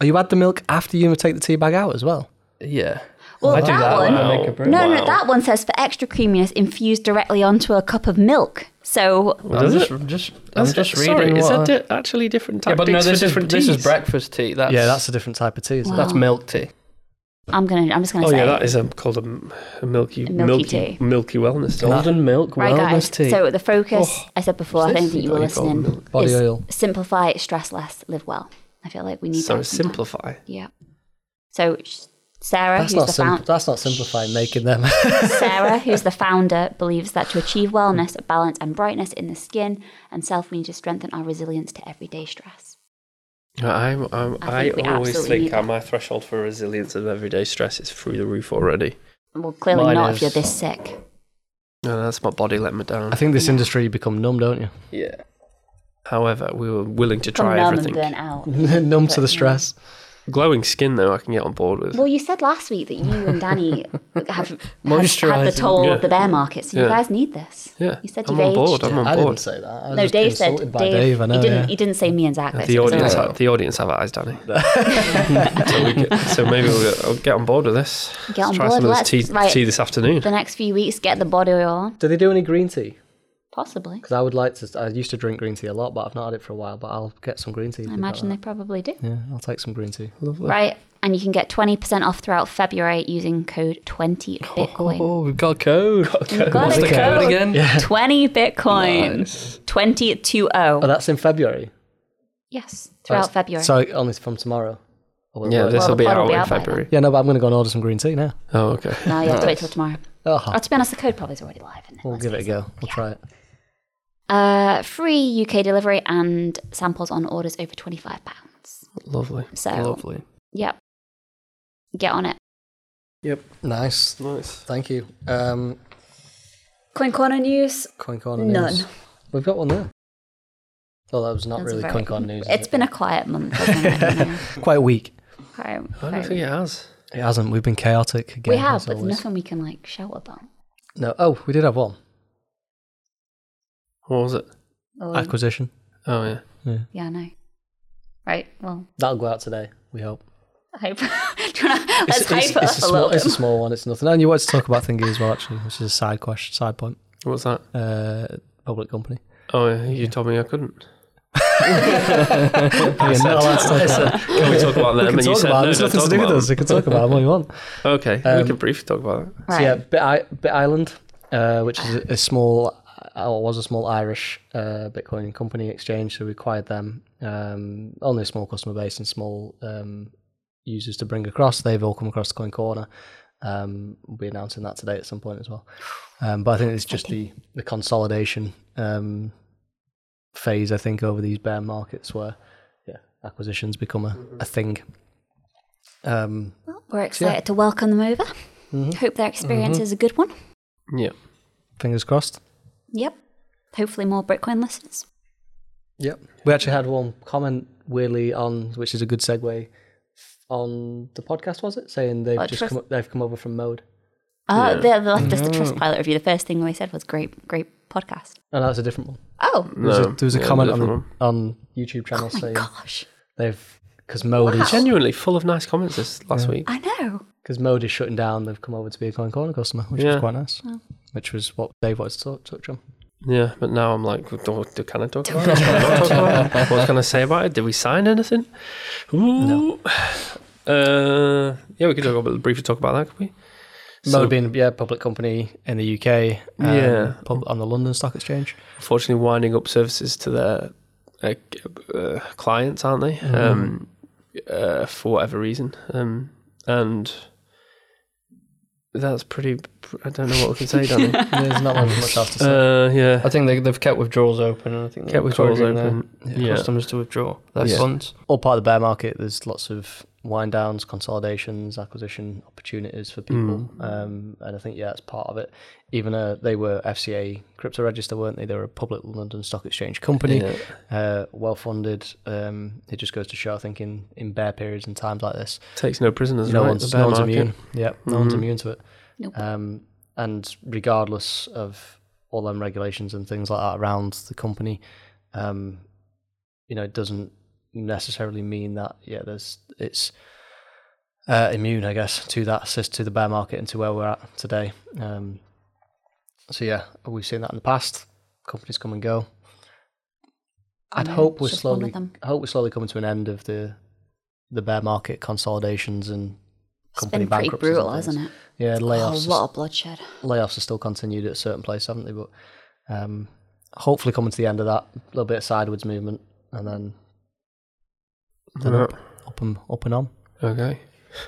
Speaker 4: Oh, you add the milk after you take the tea bag out as well.
Speaker 2: Yeah.
Speaker 3: Well,
Speaker 2: I do
Speaker 3: that,
Speaker 2: that
Speaker 3: one.
Speaker 2: when I
Speaker 1: Wow.
Speaker 2: make a brew.
Speaker 3: No,
Speaker 1: Wow.
Speaker 3: no, that one says for extra creaminess, infused directly onto a cup of milk. So
Speaker 2: I'm
Speaker 1: does
Speaker 2: just,
Speaker 1: it?
Speaker 2: I'm just, I'm
Speaker 1: Is it-
Speaker 2: just reading.
Speaker 1: Sorry,
Speaker 2: what
Speaker 1: is
Speaker 2: I-
Speaker 1: that di- actually different
Speaker 2: yeah,
Speaker 1: tactics
Speaker 2: but no, this
Speaker 1: for
Speaker 2: is
Speaker 1: different
Speaker 2: this is
Speaker 1: teas?
Speaker 2: breakfast tea. That's,
Speaker 4: yeah, that's a different type of tea. Isn't it?
Speaker 3: Oh.
Speaker 2: that's milk tea.
Speaker 3: I'm gonna, I'm just gonna
Speaker 1: Oh
Speaker 3: say,
Speaker 1: yeah, that is um, called a, m- a milky
Speaker 3: A
Speaker 1: milky
Speaker 3: milky
Speaker 1: milky,
Speaker 3: tea.
Speaker 1: wellness. tea.
Speaker 2: Golden milk
Speaker 3: right,
Speaker 2: wellness
Speaker 3: guys.
Speaker 2: tea.
Speaker 3: So the focus, I said before, I
Speaker 1: Is
Speaker 3: don't
Speaker 1: Oh, this-
Speaker 3: think you were
Speaker 1: Oh, you've got
Speaker 3: listening.
Speaker 1: milk.
Speaker 4: Body
Speaker 3: is
Speaker 4: oil.
Speaker 3: Simplify, stress less, live well. I feel like we need
Speaker 1: So
Speaker 3: that. sometimes.
Speaker 1: simplify.
Speaker 3: Yeah. So sh- Sarah,
Speaker 4: That's
Speaker 3: who's
Speaker 4: not
Speaker 3: the
Speaker 4: simple.
Speaker 3: founder,
Speaker 4: That's not simplifying making them.
Speaker 3: Sarah, who's the founder, believes that to achieve wellness, balance, and brightness in the skin and self, we need to strengthen our resilience to everyday stress.
Speaker 1: I, I'm, I'm,
Speaker 3: I
Speaker 1: I,
Speaker 3: think we
Speaker 1: always
Speaker 3: absolutely need
Speaker 1: think uh,
Speaker 3: that.
Speaker 1: my threshold for resilience of everyday stress is through the roof already.
Speaker 3: Well, clearly
Speaker 2: Mine
Speaker 3: not
Speaker 2: is-
Speaker 3: if you're this sick.
Speaker 1: No, that's my body letting me down.
Speaker 4: I think this industry you become numb, don't you?
Speaker 2: yeah.
Speaker 1: However, we were willing to
Speaker 3: Come
Speaker 1: try
Speaker 3: numb
Speaker 1: everything.
Speaker 3: and burn out.
Speaker 4: Mm-hmm. numb to the stress.
Speaker 1: Glowing skin, though, I can get on board with.
Speaker 3: Well, you said last week that you and Danny have have had the
Speaker 2: Moisturising.
Speaker 3: toll
Speaker 1: Yeah.
Speaker 3: of the bear market, so you
Speaker 1: Yeah.
Speaker 3: guys need this.
Speaker 1: yeah,
Speaker 3: You said
Speaker 1: I'm
Speaker 3: you've
Speaker 1: on board.
Speaker 3: aged.
Speaker 1: I'm
Speaker 4: I
Speaker 1: on
Speaker 4: didn't
Speaker 1: board.
Speaker 4: say that. I was
Speaker 3: No,
Speaker 4: just
Speaker 3: Dave said
Speaker 4: insulted
Speaker 3: Dave.
Speaker 4: by Dave. I know.
Speaker 3: he didn't.
Speaker 4: yeah.
Speaker 3: He didn't say me and Zach.
Speaker 1: The audience,
Speaker 2: Yeah.
Speaker 1: ha- the audience have eyes, Danny. so, we get, so maybe we'll get, I'll get on board with this.
Speaker 3: Get
Speaker 1: Let's
Speaker 3: on
Speaker 1: try
Speaker 3: board,
Speaker 1: some of
Speaker 3: let's-
Speaker 1: this tea,
Speaker 3: right.
Speaker 1: tea this afternoon.
Speaker 3: The next few weeks, get the body oil,
Speaker 4: Do they do any green tea?
Speaker 3: possibly.
Speaker 4: Because I would like to. I used to drink green tea a lot, but I've not had it for a while. But I'll get some green tea. if
Speaker 3: I
Speaker 4: you've got
Speaker 3: imagine they probably do.
Speaker 4: that. Yeah, I'll take some green tea.
Speaker 3: Right, and you can get twenty percent off throughout February using code twenty Bitcoin.
Speaker 2: Oh, we've got a code.
Speaker 3: You've got
Speaker 2: What's
Speaker 3: a
Speaker 2: the code
Speaker 3: code.
Speaker 2: again?
Speaker 3: Twenty Bitcoin. Twenty two
Speaker 4: Oh,
Speaker 3: O.
Speaker 4: that's in February.
Speaker 3: Yes, throughout February.
Speaker 4: So only from tomorrow. Or will it
Speaker 1: Yeah,
Speaker 4: work?
Speaker 1: this
Speaker 3: Well,
Speaker 1: will
Speaker 3: the
Speaker 1: be
Speaker 3: pod will
Speaker 1: out
Speaker 3: be
Speaker 1: in
Speaker 3: out by then.
Speaker 1: February.
Speaker 4: yeah, no, but I'm going to go and order some green tea now.
Speaker 1: Oh, okay.
Speaker 3: No, you have to wait till tomorrow.
Speaker 4: Oh,
Speaker 3: Oh, to be honest, the code probably's already live. Isn't it?
Speaker 4: we'll
Speaker 3: Let's
Speaker 4: give it a
Speaker 3: face
Speaker 4: go. We'll try it.
Speaker 3: Uh, free UK delivery and samples on orders over twenty-five pounds.
Speaker 1: Lovely.
Speaker 3: So,
Speaker 2: Lovely.
Speaker 3: yep, get on it.
Speaker 4: Nice.
Speaker 1: Nice.
Speaker 4: Thank you. Um,
Speaker 3: Coin corner news.
Speaker 4: coin corner
Speaker 3: None.
Speaker 4: news. We've got one there. Oh, that was not
Speaker 3: That's
Speaker 4: really
Speaker 3: very-
Speaker 4: coin corner news. is
Speaker 3: It's
Speaker 4: it?
Speaker 3: been a quiet month. hasn't it? Yeah.
Speaker 4: quite weak.
Speaker 3: Quite-
Speaker 1: I don't
Speaker 3: quite-
Speaker 1: think it has.
Speaker 4: It hasn't. We've been chaotic again.
Speaker 3: we have,
Speaker 4: as
Speaker 3: but there's
Speaker 4: always.
Speaker 3: nothing we can like shout about.
Speaker 4: No. Oh, we did have one
Speaker 1: What was it?
Speaker 3: Or,
Speaker 4: acquisition.
Speaker 1: Oh, yeah.
Speaker 3: yeah, no. Right. Well,
Speaker 4: That'll go out today. We hope.
Speaker 3: Hype. Do you wanna, let's
Speaker 4: it's,
Speaker 3: hype
Speaker 4: it's,
Speaker 3: it
Speaker 4: it's a
Speaker 3: up a little
Speaker 4: small,
Speaker 3: bit.
Speaker 4: it's a small one. It's nothing. And you wanted to talk about thingy as well, actually, which is a side question, side point.
Speaker 1: What's that?
Speaker 4: Uh, public company.
Speaker 1: Oh, you told me I couldn't.
Speaker 4: Yeah, not allowed to talk about it.
Speaker 1: Can we talk about them?
Speaker 4: We can
Speaker 1: and you
Speaker 4: talk
Speaker 1: said,
Speaker 4: about
Speaker 1: no,
Speaker 4: it. There's
Speaker 1: don't
Speaker 4: nothing to
Speaker 1: talk
Speaker 4: do with
Speaker 1: about
Speaker 4: us.
Speaker 1: them.
Speaker 4: We can talk about it all you want.
Speaker 1: Okay, we
Speaker 4: Um,
Speaker 1: can briefly talk about it.
Speaker 3: Right.
Speaker 4: So yeah, Bit, I- Bit Island, uh, which is a, a small, uh, or was a small Irish uh, Bitcoin company exchange. So we acquired them. Um, only a small customer base and small um, users to bring across. They've all come across the Coin Corner. Um, we'll be announcing that today at some point as well. Um, but I think it's just the the consolidation um, phase. I think over these bear markets where yeah, acquisitions become a, a thing. Um,
Speaker 3: We're excited to welcome them over.
Speaker 4: Mm-hmm.
Speaker 3: Hope their experience is a good one.
Speaker 1: Yeah.
Speaker 4: fingers crossed.
Speaker 3: Yep. Hopefully, more Bitcoin listeners.
Speaker 4: Yep.
Speaker 6: We actually had one comment weirdly on, which is a good segue on the podcast, was it? Saying they've
Speaker 3: Uh,
Speaker 6: just
Speaker 3: trust-
Speaker 6: come, up- they've come over from mode,
Speaker 3: Oh, they they left us the Trustpilot review. The first thing they said was great, great podcast.
Speaker 6: and that's a different one.
Speaker 3: Oh,
Speaker 1: No,
Speaker 4: there was a, there was a
Speaker 1: yeah,
Speaker 4: comment on,
Speaker 1: different
Speaker 4: the, on
Speaker 6: YouTube
Speaker 3: oh
Speaker 6: channel
Speaker 3: my
Speaker 6: saying
Speaker 3: gosh.
Speaker 4: they've because mode
Speaker 1: one.
Speaker 4: is
Speaker 1: Genuinely full of nice comments this last week.
Speaker 3: I know.
Speaker 4: because mode is shutting down. They've come over to be a coin corner customer, which
Speaker 1: Yeah. Oh.
Speaker 4: was quite nice. Which was what Dave wanted to talk, touch on.
Speaker 1: Yeah, but now I'm like, do, do, can I talk about it? Can I not talk about it? What can I say about it? Did we sign anything? Ooh. Uh, yeah, we could talk about, briefly talk about that, could we? So-
Speaker 4: mode being yeah public company in the UK, um,
Speaker 1: Yeah.
Speaker 4: pub, on the London Stock Exchange.
Speaker 1: Unfortunately, winding up services to their uh, c- uh, clients, aren't they? Um, uh, for whatever reason, um, and that's pretty. I don't know what we can say, Danny.
Speaker 4: There's not really much else to say.
Speaker 1: uh, yeah,
Speaker 2: I think they, they've kept withdrawals open, and I think
Speaker 1: kept
Speaker 2: they're
Speaker 1: withdrawals
Speaker 2: encouraging their
Speaker 1: open. Yeah,
Speaker 2: customers to withdraw their
Speaker 1: Yeah.
Speaker 2: funds.
Speaker 4: All part of the bear market. There's lots of wind downs, consolidations, acquisition opportunities for people, um, and I think yeah, it's part of it. Even uh, they were FCA crypto register, weren't they? They were a public London Stock Exchange company.
Speaker 1: yeah.
Speaker 4: uh, well funded. Um, it just goes to show, I think, in, in bear periods and times like this,
Speaker 1: takes no prisoners.
Speaker 4: no
Speaker 1: right?
Speaker 4: one's,
Speaker 1: The
Speaker 4: no
Speaker 1: bear
Speaker 4: one's
Speaker 1: market.
Speaker 4: immune. Yeah, no one's
Speaker 1: Mhm.
Speaker 4: immune to it.
Speaker 3: Nope.
Speaker 4: Um, and regardless of all them regulations and things like that around the company, um, you know, it doesn't necessarily mean that yeah, there's it's uh, immune, I guess, to that assist to the bear market and to where we're at today. Um, so yeah, we've seen that in the past. Companies come and go.
Speaker 3: I
Speaker 4: I'd
Speaker 3: know,
Speaker 4: hope we're
Speaker 3: it's just one of
Speaker 4: slowly.
Speaker 3: them.
Speaker 4: I hope we're slowly coming to an end of the the bear market consolidations and
Speaker 3: It's
Speaker 4: company
Speaker 3: been pretty
Speaker 4: bankruptcies and
Speaker 3: brutal,
Speaker 4: things.
Speaker 3: hasn't it? Oh,
Speaker 4: Yeah, layoffs.
Speaker 3: A lot of bloodshed.
Speaker 4: Layoffs are still continued at a certain place, haven't they? But um, hopefully, coming to the end of that, a little bit of sideways movement, and then then
Speaker 1: Yeah.
Speaker 4: up, up and up and on.
Speaker 1: Okay.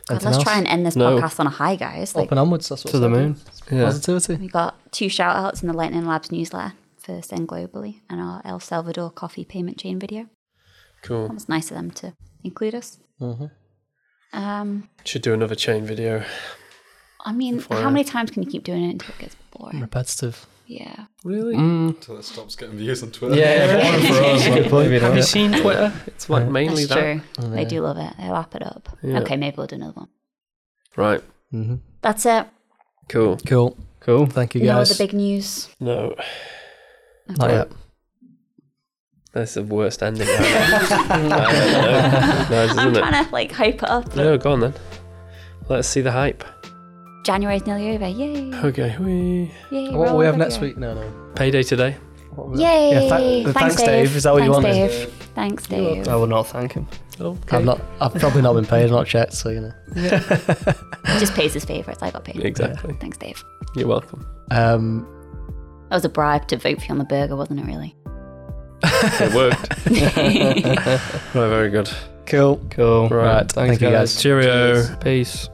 Speaker 3: God,
Speaker 4: Anything
Speaker 3: let's
Speaker 4: else?
Speaker 3: try and end this
Speaker 1: No.
Speaker 3: podcast on a high, guys. Like,
Speaker 4: up and onwards. That's what's
Speaker 2: To the
Speaker 4: happening.
Speaker 2: moon.
Speaker 1: Yeah.
Speaker 4: Positivity.
Speaker 3: we got two shout outs in the Lightning Labs newsletter for Send Globally and our El Salvador coffee payment chain video. That
Speaker 1: Cool.
Speaker 3: was nice of them to include us.
Speaker 4: Mm-hmm.
Speaker 3: Um,
Speaker 1: Should do another chain video.
Speaker 3: I mean,
Speaker 1: uh,
Speaker 3: how many times can you keep doing it until it gets boring?
Speaker 4: Repetitive.
Speaker 3: Yeah.
Speaker 1: Really?
Speaker 4: Mm.
Speaker 7: Until it stops getting views on Twitter.
Speaker 1: Have you seen Twitter? It's like mainly
Speaker 3: That's
Speaker 1: that.
Speaker 3: true. They do love it. They lap it up.
Speaker 1: Yeah.
Speaker 3: Okay, maybe we'll do another one.
Speaker 1: Right.
Speaker 3: That's it.
Speaker 1: Cool.
Speaker 4: Mm-hmm. Cool.
Speaker 2: Cool.
Speaker 4: Thank you
Speaker 3: No
Speaker 4: guys.
Speaker 3: other big news.
Speaker 1: No,
Speaker 4: Not yet.
Speaker 1: that's the worst ending. I don't know. Nice,
Speaker 3: I'm
Speaker 1: isn't it?
Speaker 3: trying to like hype it up.
Speaker 1: No, go on then. Let's see the hype.
Speaker 3: January's nearly over. Yay.
Speaker 1: Okay. Whee.
Speaker 3: Yay. we're
Speaker 4: What
Speaker 3: all
Speaker 4: we have
Speaker 3: over
Speaker 4: next
Speaker 3: here.
Speaker 4: week? No, no.
Speaker 1: Payday today.
Speaker 3: Yay.
Speaker 4: Yeah, tha- thanks, Dave. Is that what you
Speaker 3: Thanks,
Speaker 4: wanted?
Speaker 3: Dave. Thanks, Dave.
Speaker 2: I will not thank him.
Speaker 4: I've not. I've probably not been paid. I've not checked. So you know.
Speaker 3: He just pays his favourites. I got paid.
Speaker 1: Exactly.
Speaker 3: Thanks, Dave.
Speaker 1: You're welcome.
Speaker 4: Um,
Speaker 3: That was a bribe to vote for you on the burger, wasn't it, really?
Speaker 1: It worked. right, very good.
Speaker 4: Cool.
Speaker 2: Cool.
Speaker 1: Right.
Speaker 4: Thank you guys.
Speaker 1: Cheerio.
Speaker 2: Peace.